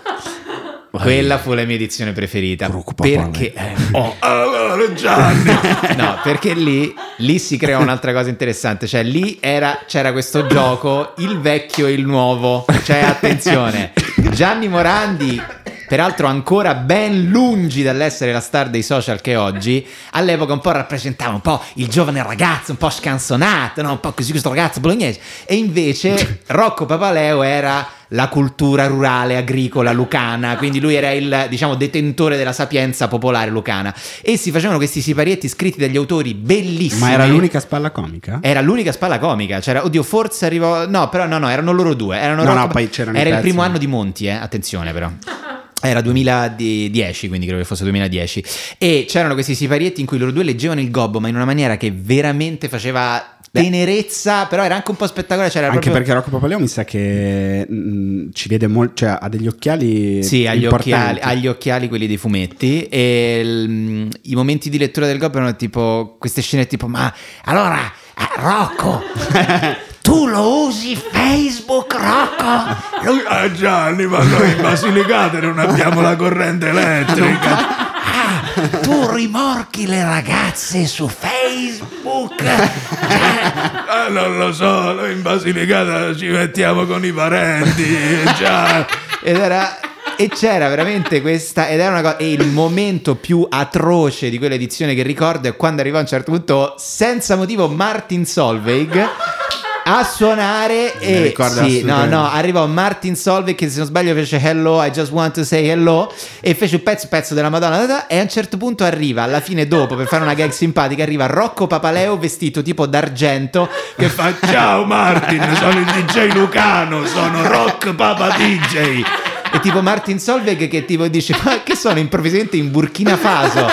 Speaker 6: Quella fu la mia edizione preferita.
Speaker 1: Rocco Papaleo.
Speaker 6: Perché eh, oh, allora, Gianni! No, perché lì, lì si crea un'altra cosa interessante. Cioè, lì era- c'era questo gioco, il vecchio e il nuovo. Cioè, attenzione, Gianni Morandi, peraltro ancora ben lungi dall'essere la star dei social che è oggi, all'epoca un po' rappresentava un po' il giovane ragazzo, un po' scansonato, no? un po' così questo ragazzo bolognese. E invece Rocco Papaleo era la cultura rurale, agricola, lucana, quindi lui era il diciamo detentore della sapienza popolare lucana. E si facevano questi siparietti scritti dagli autori bellissimi.
Speaker 1: Ma era l'unica spalla comica?
Speaker 6: Era l'unica spalla comica, c'era, oddio, forse arrivò. No, però no, no, erano loro due. Erano
Speaker 1: No,
Speaker 6: Rocco-
Speaker 1: no, poi c'erano i
Speaker 6: era il
Speaker 1: pezzi.
Speaker 6: primo anno di Monti, eh, attenzione però. Era 2010, quindi credo che fosse 2010. E c'erano questi siparietti in cui loro due leggevano il gobbo, ma in una maniera che veramente faceva tenerezza, però era anche un po' spettacolare. C'era
Speaker 1: Anche
Speaker 6: proprio...
Speaker 1: perché Rocco Papaleo mi sa che mh, ci vede molto, cioè ha degli occhiali
Speaker 6: Sì, agli occhiali,
Speaker 1: importanti.
Speaker 6: agli occhiali quelli dei fumetti e il- mm, i momenti di lettura del Gob erano tipo queste scene tipo ma allora eh, Rocco tu lo usi Facebook Rocco? Lo-
Speaker 4: Ah Gianni, ma noi in Basilicata non abbiamo la corrente elettrica.
Speaker 6: Ah, tu rimorchi le ragazze su Facebook?
Speaker 4: Ah, non lo so, noi in Basilicata ci mettiamo con i parenti. Già.
Speaker 6: Ed era- E c'era veramente questa, ed era una cosa. E il momento più atroce di quell'edizione che ricordo è quando arrivò a un certo punto, senza motivo, Martin Solveig a suonare.
Speaker 1: Ne
Speaker 6: E
Speaker 1: ricordo
Speaker 6: sì, no,
Speaker 1: assolutamente.
Speaker 6: no, arrivò Martin Solveig che se non sbaglio fece Hello, I just want to say hello. E fece un pezzo, pezzo della Madonna. da, da, E a un certo punto arriva, alla fine, dopo, per fare una gag simpatica, arriva Rocco Papaleo vestito tipo d'argento. Che fa.
Speaker 4: Fa, ciao Martin, sono il DJ Lucano, sono Rock Papa DJ.
Speaker 6: E tipo Martin Solveig che tipo dice ma che sono improvvisamente in Burkina Faso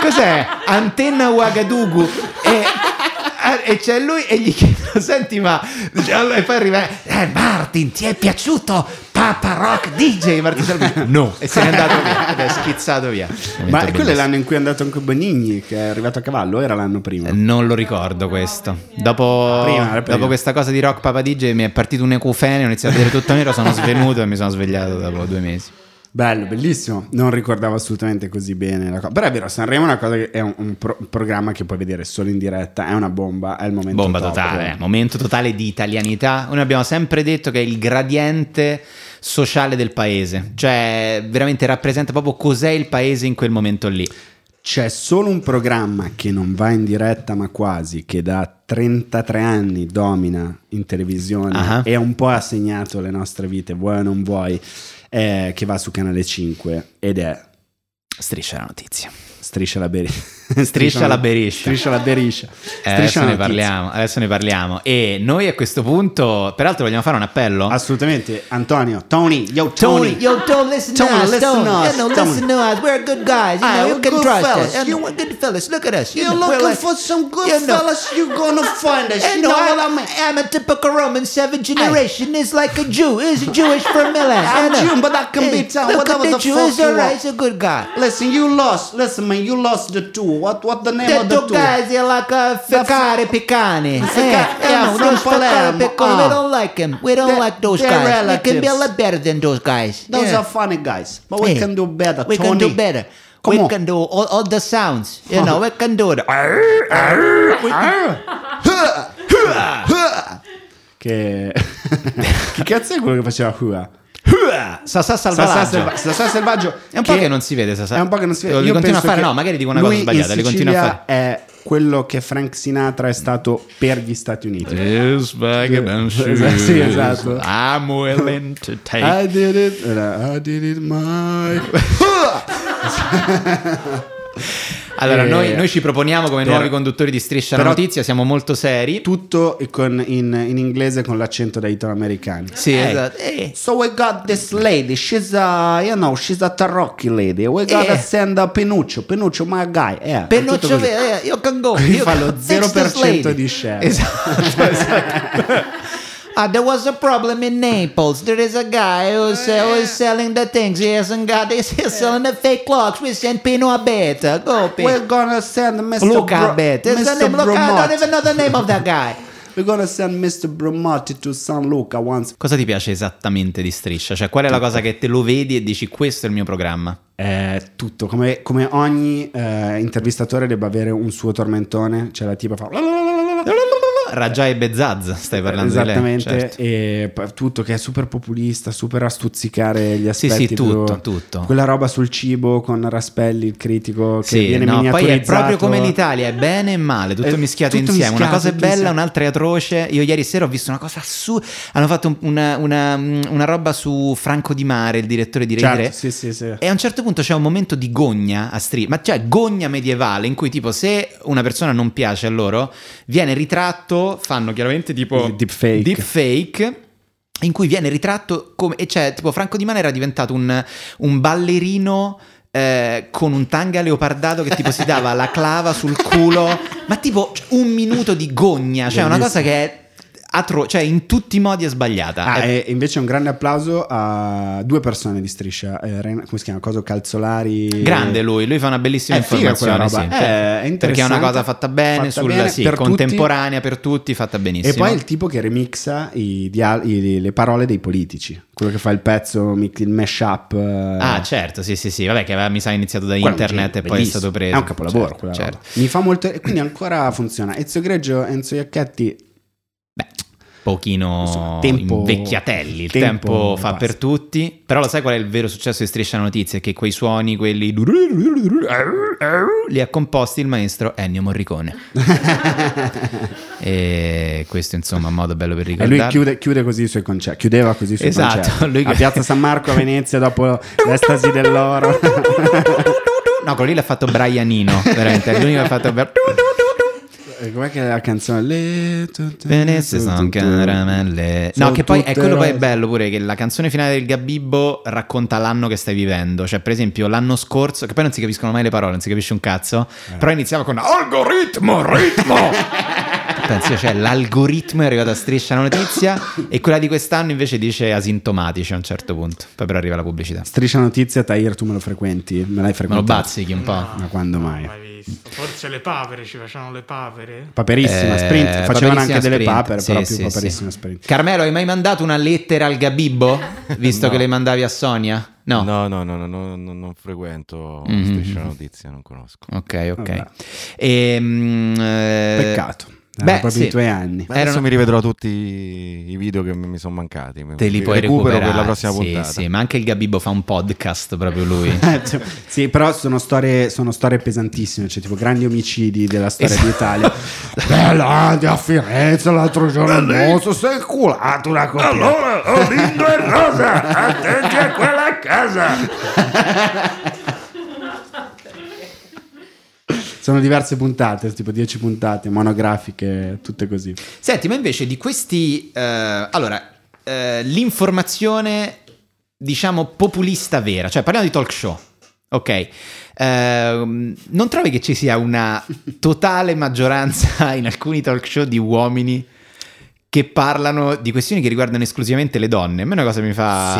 Speaker 6: cos'è? Antenna Ouagadougou e, e c'è lui e gli chiedono senti ma
Speaker 2: cioè,
Speaker 6: e poi arriva eh Martin ti è piaciuto Papa Rock DJ Martin Solveig no e se n'è andato via ed è schizzato via
Speaker 1: Ma quello è l'anno in cui è andato anche Bonigni, che è arrivato a cavallo, era l'anno prima.
Speaker 6: non lo ricordo questo. Dopo,
Speaker 1: Ah, Prima, era prima.
Speaker 6: dopo questa cosa di Rock Papa DJ mi è partito un ecofene, ho iniziato a vedere tutto nero, sono svenuto e mi sono svegliato dopo due mesi.
Speaker 1: Bello, bellissimo. Non ricordavo assolutamente così bene la cosa. Però è vero, Sanremo è una cosa che è un, un pro- un programma che puoi vedere solo in diretta, è una bomba, è il momento
Speaker 6: Bomba
Speaker 1: top,
Speaker 6: totale,
Speaker 1: eh.
Speaker 6: momento totale di italianità. Noi abbiamo sempre detto che è il gradiente sociale del paese, cioè veramente rappresenta proprio cos'è il paese in quel momento lì.
Speaker 1: C'è solo un programma che non va in diretta, ma quasi, che da 33 anni domina in televisione
Speaker 6: Ah.
Speaker 1: e ha un po' assegnato le nostre vite, vuoi o non vuoi, eh, che va su Canale 5 ed è
Speaker 6: Striscia la notizia.
Speaker 1: Striscia la Beriscia.
Speaker 6: Striscia la beriscia.
Speaker 1: Striscia la Beriscia.
Speaker 6: Eh,
Speaker 1: Striscia
Speaker 6: adesso
Speaker 1: la
Speaker 6: ne
Speaker 1: notizia.
Speaker 6: parliamo, adesso ne parliamo. E noi a questo punto, peraltro vogliamo fare un appello?
Speaker 1: Assolutamente, Antonio, Tony, yo Tony.
Speaker 7: Tony, yo, don't listen to
Speaker 1: Tony,
Speaker 7: us.
Speaker 1: listen
Speaker 7: Tony,
Speaker 1: to
Speaker 7: You
Speaker 1: us,
Speaker 7: know,
Speaker 1: Tony.
Speaker 7: listen to us. We're good guys. You Ah, know, we're you can good trust fellas. us. You know, we're good fellas. Look at us. You You're know, we're looking like- for some good you know. fellas, you're gonna find us. And you know I- what I mean? I'm a typical Roman, seventh generation is like a Jew, is Jewish from Milan. I'm And, uh, Jew, but I can hey, be town, look at whatever the Jew fuck is you alright, want. he's a good guy.
Speaker 1: Listen, you lost. Listen, man, you lost the two. What, what the name
Speaker 7: The
Speaker 1: of the
Speaker 7: two
Speaker 1: two?
Speaker 7: guys, they're like uh, fecare peccane.
Speaker 1: Feca-
Speaker 7: Eh,
Speaker 1: yeah,
Speaker 7: yeah,
Speaker 1: from
Speaker 7: those fecare
Speaker 1: Palermo.
Speaker 7: peccane. We
Speaker 1: Ah.
Speaker 7: don't like them. We don't
Speaker 1: They're-
Speaker 7: like those
Speaker 1: they're
Speaker 7: guys. We can be a
Speaker 1: relatives.
Speaker 7: lot better than those guys.
Speaker 1: Those
Speaker 7: Yeah.
Speaker 1: are funny guys, but Oh, we
Speaker 7: Yeah.
Speaker 1: can do better.
Speaker 7: We
Speaker 1: Tony.
Speaker 7: can do better.
Speaker 1: Come
Speaker 7: we
Speaker 1: on. Ah,
Speaker 7: can do all, all the sounds. You know, we can do it.
Speaker 1: Che... che cazzo è quello che faceva Hua? Sassà
Speaker 6: Sasà Salvalaggio.
Speaker 1: Selva- Sassà Selvaggio.
Speaker 6: È un po' che non si vede, Sassà.
Speaker 1: È un po' che non si vede.
Speaker 6: Lo- li
Speaker 1: Io
Speaker 6: continua a
Speaker 1: penso
Speaker 6: fare,
Speaker 1: che
Speaker 6: no, magari dico una
Speaker 1: lui
Speaker 6: cosa sbagliata,
Speaker 1: in
Speaker 6: li continua a
Speaker 1: Sicilia È quello che Frank Sinatra è stato per gli Stati Uniti. Eh, Sì, esatto.
Speaker 6: I'm willing to take
Speaker 7: Ah,
Speaker 1: I did it, era, I did it my...
Speaker 6: Allora,
Speaker 1: Eh,
Speaker 6: noi, noi ci proponiamo come
Speaker 1: però-
Speaker 6: nuovi conduttori di Striscia la
Speaker 1: però-
Speaker 6: Notizia, siamo molto seri.
Speaker 1: Tutto con- in, in inglese con l'accento da italo-americani.
Speaker 6: Sì, esatto.
Speaker 1: So we got this lady, she's a, you know, she's a Tarocchi lady. We gotta
Speaker 7: Eh.
Speaker 1: send a Pinuccio, Pinuccio my guy. Eh,
Speaker 7: Per
Speaker 1: è tutto
Speaker 7: Noccio
Speaker 1: così.
Speaker 7: Verde, io can go.
Speaker 1: Quindi
Speaker 7: you
Speaker 1: fa lo
Speaker 7: can fix this
Speaker 1: 0%
Speaker 7: lady.
Speaker 1: di share.
Speaker 6: Esatto, esatto.
Speaker 8: Uh, there was a problem in Naples. There is a guy
Speaker 1: Oh,
Speaker 8: who's uh, who's selling the things. He hasn't got. He's, he's selling the fake clocks. We sent Pino a beta. Go, Pino.
Speaker 1: We're gonna send Ah, Mr.
Speaker 8: Luca
Speaker 1: Bro-
Speaker 8: Beta. It's the
Speaker 1: Mr.
Speaker 8: name- Look, I
Speaker 1: Bromont.
Speaker 8: don't even know the name of that guy.
Speaker 1: We're gonna send Mr. Bromotti to San Luca once.
Speaker 6: Cosa ti piace esattamente di Striscia? Cioè, qual è la cosa che te lo vedi e dici questo è il mio programma?
Speaker 1: Eh, tutto, come, come ogni eh, intervistatore debba avere un suo tormentone, c'è la tipa che fa...
Speaker 6: Rajai e Bezzaz, stai parlando di
Speaker 1: Esattamente,
Speaker 6: lei. certo.
Speaker 1: e p- tutto che è super populista, super a stuzzicare gli
Speaker 6: Sì,
Speaker 1: aspetti.
Speaker 6: sì, tutto,
Speaker 1: più-
Speaker 6: tutto.
Speaker 1: Quella roba sul cibo con Raspelli, il critico, che
Speaker 6: Sì,
Speaker 1: viene
Speaker 6: no, poi è
Speaker 1: miniaturizzato.
Speaker 6: proprio come l'Italia, è bene e male, tutto
Speaker 1: È
Speaker 6: mischiato
Speaker 1: Eh, tutto
Speaker 6: insieme. una
Speaker 1: mischiato,
Speaker 6: cosa è
Speaker 1: tutto
Speaker 6: bella,
Speaker 1: insieme.
Speaker 6: un'altra è atroce. Io ieri sera ho visto una cosa assurda. Hanno fatto un- una, una- una roba su Franco Di Mare, il direttore di Rai
Speaker 1: Certo,
Speaker 6: Tre.
Speaker 1: sì, sì, sì.
Speaker 6: E a un certo punto c'è un momento di gogna a striscia, ma cioè gogna medievale in cui tipo se una persona non piace a loro, viene ritratto, fanno chiaramente tipo
Speaker 1: Il deepfake.
Speaker 6: deepfake, in cui viene ritratto come e cioè tipo Franco Di Mano era diventato un, un ballerino eh, con un tanga leopardato che tipo si dava la clava sul culo, ma tipo un minuto di gogna, cioè una cosa che è atro- cioè in tutti i modi è sbagliata.
Speaker 1: Ah,
Speaker 6: È-
Speaker 1: e invece un grande applauso a due persone di striscia, eh, Ren- come si chiama? Cosa? Calzolari.
Speaker 6: Grande lui, lui fa una bellissima
Speaker 1: È figa quella
Speaker 6: informazione.
Speaker 1: roba,
Speaker 6: sì. certo.
Speaker 1: eh, è
Speaker 6: perché è
Speaker 1: interessante,
Speaker 6: una cosa fatta bene,
Speaker 1: fatta
Speaker 6: sul-
Speaker 1: bene
Speaker 6: sì,
Speaker 1: per tutti.
Speaker 6: contemporanea per tutti, fatta benissimo.
Speaker 1: E poi il tipo che remixa i dia- i- le parole dei politici, quello che fa il pezzo, mic- il mashup. eh,
Speaker 6: Ah, certo, sì, sì, sì. Vabbè, che aveva, mi sa iniziato da
Speaker 1: Quello è un
Speaker 6: internet
Speaker 1: genio,
Speaker 6: e poi è
Speaker 1: bellissimo.
Speaker 6: stato preso.
Speaker 1: È un capolavoro
Speaker 6: Certo,
Speaker 1: quella
Speaker 6: certo.
Speaker 1: roba. Mi fa molto. e Quindi ancora funziona. Ezio Greggio, Enzo Iacchetti.
Speaker 6: Beh, pochino
Speaker 1: Insomma, tempo-
Speaker 6: invecchiatelli. Il
Speaker 1: tempo
Speaker 6: tempo, fa
Speaker 1: basta.
Speaker 6: per tutti. Però lo sai qual è il vero successo di Striscia la Notizia? Che quei suoni, quelli. li ha composti il maestro Ennio Morricone. e questo, insomma, è un modo bello per
Speaker 1: E
Speaker 6: ricordare.
Speaker 1: lui chiude, chiude così i suoi concerti. Chiudeva così i suoi
Speaker 6: Esatto,
Speaker 1: concerti.
Speaker 6: lui-
Speaker 1: A Piazza San Marco a Venezia dopo l'estasi dell'oro.
Speaker 6: No, quello lì l'ha fatto Brianino, veramente. È l'unico che ha fatto. Bra-
Speaker 1: E Eh, Com'è che è la canzone? Le- tu- tu-
Speaker 6: Venezia sono
Speaker 1: tu- tu-
Speaker 6: caramelle. No,
Speaker 1: sono
Speaker 6: che poi è
Speaker 1: tutte
Speaker 6: quello poi è
Speaker 1: rose.
Speaker 6: bello pure che la canzone finale del Gabibbo racconta l'anno che stai vivendo. Cioè, per esempio, l'anno scorso, che poi non si capiscono mai le parole, non si capisce un cazzo.
Speaker 1: Eh.
Speaker 6: Però iniziava con algoritmo, ritmo. Penso, cioè, l'algoritmo è arrivato a striscia la notizia e quella di quest'anno invece dice asintomatici a un certo punto. Poi però arriva la pubblicità.
Speaker 1: Striscia notizia, Tahir, tu me lo frequenti? Me l'hai
Speaker 6: Me lo
Speaker 1: frequentato?
Speaker 6: bazzichi un po'.
Speaker 1: Ma quando mai?
Speaker 5: mai visto. Forse le papere ci facevano le papere.
Speaker 1: Paperissima,
Speaker 6: Eh,
Speaker 1: sprint. Facevano
Speaker 6: paperissima
Speaker 1: anche delle
Speaker 6: sprint.
Speaker 1: papere,
Speaker 6: Sì,
Speaker 1: però
Speaker 6: sì,
Speaker 1: più
Speaker 6: sì.
Speaker 1: paperissima sprint.
Speaker 6: Carmelo, hai mai mandato una lettera al Gabibbo? Visto che le mandavi a Sonia? No.
Speaker 4: No, no, no, no, no, no, non frequento
Speaker 6: Mhm.
Speaker 4: Striscia la Notizia, non conosco.
Speaker 6: Ok, ok.
Speaker 1: Vabbè.
Speaker 6: Ehm, eh,
Speaker 1: Peccato. Erano
Speaker 6: beh,
Speaker 1: proprio
Speaker 6: sì.
Speaker 1: i tuoi anni.
Speaker 4: Ma adesso
Speaker 6: Erano-
Speaker 4: mi rivedrò tutti i video che mi mi sono mancati. Mi-
Speaker 6: Te li
Speaker 4: li
Speaker 6: puoi
Speaker 4: recupero
Speaker 6: recuperare
Speaker 4: per la prossima
Speaker 6: sì,
Speaker 4: puntata.
Speaker 6: Sì, ma anche il Gabibbo fa un podcast proprio lui.
Speaker 1: Eh, cioè, sì, però sono storie, sono storie pesantissime, cioè tipo grandi omicidi della storia
Speaker 6: Esatto.
Speaker 1: d'Italia. Bella, di a Firenze l'altro giorno mosso, sei culato una coppia.
Speaker 9: Allora, Olindo e Rosa, attenti a quella casa.
Speaker 1: Sono diverse puntate, tipo 10 puntate, monografiche, tutte così.
Speaker 6: Senti, ma invece di questi... eh, allora, eh, l'informazione, diciamo, populista vera, cioè parliamo di talk show, ok? Ehm, non trovi che ci sia una totale maggioranza in alcuni talk show di uomini che parlano di questioni che riguardano esclusivamente le donne? A me è una cosa che mi fa...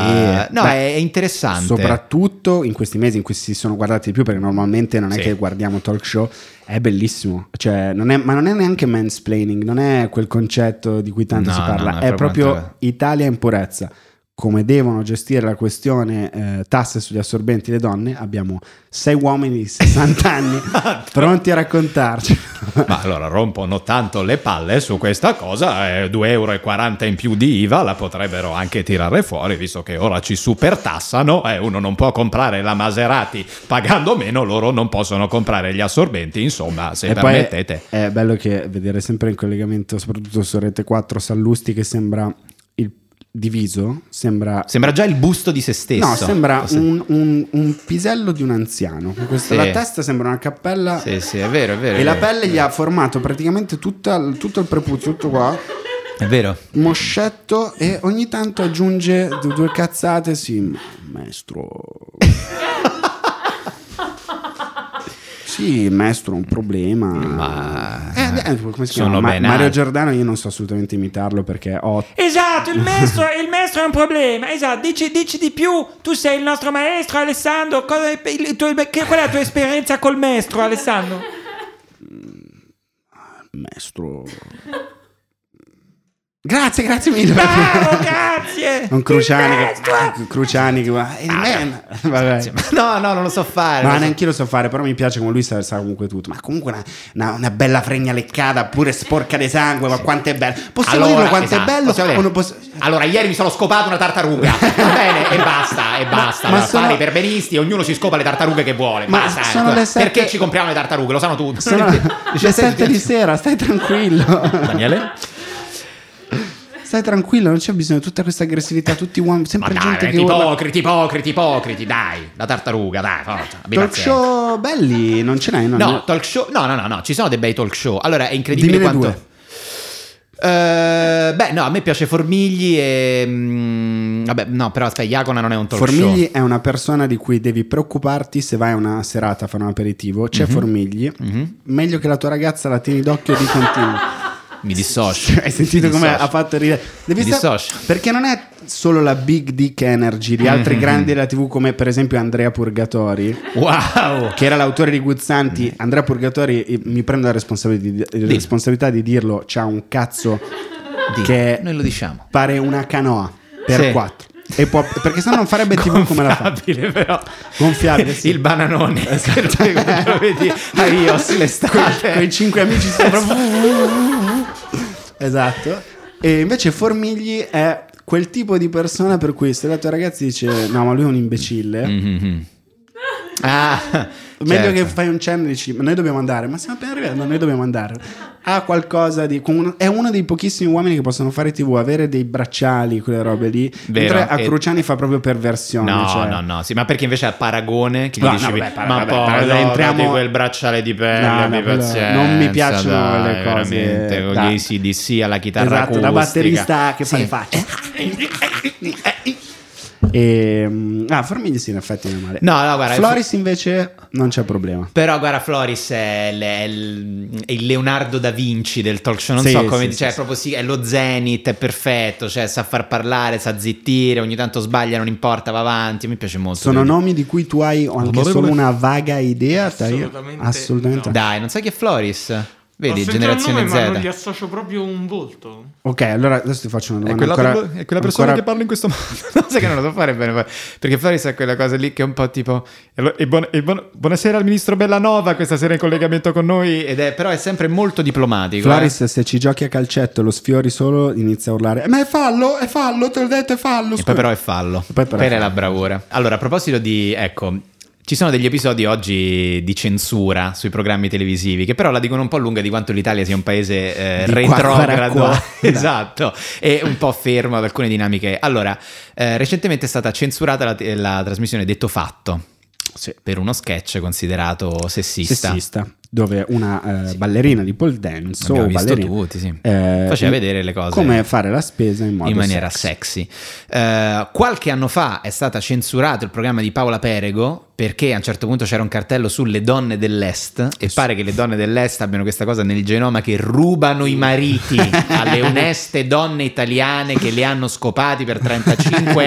Speaker 1: Sì,
Speaker 6: no,
Speaker 1: beh,
Speaker 6: è, è interessante.
Speaker 1: Soprattutto in questi mesi in cui si sono guardati di più, perché normalmente non è
Speaker 6: Sì.
Speaker 1: che guardiamo talk show, è bellissimo. Cioè, non è- ma non è neanche mansplaining, non è quel concetto di cui tanto
Speaker 6: No,
Speaker 1: si parla,
Speaker 6: no, no, è
Speaker 1: è
Speaker 6: proprio
Speaker 1: proprio
Speaker 6: quanto-
Speaker 1: Italia in purezza. Come devono gestire la questione eh, tasse sugli assorbenti le donne, abbiamo sei uomini di 60 anni pronti a raccontarci.
Speaker 6: Ma allora rompono tanto le palle su questa cosa, eh, 2,40 euro in più di IVA la potrebbero anche tirare fuori, visto che ora ci supertassano, eh, uno non può comprare la Maserati pagando meno, loro non possono comprare gli assorbenti, insomma, se
Speaker 1: E poi
Speaker 6: permettete.
Speaker 1: È bello che vedere sempre in collegamento, soprattutto su Rete 4, Sallusti che sembra il diviso, sembra
Speaker 6: Sembra già il busto di se stesso.
Speaker 1: No, sembra
Speaker 6: Forse-
Speaker 1: un, un- un pisello di un anziano. Con questa-
Speaker 6: Eh, Sì.
Speaker 1: La testa sembra una cappella
Speaker 6: Sì, sì, è vero, è vero.
Speaker 1: e
Speaker 6: è
Speaker 1: la
Speaker 6: vero.
Speaker 1: pelle gli ha formato praticamente tutta- tutto il prepuzio, tutto qua,
Speaker 6: È vero.
Speaker 1: moscetto e ogni tanto aggiunge du- due cazzate, sì, ma- maestro... Sì, maestro, un problema.
Speaker 6: Ma...
Speaker 1: Eh, eh, come si
Speaker 6: Sono
Speaker 1: chiama? Ma-
Speaker 6: ben
Speaker 1: Mario
Speaker 6: altri.
Speaker 1: Giordano io non so assolutamente imitarlo perché ho
Speaker 10: Esatto, il maestro, il maestro è un problema. Esatto, dici, dici di più. Tu sei il nostro maestro, Alessandro. Cosa è- il tuo- che- qual è la tua esperienza col maestro, Alessandro?
Speaker 1: maestro Grazie, grazie mille.
Speaker 10: Bravo, grazie.
Speaker 1: Non Cruciani
Speaker 10: Ah! Il
Speaker 1: che, Cruciani che va,
Speaker 6: Ah,
Speaker 1: "Hey, man." Vabbè.
Speaker 6: No, no, non Eh, lo so fare.
Speaker 1: Ma
Speaker 6: Non so-
Speaker 1: neanche io lo so fare, però mi piace come lui sa, sa comunque tutto. Ma comunque una, una- una bella fregna leccata, pure sporca di sangue, ma quanto è bello. Possiamo
Speaker 6: Allora,
Speaker 1: dirlo quanto
Speaker 6: esatto,
Speaker 1: è bello?
Speaker 6: possiamo
Speaker 1: o non
Speaker 6: dire-
Speaker 1: poss-
Speaker 6: Allora, ieri mi sono scopato una tartaruga. Va bene, e basta, e basta.
Speaker 1: ma
Speaker 6: Ma,
Speaker 1: sono-
Speaker 6: fare i perbenisti, ognuno si scopa le tartarughe che vuole.
Speaker 1: Ma
Speaker 6: basta. ecco.
Speaker 1: sono le sette-
Speaker 6: Perché ci compriamo le tartarughe? Lo sanno tutti.
Speaker 1: Sono le 7 di sera, stai tranquillo.
Speaker 6: Daniele?
Speaker 1: Stai tranquillo, non c'è bisogno di tutta questa aggressività, tutti uomini,
Speaker 6: Ma
Speaker 1: sempre
Speaker 6: dai,
Speaker 1: gente
Speaker 6: ipocriti,
Speaker 1: che urla.
Speaker 6: ipocriti, ipocriti, ipocriti, dai. La tartaruga, dai, forza. abbi
Speaker 1: Talk
Speaker 6: pazienza.
Speaker 1: show belli, non ce n'hai? No,
Speaker 6: No, talk show. No, no, no, no, ci sono dei bei talk show. Allora, è incredibile
Speaker 1: Dimmene
Speaker 6: quanto.
Speaker 1: due.
Speaker 6: Eh, beh, no, a me piace Formigli e. mm, vabbè, no, però aspetta, Iacona non è un talk show.
Speaker 1: Formigli è una persona di cui devi preoccuparti se vai a una serata a fare un aperitivo. C'è
Speaker 6: Mhm.
Speaker 1: Formigli, meglio che la tua ragazza la tieni d'occhio di continuo.
Speaker 6: Mi dissocio.
Speaker 1: Hai sentito
Speaker 6: Mi
Speaker 1: come
Speaker 6: dissocio.
Speaker 1: ha fatto ridere? Devi
Speaker 6: Mi
Speaker 1: sta-
Speaker 6: dissocio.
Speaker 1: Perché non è solo la big dick energy di altri
Speaker 6: Mm-hmm.
Speaker 1: grandi della TV come per esempio Andrea Purgatori,
Speaker 6: Wow!
Speaker 1: che era l'autore di Guzzanti.
Speaker 6: Mm.
Speaker 1: Andrea Purgatori, eh, mi prendo la responsabili- responsabilità di dirlo, c'ha un cazzo
Speaker 6: Dì,
Speaker 1: che
Speaker 6: noi lo diciamo.
Speaker 1: pare una canoa per
Speaker 6: Sì.
Speaker 1: quattro. E può- perché sennò non farebbe TV come la fa.
Speaker 6: Gonfiabile, però.
Speaker 1: Gonfiabile, sì.
Speaker 6: Il bananone. Perché lo vedi a Rios l'estate.
Speaker 1: Con i cinque amici sopra. esatto. E invece Formigli è quel tipo di persona per cui se la tua ragazza dice no ma lui è un imbecille, Mm-hmm.
Speaker 6: Mhm. Ah,
Speaker 1: meglio
Speaker 6: certo.
Speaker 1: che fai un cenno e dici ma noi dobbiamo andare, ma stiamo appena arrivando, noi dobbiamo andare. Ha qualcosa di... con uno- È uno dei pochissimi uomini che possono fare tv, avere dei bracciali, quelle robe lì.
Speaker 6: Vero,
Speaker 1: mentre a
Speaker 6: e-
Speaker 1: Cruciani fa proprio perversione.
Speaker 6: No,
Speaker 1: cioè.
Speaker 6: Ah, no, no, sì, ma perché invece a paragone che gli
Speaker 1: No,
Speaker 6: dici,
Speaker 1: no, vabbè, para-
Speaker 6: ma
Speaker 1: vabbè,
Speaker 6: poi
Speaker 1: para-
Speaker 6: allora,
Speaker 1: entriamo-
Speaker 6: di quel bracciale di pelle,
Speaker 1: No, no,
Speaker 6: abbi
Speaker 1: quello-
Speaker 6: pazienza,
Speaker 1: non mi piacciono
Speaker 6: dai,
Speaker 1: le cose,
Speaker 6: veramente, con
Speaker 1: dai.
Speaker 6: gli ACDC alla chitarra
Speaker 1: Esatto, da
Speaker 6: acustica.
Speaker 1: batterista che fa le facce. E, mm, ah, Formigli sì, in effetti non è male.
Speaker 6: No, no, guarda,
Speaker 1: Floris invece non c'è problema.
Speaker 6: Però guarda, Floris è, l- è l- è il Leonardo da Vinci del talk show, non
Speaker 1: Sì,
Speaker 6: so come
Speaker 1: sì,
Speaker 6: dice, è proprio sì, è lo zenith, è perfetto, cioè sa far parlare, sa zittire, ogni tanto sbaglia, non importa, va avanti, mi piace molto.
Speaker 1: Sono
Speaker 6: devo
Speaker 1: nomi di cui tu hai anche
Speaker 6: Vabbè,
Speaker 1: solo
Speaker 6: vabbè.
Speaker 1: una vaga idea? Tahir?
Speaker 5: Assolutamente
Speaker 1: Assolutamente.
Speaker 6: dire.
Speaker 1: no.
Speaker 6: Dai, non sai chi è Floris? Vedi,
Speaker 5: Ho sentito il
Speaker 6: generazione
Speaker 5: nome, Ma non
Speaker 6: Z.
Speaker 5: gli associo proprio un volto.
Speaker 1: Ok, allora adesso ti faccio una
Speaker 6: È
Speaker 1: domanda.
Speaker 6: quella,
Speaker 1: ancora-
Speaker 6: per- è quella persona
Speaker 1: ancora-
Speaker 6: che parla in questo modo. non sai che non lo so fare bene. Perché Floris è quella cosa lì che è un po' tipo. "E allo- e buon- e buon- buonasera al ministro Bellanova, questa sera in collegamento con noi. Ed è, però è sempre molto diplomatico. eh.
Speaker 1: Floris, se ci giochi a calcetto, lo sfiori solo, inizia a urlare. Ma è fallo, è fallo, te l'ho detto, è fallo.
Speaker 6: E
Speaker 1: scusa."
Speaker 6: poi però è fallo.
Speaker 1: poi però è
Speaker 6: Per
Speaker 1: fallo.
Speaker 6: la bravura. Allora, a proposito di... Ecco, ci sono degli episodi oggi di censura sui programmi televisivi che però la dicono un po' lunga di quanto l'Italia sia un paese eh,
Speaker 1: Di qua,
Speaker 6: retrogrado.
Speaker 1: qua, qua.
Speaker 6: esatto. E un po' fermo ad alcune dinamiche. Allora, eh, recentemente è stata censurata la, la trasmissione Detto Fatto.
Speaker 1: Sì.
Speaker 6: Per uno sketch considerato sessista.
Speaker 1: Sessista, dove una eh, ballerina di pole dance o
Speaker 6: Abbiamo visto
Speaker 1: ballerina
Speaker 6: tutti, sì.
Speaker 1: eh,
Speaker 6: Faceva
Speaker 1: in-
Speaker 6: vedere le cose.
Speaker 1: Come fare la spesa in, modo
Speaker 6: in maniera
Speaker 1: sexy.
Speaker 6: sexy. Eh, qualche anno fa è stata censurato il programma di Paola Perego perché a un certo punto c'era un cartello sulle donne dell'Est e pare che le donne dell'Est abbiano questa cosa nel genoma che rubano i mariti alle oneste donne italiane che le hanno scopati per 35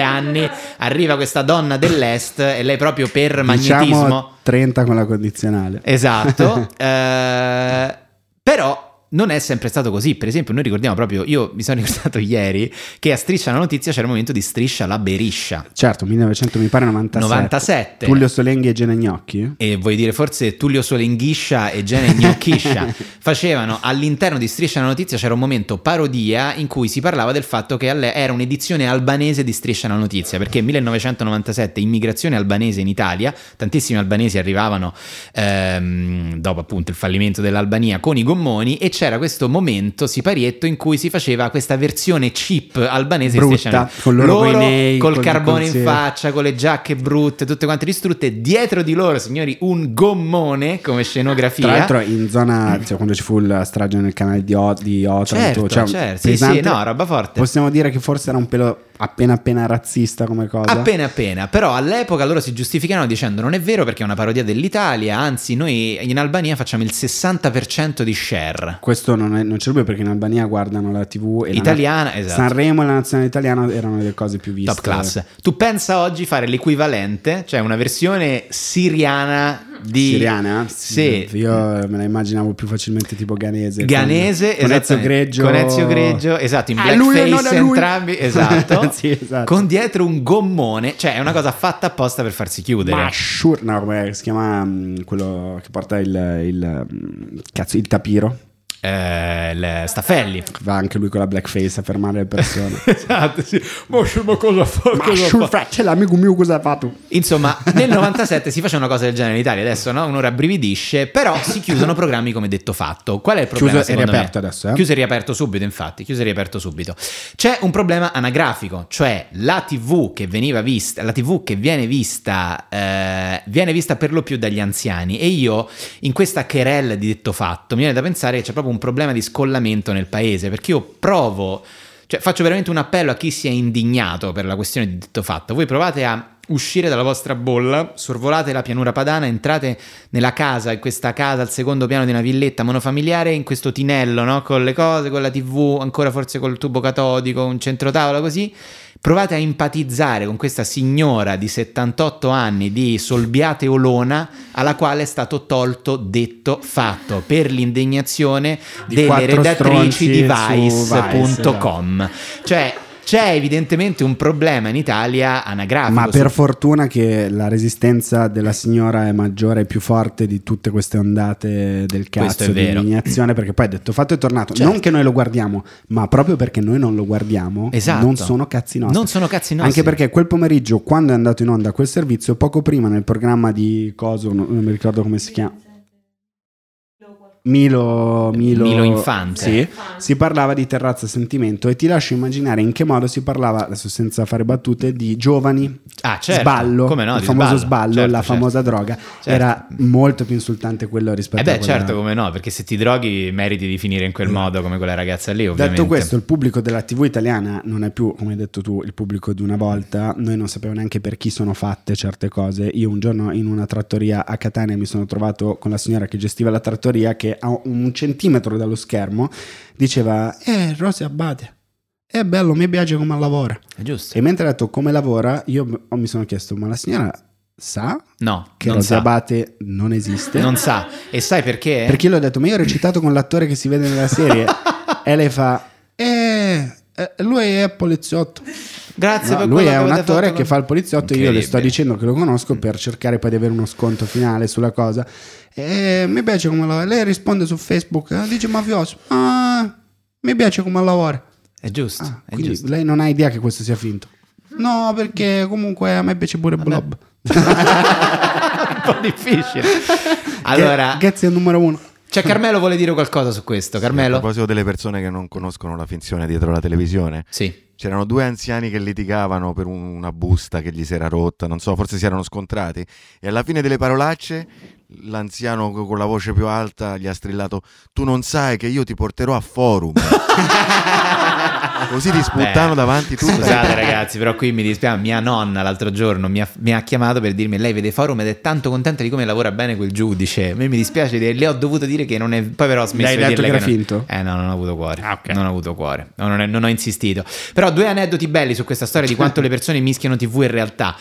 Speaker 6: anni. Arriva questa donna dell'Est e lei proprio per magnetismo...
Speaker 1: Diciamo 30 con la condizionale.
Speaker 6: Esatto. Eh, però non è sempre stato così. Per esempio, noi ricordiamo proprio, io mi sono ricordato ieri che a Striscia la notizia c'era il momento di Striscia la Beriscia.
Speaker 1: Certo, 1900 mi pare 97.
Speaker 6: 97.
Speaker 1: Tullio Solenghi e eh? Gene Gnocchi?
Speaker 6: E vuoi dire forse Tullio Solenghiscia e Gene Gnocchiscia facevano all'interno di Striscia la notizia c'era un momento parodia in cui si parlava del fatto che alle- era un'edizione albanese di Striscia la notizia perché 1997 immigrazione albanese in Italia, tantissimi albanesi arrivavano ehm, dopo appunto il fallimento dell'Albania con i gommoni e c'era questo momento siparietto in cui si faceva questa versione cheap albanese di Striscia la
Speaker 1: Brutta,
Speaker 6: notizia.
Speaker 1: con loro coi nei,
Speaker 6: col
Speaker 1: con-
Speaker 6: carbone
Speaker 1: con- sì.
Speaker 6: in faccia faccia, con le giacche brutte, tutte quante distrutte. Dietro di loro, signori, un gommone come scenografia.
Speaker 1: Tra l'altro in zona, cioè, quando ci fu la strage nel canale di, o- di Otranto,
Speaker 6: Certo,
Speaker 1: cioè,
Speaker 6: certo, sì,
Speaker 1: pesante,
Speaker 6: sì, no, roba forte.
Speaker 1: Possiamo dire che forse era un pelo appena appena razzista come cosa.
Speaker 6: Appena appena, però all'epoca loro si giustificavano dicendo non è vero perché è una parodia dell'Italia, anzi noi in Albania facciamo il 60% di share.
Speaker 1: Questo non, è, non c'è dubbio perché in Albania guardano la TV e la-
Speaker 6: Italiana, esatto.
Speaker 1: Sanremo e la nazionale italiana erano le cose più viste.
Speaker 6: Top class. Tu pensa oggi fare l'equivalente, cioè una versione siriana di...
Speaker 1: Siriana?
Speaker 6: Sì.
Speaker 1: Io me la immaginavo più facilmente tipo ganese.
Speaker 6: Ganese,
Speaker 1: con, con Ezio
Speaker 6: esattamente.
Speaker 1: Greggio.
Speaker 6: Con Ezio Greggio, esatto, in
Speaker 1: A Ah, lui e non
Speaker 6: blackface
Speaker 1: a lui.
Speaker 6: entrambi, esatto.
Speaker 1: Sì, esatto.
Speaker 6: Con dietro un gommone, cioè è una cosa fatta apposta per farsi chiudere.
Speaker 1: Mashur, no, come si chiama mm, quello che porta il, il, mm, cazzo, il tapiro?
Speaker 6: Eh, le- Staffelli.
Speaker 1: Va anche lui con la blackface a fermare le persone.
Speaker 6: Esatto, sì. Ma scemo cosa fa?
Speaker 1: Mashur, faccia l'amico mio cosa ha fatto?
Speaker 6: Insomma, nel 97 si faceva una cosa del genere in Italia, adesso no? uno rabbrividisce, però si chiudono programmi come detto fatto. Qual è il problema?
Speaker 1: Chiuso e
Speaker 6: secondo
Speaker 1: riaperto
Speaker 6: me?
Speaker 1: adesso, eh?
Speaker 6: Chiuso e riaperto subito, infatti, chiuso e riaperto subito. C'è un problema anagrafico, cioè la TV che veniva vista, la TV che viene vista eh, viene vista per lo più dagli anziani e io in questa querella di detto fatto mi viene da pensare che c'è proprio un problema di scollamento nel paese, perché io provo cioè, faccio veramente un appello a chi si è indignato per la questione di detto fatto. Voi provate a uscire dalla vostra bolla, sorvolate la pianura padana, entrate nella casa, in questa casa al secondo piano di una villetta monofamiliare, in questo tinello, no? Con le cose, con la tv, ancora forse col tubo catodico, un centrotavola così. Provate a empatizzare con questa signora di 78 anni di Solbiate Olona alla quale è stato tolto detto fatto per l'indegnazione
Speaker 1: Di
Speaker 6: delle
Speaker 1: quattro
Speaker 6: redattrici di
Speaker 1: stronzi su
Speaker 6: vice.com. Cioè, c'è evidentemente un problema in Italia anagrafico.
Speaker 1: Ma
Speaker 6: su-
Speaker 1: per fortuna che la resistenza della signora è maggiore e più forte di tutte queste ondate del
Speaker 6: Questo è
Speaker 1: cazzo di
Speaker 6: vero.
Speaker 1: indignazione, perché poi detto fatto è tornato.
Speaker 6: Certo.
Speaker 1: Non che noi lo guardiamo, ma proprio perché noi non lo guardiamo,
Speaker 6: Esatto.
Speaker 1: non sono cazzi nostri.
Speaker 6: Non sono cazzi nostri.
Speaker 1: Anche perché quel pomeriggio, quando è andato in onda quel servizio, poco prima nel programma di Coso, non non mi ricordo come si chiama. Milo, Milo,
Speaker 6: Milo Infante.
Speaker 1: Sì, si parlava di terrazza sentimento e ti lascio immaginare in che modo si parlava, adesso senza fare battute, di giovani
Speaker 6: Ah, certo.
Speaker 1: sballo,
Speaker 6: Come no,
Speaker 1: il
Speaker 6: di
Speaker 1: famoso
Speaker 6: sballo,
Speaker 1: sballo,
Speaker 6: certo,
Speaker 1: la
Speaker 6: certo.
Speaker 1: famosa droga,
Speaker 6: Certo.
Speaker 1: era molto più insultante quello rispetto
Speaker 6: Eh
Speaker 1: a
Speaker 6: beh,
Speaker 1: quella-
Speaker 6: certo, come no, perché se ti droghi meriti di finire in quel modo come quella ragazza lì, ovviamente.
Speaker 1: Detto questo, il pubblico della TV italiana non è più, come hai detto tu, il pubblico di una volta. Noi non sapevamo neanche per chi sono fatte certe cose. Io un giorno in una trattoria a Catania mi sono trovato con la signora che gestiva la trattoria che a un centimetro dallo schermo diceva "Eh, Rose Abate, è bello, mi piace come lavora".
Speaker 6: È giusto.
Speaker 1: E mentre ha detto come lavora, io m- mi sono chiesto "Ma la signora sa
Speaker 6: No,
Speaker 1: che
Speaker 6: non
Speaker 1: Rose
Speaker 6: sa.
Speaker 1: Abate non esiste?"
Speaker 6: Non sa. E sai perché?
Speaker 1: Perché io le ho detto, ma io ho recitato con l'attore che si vede nella serie. e lei fa, eh, eh, lui è poliziotto.
Speaker 6: Grazie
Speaker 1: No,
Speaker 6: per
Speaker 1: lui
Speaker 6: quello
Speaker 1: è
Speaker 6: che
Speaker 1: un
Speaker 6: avete
Speaker 1: attore
Speaker 6: fatto
Speaker 1: che
Speaker 6: con-
Speaker 1: fa il poliziotto. Io le sto
Speaker 6: Incredibile.
Speaker 1: dicendo che lo conosco per cercare poi di avere uno sconto finale sulla cosa. E mi piace come lavora. Lei risponde su Facebook, eh, dice mafioso, ah, mi piace come lavora.
Speaker 6: È giusto,
Speaker 1: Ah,
Speaker 6: è
Speaker 1: quindi
Speaker 6: giusto.
Speaker 1: lei non ha idea che questo sia finto. No, perché comunque a me piace pure Blob.
Speaker 6: un po' difficile. Allora,
Speaker 1: Grazie al numero uno.
Speaker 6: c'è Carmelo vuole dire qualcosa su questo,
Speaker 4: A
Speaker 6: Carmelo?
Speaker 4: proposito delle persone che non conoscono la finzione dietro la televisione,
Speaker 6: Sì.
Speaker 4: c'erano due anziani che litigavano per un- una busta che gli si era rotta, non so, forse si erano scontrati e alla fine delle parolacce l'anziano co- con la voce più alta gli ha strillato "Tu non sai che io ti porterò a forum". Così ti sputtano
Speaker 6: Beh,
Speaker 4: davanti tu.
Speaker 6: Scusate ragazzi, però qui mi dispiace, mia nonna l'altro giorno mi ha, mi ha chiamato per dirmi lei vede forum ed è tanto contenta di come lavora bene quel giudice. A me mi dispiace, dire- le ho dovuto dire che non è... Poi però ho smesso
Speaker 1: L'hai
Speaker 6: di
Speaker 1: detto
Speaker 6: dirle
Speaker 1: che
Speaker 6: che
Speaker 1: era
Speaker 6: non-
Speaker 1: finto? Ah,
Speaker 6: Eh no, non ho avuto cuore. Non ho avuto cuore. No, non, è- non ho insistito. Però due aneddoti belli su questa storia di quanto le persone mischiano TV e realtà.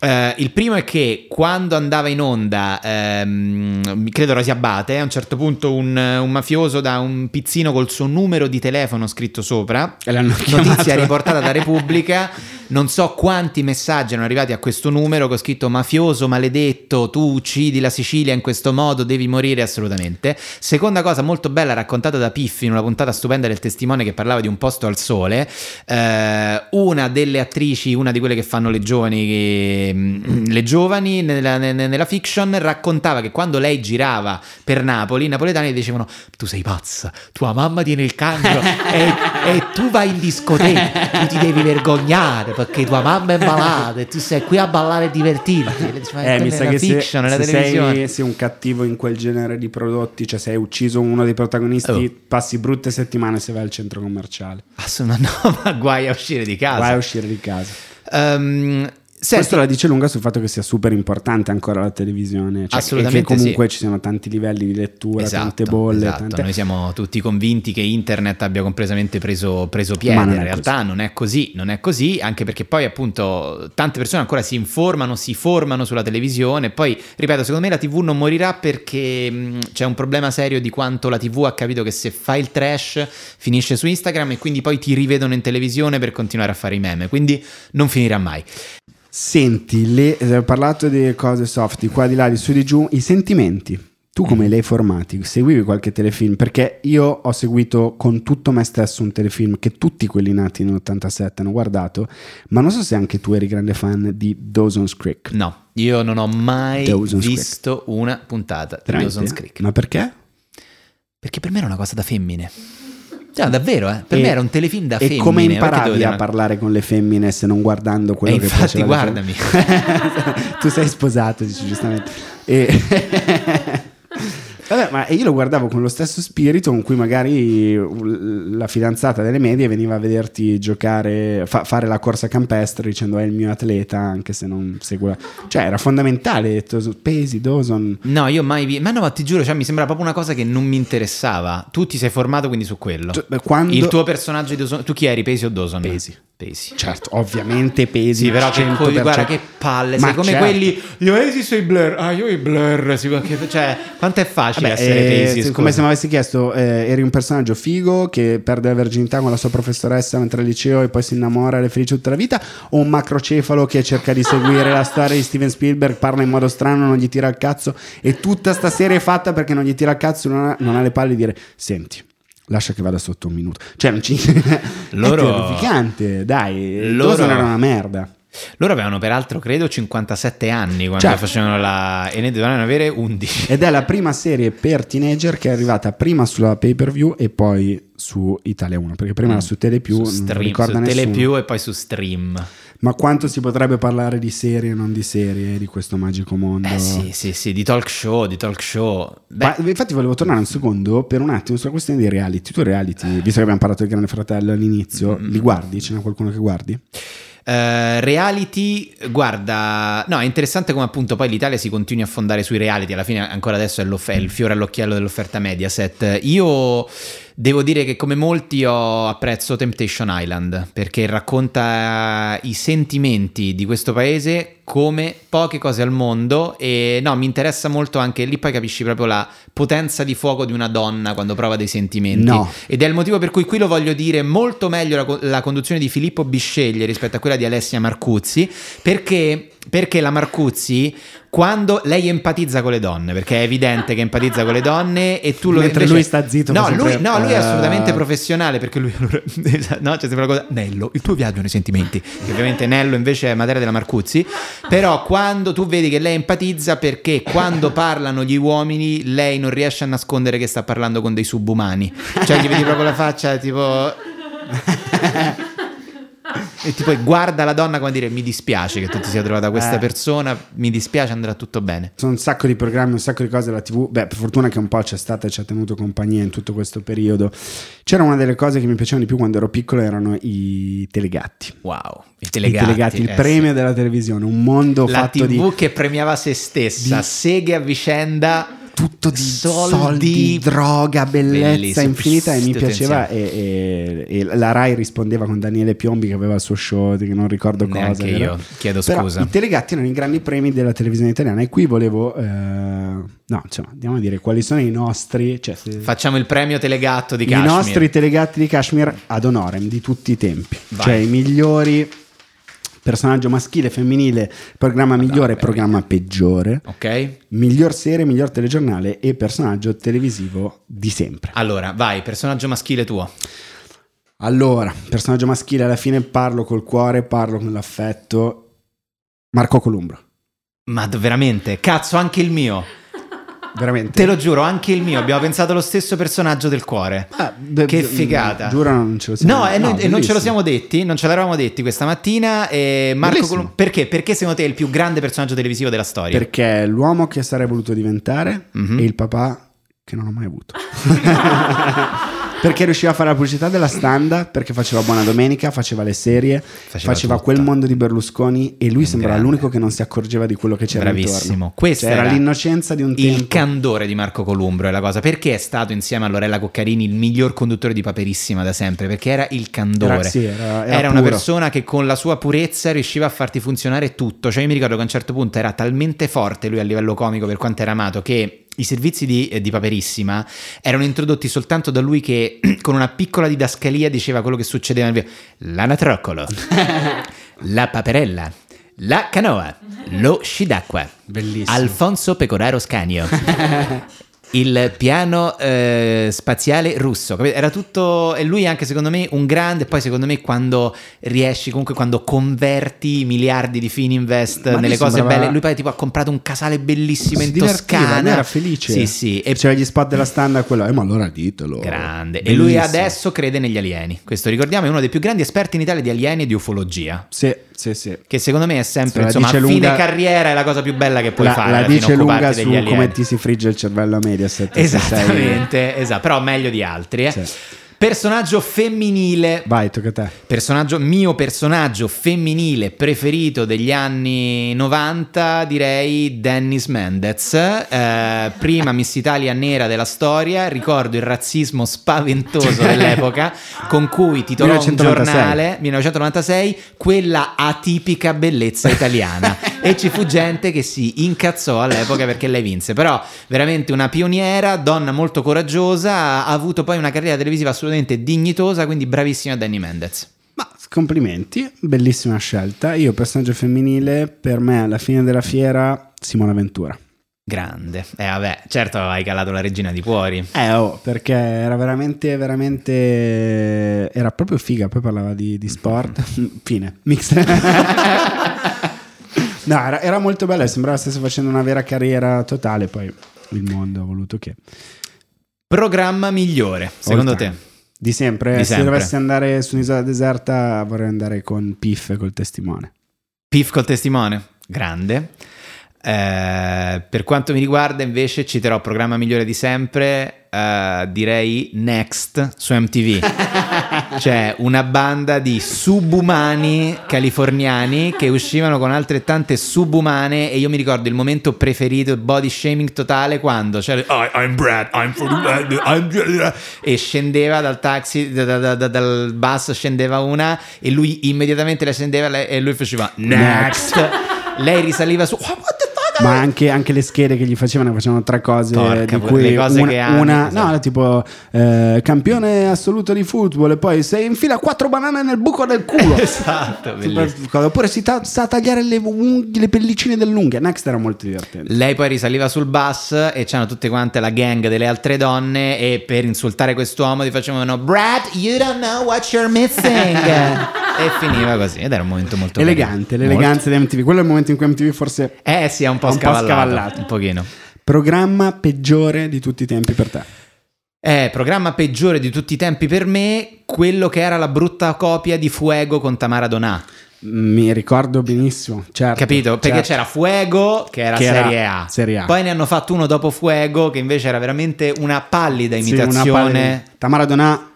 Speaker 6: Eh, il primo è che quando andava in onda, ehm, credo Rosi Abate, a un certo punto un, un mafioso da un pizzino col suo numero di telefono scritto sopra,
Speaker 1: E l'hanno
Speaker 6: notizia
Speaker 1: chiamato.
Speaker 6: riportata da Repubblica, non so quanti messaggi erano arrivati a questo numero che ho scritto mafioso, maledetto, tu uccidi la Sicilia in questo modo, devi morire assolutamente. Seconda cosa molto bella raccontata da Piffi in una puntata stupenda del testimone che parlava di un posto al sole, eh, una delle attrici, una di quelle che fanno le giovani che ehm, le giovani nella, ne- nella fiction raccontava che quando lei girava per Napoli, i napoletani le dicevano tu sei pazza, tua mamma tiene il cancro e, e tu vai in discoteca, tu ti devi vergognare perché tua mamma è malata e tu sei qui a ballare e divertirti. E le dicevano,
Speaker 1: Eh,
Speaker 6: "Quella
Speaker 1: mi
Speaker 6: è
Speaker 1: sa
Speaker 6: la
Speaker 1: che se,
Speaker 6: fiction, è la
Speaker 1: se
Speaker 6: televisione.
Speaker 1: sei, sei un cattivo in quel genere di prodotti, cioè se hai ucciso uno dei protagonisti,
Speaker 6: Oh.
Speaker 1: passi brutte settimane se vai al centro commerciale.
Speaker 6: Ass- ma no, ma guai a uscire di casa.
Speaker 1: Vai a uscire di casa.
Speaker 6: Ehm, senti,
Speaker 1: Questo la dice lunga sul fatto che sia super importante ancora la televisione. Cioè,
Speaker 6: Assolutamente
Speaker 1: E che comunque
Speaker 6: sì.
Speaker 1: ci siano tanti livelli di lettura,
Speaker 6: Esatto,
Speaker 1: tante bolle.
Speaker 6: esatto.
Speaker 1: tante-
Speaker 6: Noi siamo tutti convinti che internet abbia completamente preso, preso piede.
Speaker 1: Ma non
Speaker 6: In
Speaker 1: è
Speaker 6: realtà non è così, non è così, anche perché poi appunto tante persone ancora si informano, si formano sulla televisione. Poi, ripeto, secondo me la TV non morirà perché mh, c'è un problema serio di quanto la TV ha capito che se fai il trash finisce su Instagram e quindi poi ti rivedono in televisione per continuare a fare i meme. Quindi non finirà mai.
Speaker 1: Senti, le, eh, ho parlato di cose soft, di qua, di là, di su, di giù, i sentimenti. Tu come
Speaker 6: Mm.
Speaker 1: li hai formati? Seguivi qualche telefilm? Perché io ho seguito con tutto me stesso un telefilm che tutti quelli nati nell'87 hanno guardato, ma non so se anche tu eri grande fan di Dawson's Creek.
Speaker 6: No, io non ho mai
Speaker 1: Dawson's Creek.
Speaker 6: visto una puntata di
Speaker 1: Veramente?
Speaker 6: Dawson's Creek.
Speaker 1: Ma perché?
Speaker 6: Perché per me era una cosa da femmine. Cioè, davvero, eh? Per
Speaker 1: E-
Speaker 6: me era un telefilm da
Speaker 1: E
Speaker 6: femmine.
Speaker 1: come
Speaker 6: perché devo
Speaker 1: imparavi
Speaker 6: dire
Speaker 1: a
Speaker 6: una-
Speaker 1: parlare con le femmine se non guardando quello
Speaker 6: E
Speaker 1: che
Speaker 6: infatti,
Speaker 1: faceva?
Speaker 6: guardami.
Speaker 1: tu sei sposato, dici giustamente. E... Vabbè, ma io lo guardavo con lo stesso spirito con cui magari la fidanzata delle medie veniva a vederti giocare, fa- fare la corsa campestre dicendo è il mio atleta anche se non segue. la-". Cioè era fondamentale, Tos- pesi, Dawson.
Speaker 6: No, io mai vi... Ma no, ma ti giuro, cioè, mi sembra proprio una cosa che non mi interessava. Tu ti sei formato quindi su quello.
Speaker 1: Cioè, beh, quando-
Speaker 6: Il tuo personaggio di Dawson... Tu chi eri, Pesi o Dawson?
Speaker 1: Pesi.
Speaker 6: Pesi.
Speaker 1: Certo, ovviamente pesi.
Speaker 6: Sì, però che,
Speaker 1: 100%.
Speaker 6: guarda che palle,
Speaker 1: cioè, Ma
Speaker 6: sei come
Speaker 1: certo.
Speaker 6: quelli io esisto i blur, ah io i blur, sì, ma che- cioè quanto è facile
Speaker 1: Vabbè,
Speaker 6: essere
Speaker 1: eh,
Speaker 6: pesi,
Speaker 1: se-
Speaker 6: scusa.
Speaker 1: come se mi avessi chiesto, eh, eri un personaggio figo che perde la virginità con la sua professoressa mentre al liceo e poi si innamora ed è felice tutta la vita, o un macrocefalo che cerca di seguire la storia di Steven Spielberg, parla in modo strano, non gli tira il cazzo e tutta sta serie è fatta perché non gli tira il cazzo, non ha, non ha le palle di dire, senti. Lascia che vada sotto un minuto. Cioè, non ci...
Speaker 6: Loro-
Speaker 1: è terrificante, dai.
Speaker 6: Loro-
Speaker 1: Loro... era una merda.
Speaker 6: Loro avevano peraltro, credo, 57 anni quando
Speaker 1: Certo.
Speaker 6: facevano la... e ne dovevano avere 11.
Speaker 1: Ed è la prima serie per teenager che è arrivata prima sulla pay per view e poi su Italia 1, perché prima era su Telepiù,
Speaker 6: Mm. su
Speaker 1: non
Speaker 6: stream,
Speaker 1: ricorda
Speaker 6: su
Speaker 1: nessuno.
Speaker 6: Telepiù e poi su stream.
Speaker 1: Ma quanto si potrebbe parlare di serie e non di serie di questo magico mondo?
Speaker 6: Eh sì, sì, sì, di talk show, di talk show. Beh,
Speaker 1: Ma infatti volevo tornare un secondo per un attimo sulla questione dei reality. Tu reality,
Speaker 6: Eh.
Speaker 1: visto che abbiamo parlato del Grande Fratello all'inizio,
Speaker 6: Mm.
Speaker 1: li guardi? Ce n'è qualcuno che guardi?
Speaker 6: eh, reality, guarda, no, è interessante come appunto poi l'Italia si continui a fondare sui reality, alla fine ancora adesso è, l'off- è il fiore all'occhiello dell'offerta Mediaset. Io devo dire che come molti ho apprezzo Temptation Island, perché racconta eh, i sentimenti di questo paese come poche cose al mondo e no, mi interessa molto anche lì poi capisci proprio la potenza di fuoco di una donna quando prova dei sentimenti.
Speaker 1: No.
Speaker 6: Ed è il motivo per cui qui lo voglio dire molto meglio la, co- la conduzione di Filippo Bisceglie rispetto a quella di Alessia Marcuzzi, perché, perché la Marcuzzi, quando lei empatizza con le donne, perché è evidente che empatizza con le donne e tu lo
Speaker 1: Mentre
Speaker 6: invece-
Speaker 1: lui sta zitto,
Speaker 6: No,
Speaker 1: fa sempre,
Speaker 6: lui, no, lui
Speaker 1: eh,
Speaker 6: è assolutamente professionale, perché lui... allora, esatto, no, c'è sempre la cosa... Nello, il tuo viaggio nei sentimenti, che ovviamente Nello invece è materia della Marcuzzi, però quando tu vedi che lei empatizza perché quando parlano gli uomini lei non riesce a nascondere che sta parlando con dei subumani. Cioè gli vedi proprio la faccia tipo... E tipo guarda la donna come a dire mi dispiace che tu ti sia trovata questa
Speaker 1: Eh.
Speaker 6: persona, mi dispiace andrà tutto bene.
Speaker 1: Sono un sacco di programmi, un sacco di cose della TV. Beh, per fortuna che un po' c'è stata e ci ha tenuto compagnia in tutto questo periodo. C'era una delle cose che mi piacevano di più quando ero piccolo erano i telegatti.
Speaker 6: Wow, il
Speaker 1: I
Speaker 6: telegatti.
Speaker 1: telegatti, il
Speaker 6: eh
Speaker 1: premio
Speaker 6: sì.
Speaker 1: della televisione, un mondo
Speaker 6: La
Speaker 1: fatto
Speaker 6: TV
Speaker 1: di
Speaker 6: che premiava se stessa, seghe a vicenda,
Speaker 1: tutto di soldi,
Speaker 6: soldi,
Speaker 1: droga, bellezza
Speaker 6: Bellissimo.
Speaker 1: infinita e mi
Speaker 6: Tutto
Speaker 1: piaceva
Speaker 6: insieme.
Speaker 1: e, e- e la Rai rispondeva con Daniele Piombi che aveva il suo show di- che non ricordo cosa.
Speaker 6: Neanche
Speaker 1: era.
Speaker 6: io, chiedo
Speaker 1: Però
Speaker 6: scusa.
Speaker 1: i telegatti erano i grandi premi della televisione italiana e qui volevo eh, no, insomma, andiamo a dire quali sono i nostri cioè, se-
Speaker 6: Facciamo il premio telegatto di
Speaker 1: i
Speaker 6: Kashmir.
Speaker 1: nostri telegatti di Kashmir ad honorem di tutti i tempi,
Speaker 6: Vai.
Speaker 1: cioè i migliori personaggio maschile, femminile, programma migliore, programma peggiore
Speaker 6: Ok?
Speaker 1: miglior serie, miglior telegiornale e personaggio televisivo di sempre.
Speaker 6: Allora, vai, personaggio maschile tuo.
Speaker 1: Allora, personaggio maschile, alla fine parlo col cuore, parlo con l'affetto Marco Columbro.
Speaker 6: Ma d- veramente, cazzo, anche il mio.
Speaker 1: Veramente.
Speaker 6: Te lo giuro, anche il mio. Abbiamo pensato allo stesso personaggio del cuore.
Speaker 1: Ah, de-
Speaker 6: che
Speaker 1: de-
Speaker 6: figata.
Speaker 1: Giuro non ce lo siamo
Speaker 6: No, e noi- e non ce
Speaker 1: bellissimo.
Speaker 6: lo siamo detti, non ce l'eravamo detti questa mattina. E Marco
Speaker 1: Bellissimo.
Speaker 6: Colum- perché? Perché secondo te è il più grande personaggio televisivo della storia?
Speaker 1: Perché è l'uomo che sarei voluto diventare
Speaker 6: Mhm.
Speaker 1: e il papà che non ho mai avuto. perché riusciva a fare la pubblicità della standa, perché faceva Buona Domenica, faceva le serie, faceva,
Speaker 6: Faceva tutta.
Speaker 1: quel mondo di Berlusconi e lui sembrava
Speaker 6: grande.
Speaker 1: l'unico che non si accorgeva di quello che c'era
Speaker 6: Bravissimo.
Speaker 1: intorno.
Speaker 6: Questa
Speaker 1: Cioè, era,
Speaker 6: era
Speaker 1: l'innocenza di un tempo.
Speaker 6: Il candore di Marco Columbro è la cosa. Perché è stato insieme a Lorella Coccarini il miglior conduttore di Paperissima da sempre? Perché era il candore.
Speaker 1: Era- sì, era- era
Speaker 6: una
Speaker 1: puro.
Speaker 6: persona che con la sua purezza riusciva a farti funzionare tutto. Cioè, io mi ricordo che a un certo punto era talmente forte lui a livello comico per quanto era amato che. I servizi di, eh, di Paperissima erano introdotti soltanto da lui che con una piccola didascalia diceva quello che succedeva nel video. L'anatroccolo, la paperella, la canoa, lo sci d'acqua.
Speaker 1: Bellissimo.
Speaker 6: Alfonso Pecoraro Scanio. Il piano eh, spaziale russo, capito? era tutto. E lui, anche secondo me, un grande. Poi, secondo me, quando riesci, comunque, quando converti miliardi di Fininvest
Speaker 1: Ma lui
Speaker 6: nelle cose
Speaker 1: sembrava-
Speaker 6: belle, lui poi tipo ha comprato un casale bellissimo
Speaker 1: Si
Speaker 6: in
Speaker 1: divertiva,
Speaker 6: Toscana.
Speaker 1: lui era felice.
Speaker 6: Sì, sì. E
Speaker 1: C'era gli spot della standa, quello. Eh, ma allora ditelo.
Speaker 6: grande. E lui
Speaker 1: Bellissimo.
Speaker 6: adesso crede negli alieni. Questo ricordiamo, è uno dei più grandi esperti in Italia di alieni e di ufologia.
Speaker 1: Sì, sì, sì.
Speaker 6: Che secondo me è
Speaker 1: Se
Speaker 6: sempre,
Speaker 1: la
Speaker 6: insomma, a
Speaker 1: dice
Speaker 6: fine
Speaker 1: lunga-
Speaker 6: carriera è la cosa più bella che puoi
Speaker 1: la,
Speaker 6: fare.
Speaker 1: la
Speaker 6: alla fine,
Speaker 1: dice lunga
Speaker 6: occuparti
Speaker 1: su
Speaker 6: degli alieni.
Speaker 1: come ti si frigge il cervello a Mediaset. se sei-
Speaker 6: Esattamente, esatto, però meglio di altri. eh.
Speaker 1: Sì.
Speaker 6: Personaggio femminile.
Speaker 1: Vai, tocca a te.
Speaker 6: Personaggio, mio personaggio femminile preferito degli anni 90 direi Dennis Mendez, eh, prima Miss Italia nera della storia, ricordo il razzismo spaventoso dell'epoca con cui titolò un
Speaker 1: 1996.
Speaker 6: giornale 1996 quella atipica bellezza italiana e ci fu gente che si incazzò all'epoca perché lei vinse, però veramente una pioniera, donna molto coraggiosa, ha avuto poi una carriera televisiva assolutamente dignitosa, quindi bravissima Danny Mendez.
Speaker 1: Ma complimenti, bellissima scelta. Io, personaggio femminile, per me alla fine della fiera, Simona Ventura.
Speaker 6: Grande. Eh vabbè, certo hai calato la regina di cuori.
Speaker 1: Eh, oh, perché era veramente, veramente. Era proprio figa. Poi parlava di, di sport. Fine, mix. no, era, era molto bella. Sembrava stesse facendo una vera carriera totale. Poi il mondo ha voluto che.
Speaker 6: Programma migliore, secondo
Speaker 1: Oltre.
Speaker 6: te?
Speaker 1: Di sempre,
Speaker 6: Di
Speaker 1: se
Speaker 6: sempre.
Speaker 1: dovessi andare su un'isola deserta, vorrei andare con Piff e col testimone.
Speaker 6: Piff col testimone? Grande. Eh, per quanto mi riguarda, invece, citerò programma migliore di sempre. eh, direi Next su MTV. C'è una banda di subumani californiani che uscivano con altrettante subumane. E io mi ricordo il momento preferito, il body shaming totale, quando c'era "I- I'm Brad, I'm for I'm- e scendeva dal taxi, da- da- da- dal bus scendeva una e lui immediatamente la scendeva e lei- e lui faceva next. Lei risaliva su. "Oh, what the fuck?"
Speaker 1: Ma anche, anche le schede che gli facevano, facevano tre cose
Speaker 6: Porca
Speaker 1: di
Speaker 6: pu-
Speaker 1: cui
Speaker 6: le cose
Speaker 1: una,
Speaker 6: che ami,
Speaker 1: una-
Speaker 6: esatto.
Speaker 1: no, era tipo eh, campione assoluto di football e poi se infila quattro banane nel buco del culo.
Speaker 6: Esatto, bellissimo.
Speaker 1: Oppure si ta- sa tagliare le, unghie- le pellicine dell'unghia. Next era molto divertente.
Speaker 6: Lei poi risaliva sul bus e c'erano tutte quante la gang delle altre donne e per insultare quest'uomo gli facevano Brad, you don't know what you're missing. e finiva così ed era un momento molto
Speaker 1: Elegante,
Speaker 6: carino.
Speaker 1: l'eleganza di MTV. Quello è il momento in cui MTV forse
Speaker 6: Molto. Eh sì, è un po'
Speaker 1: Un po'
Speaker 6: scavallato.
Speaker 1: scavallato.
Speaker 6: Un pochino.
Speaker 1: programma peggiore di tutti i tempi per te.
Speaker 6: Eh, programma peggiore di tutti i tempi per me, quello che era la brutta copia di Fuego con Tamara Donà.
Speaker 1: Mi ricordo benissimo, certo.
Speaker 6: Capito? Perché
Speaker 1: certo.
Speaker 6: c'era Fuego che era
Speaker 1: Che era
Speaker 6: serie, a.
Speaker 1: Serie A.
Speaker 6: Poi ne hanno fatto uno dopo Fuego che invece era veramente una pallida
Speaker 1: Sì, una
Speaker 6: imitazione.
Speaker 1: palla di- Tamara Donà,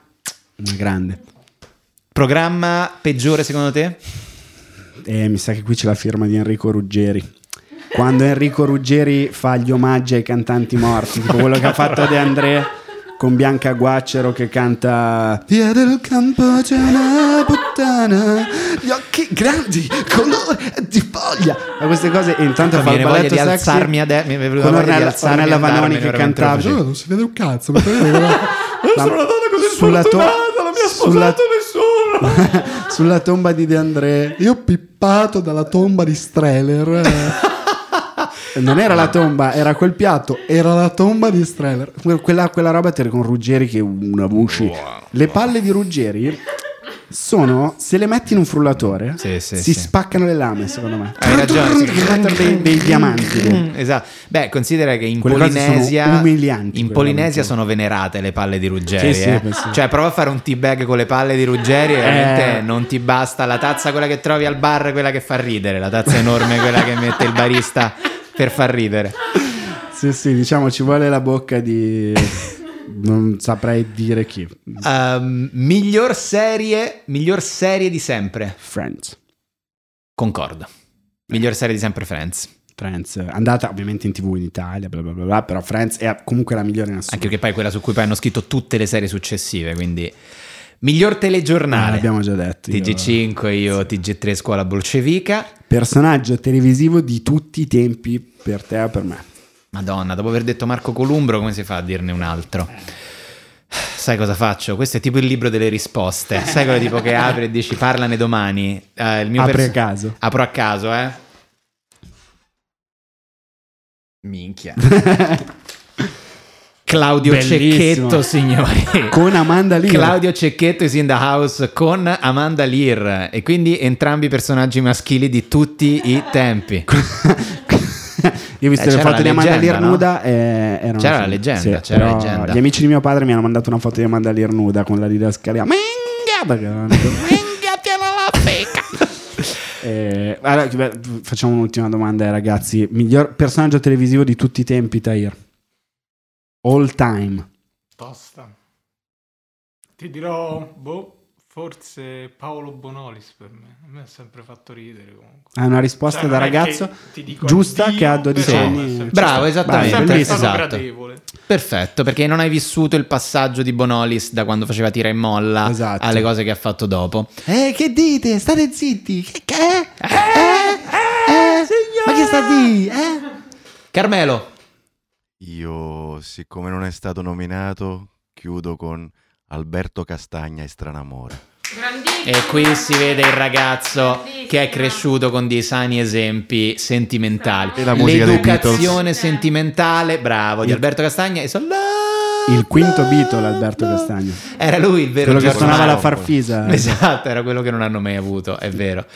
Speaker 1: una grande.
Speaker 6: Programma peggiore secondo te?
Speaker 1: E mi sa che qui c'è la firma di Enrico Ruggeri. Quando Enrico Ruggeri fa gli omaggi ai cantanti morti, tipo quello che ha fatto De André con Bianca Guaccero che canta Via del campo c'è una puttana, gli occhi grandi, colore di foglia. Ma queste cose e intanto
Speaker 6: Mi
Speaker 1: fa il
Speaker 6: viene voglia
Speaker 1: balletto
Speaker 6: di
Speaker 1: sexy
Speaker 6: alzarmi ade- mi è venuta
Speaker 1: con
Speaker 6: voglia di
Speaker 1: Ornella,
Speaker 6: alzarmi
Speaker 1: Ornella
Speaker 6: e andarmene,
Speaker 1: Vanoni che
Speaker 6: veramente
Speaker 1: cantava
Speaker 6: lo facevo.
Speaker 1: "Oh, non si vede un cazzo, ma sono una donna così non mi ha sposato nessuno. sulla tomba di De André. Io pippato dalla tomba di Streller. eh. Non era la tomba, era quel piatto, era la tomba di Streller. Que- Quella, quella roba era con Ruggeri che è una buci. Le palle di Ruggeri sono se le metti in un frullatore
Speaker 6: Sì, sì,
Speaker 1: si
Speaker 6: sì.
Speaker 1: spaccano le lame, secondo me.
Speaker 6: Hai ragione, sì.
Speaker 1: Diventano dei, dei diamanti. dentro.
Speaker 6: Esatto. Beh, considera che in
Speaker 1: Quelle cose sono
Speaker 6: Polinesia
Speaker 1: umilianti,
Speaker 6: in
Speaker 1: veramente.
Speaker 6: Polinesia sono venerate le palle di Ruggeri,
Speaker 1: Sì, sì,
Speaker 6: eh.
Speaker 1: penso.
Speaker 6: Cioè, prova a fare un tea bag con le palle di Ruggeri e veramente
Speaker 1: Eh.
Speaker 6: non ti basta la tazza quella che trovi al bar, quella che fa ridere, la tazza enorme quella che mette il barista per far ridere.
Speaker 1: Sì, sì, diciamo ci vuole la bocca di... non saprei dire chi.
Speaker 6: Ehm, miglior serie, miglior serie di sempre.
Speaker 1: Friends.
Speaker 6: Concordo. Miglior serie di sempre Friends.
Speaker 1: Friends. eh, Andata ovviamente in tv in Italia, bla bla bla, bla, però Friends è comunque la migliore in assoluto.
Speaker 6: Anche perché poi è quella su cui poi hanno scritto tutte le serie successive, quindi miglior telegiornale.
Speaker 1: Ah, L'abbiamo già detto. io-
Speaker 6: TG5, io TG3 scuola bolscevica.
Speaker 1: Personaggio televisivo di tutti i tempi per te o per me.
Speaker 6: Madonna, dopo aver detto Marco Columbro, come si fa a dirne un altro? Sai cosa faccio? Questo è tipo il libro delle risposte. Sai quello tipo che apri e dici parlane domani. Eh, il mio
Speaker 1: Apri
Speaker 6: perso-
Speaker 1: a caso.
Speaker 6: Apro a caso, eh. Minchia. Claudio
Speaker 1: Bellissimo.
Speaker 6: Cecchetto, signori.
Speaker 1: Con Amanda Lear.
Speaker 6: Claudio Cecchetto is in the house con Amanda Lear e quindi entrambi i personaggi maschili di tutti i tempi.
Speaker 1: Io ho visto
Speaker 6: Eh,
Speaker 1: le
Speaker 6: c'era
Speaker 1: foto
Speaker 6: la
Speaker 1: di Amanda
Speaker 6: leggenda,
Speaker 1: Lear
Speaker 6: no?
Speaker 1: nuda. e erano
Speaker 6: C'era la
Speaker 1: sì,
Speaker 6: leggenda,
Speaker 1: sì,
Speaker 6: c'era la
Speaker 1: però
Speaker 6: leggenda.
Speaker 1: Gli amici di mio padre mi hanno mandato una foto di Amanda Lear nuda con la didascalia. Minchia! perché erano- Eh, allora, beh, facciamo un'ultima domanda ai ragazzi. Miglior personaggio televisivo di tutti i tempi, Tahir? All time.
Speaker 5: Tosta. Ti dirò, boh, forse Paolo Bonolis per me. A me ha sempre fatto ridere comunque.
Speaker 1: Hai una risposta
Speaker 5: Cioè,
Speaker 1: da
Speaker 5: non è
Speaker 1: ragazzo
Speaker 5: che ti dico
Speaker 1: giusta
Speaker 5: addio,
Speaker 1: che ha 12
Speaker 5: però
Speaker 1: anni.
Speaker 5: è sempre-
Speaker 6: Bravo,
Speaker 5: è
Speaker 6: esattamente,
Speaker 5: sempre
Speaker 1: bellissimo.
Speaker 5: stato
Speaker 6: esatto.
Speaker 5: gradevole.
Speaker 6: Perfetto, perché non hai vissuto il passaggio di Bonolis da quando faceva tira e molla
Speaker 1: Esatto.
Speaker 6: alle cose che ha fatto dopo.
Speaker 11: Eh, che dite? State zitti. Che, che? Eh? Eh? Ma che sta di? Eh?
Speaker 6: Carmelo,
Speaker 4: Io, siccome non è stato nominato, chiudo con Alberto Castagna e Stranamore.
Speaker 2: Grandissimo.
Speaker 6: e qui si vede il ragazzo che è cresciuto con dei sani esempi sentimentali.
Speaker 4: E la musica dei
Speaker 6: L'educazione sentimentale, bravo, di Alberto Castagna e Sol-
Speaker 1: Il quinto Beatle, Alberto Castagno.
Speaker 6: Era lui il vero
Speaker 1: Quello che
Speaker 6: Giorgio
Speaker 1: suonava la
Speaker 6: Marco.
Speaker 1: farfisa.
Speaker 6: Esatto, era quello che non hanno mai avuto, è vero.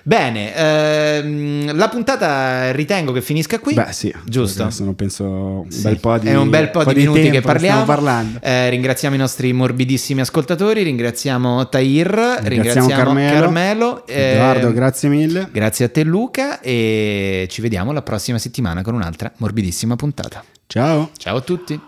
Speaker 6: Bene, ehm, la puntata ritengo che finisca qui.
Speaker 1: Beh, sì.
Speaker 6: Giusto.
Speaker 1: perché Sono, penso, un
Speaker 6: Sì,
Speaker 1: bel po' di,
Speaker 6: è un bel po' di minuti
Speaker 1: tempo
Speaker 6: che parliamo.
Speaker 1: Stiamo parlando.
Speaker 6: Eh, ringraziamo i nostri morbidissimi ascoltatori, ringraziamo Tahir, ringraziamo,
Speaker 1: Carmelo.
Speaker 6: Carmelo. eh,
Speaker 1: Edoardo, grazie mille.
Speaker 6: grazie a te Luca e ci vediamo la prossima settimana con un'altra morbidissima puntata.
Speaker 1: Ciao.
Speaker 6: Ciao a tutti.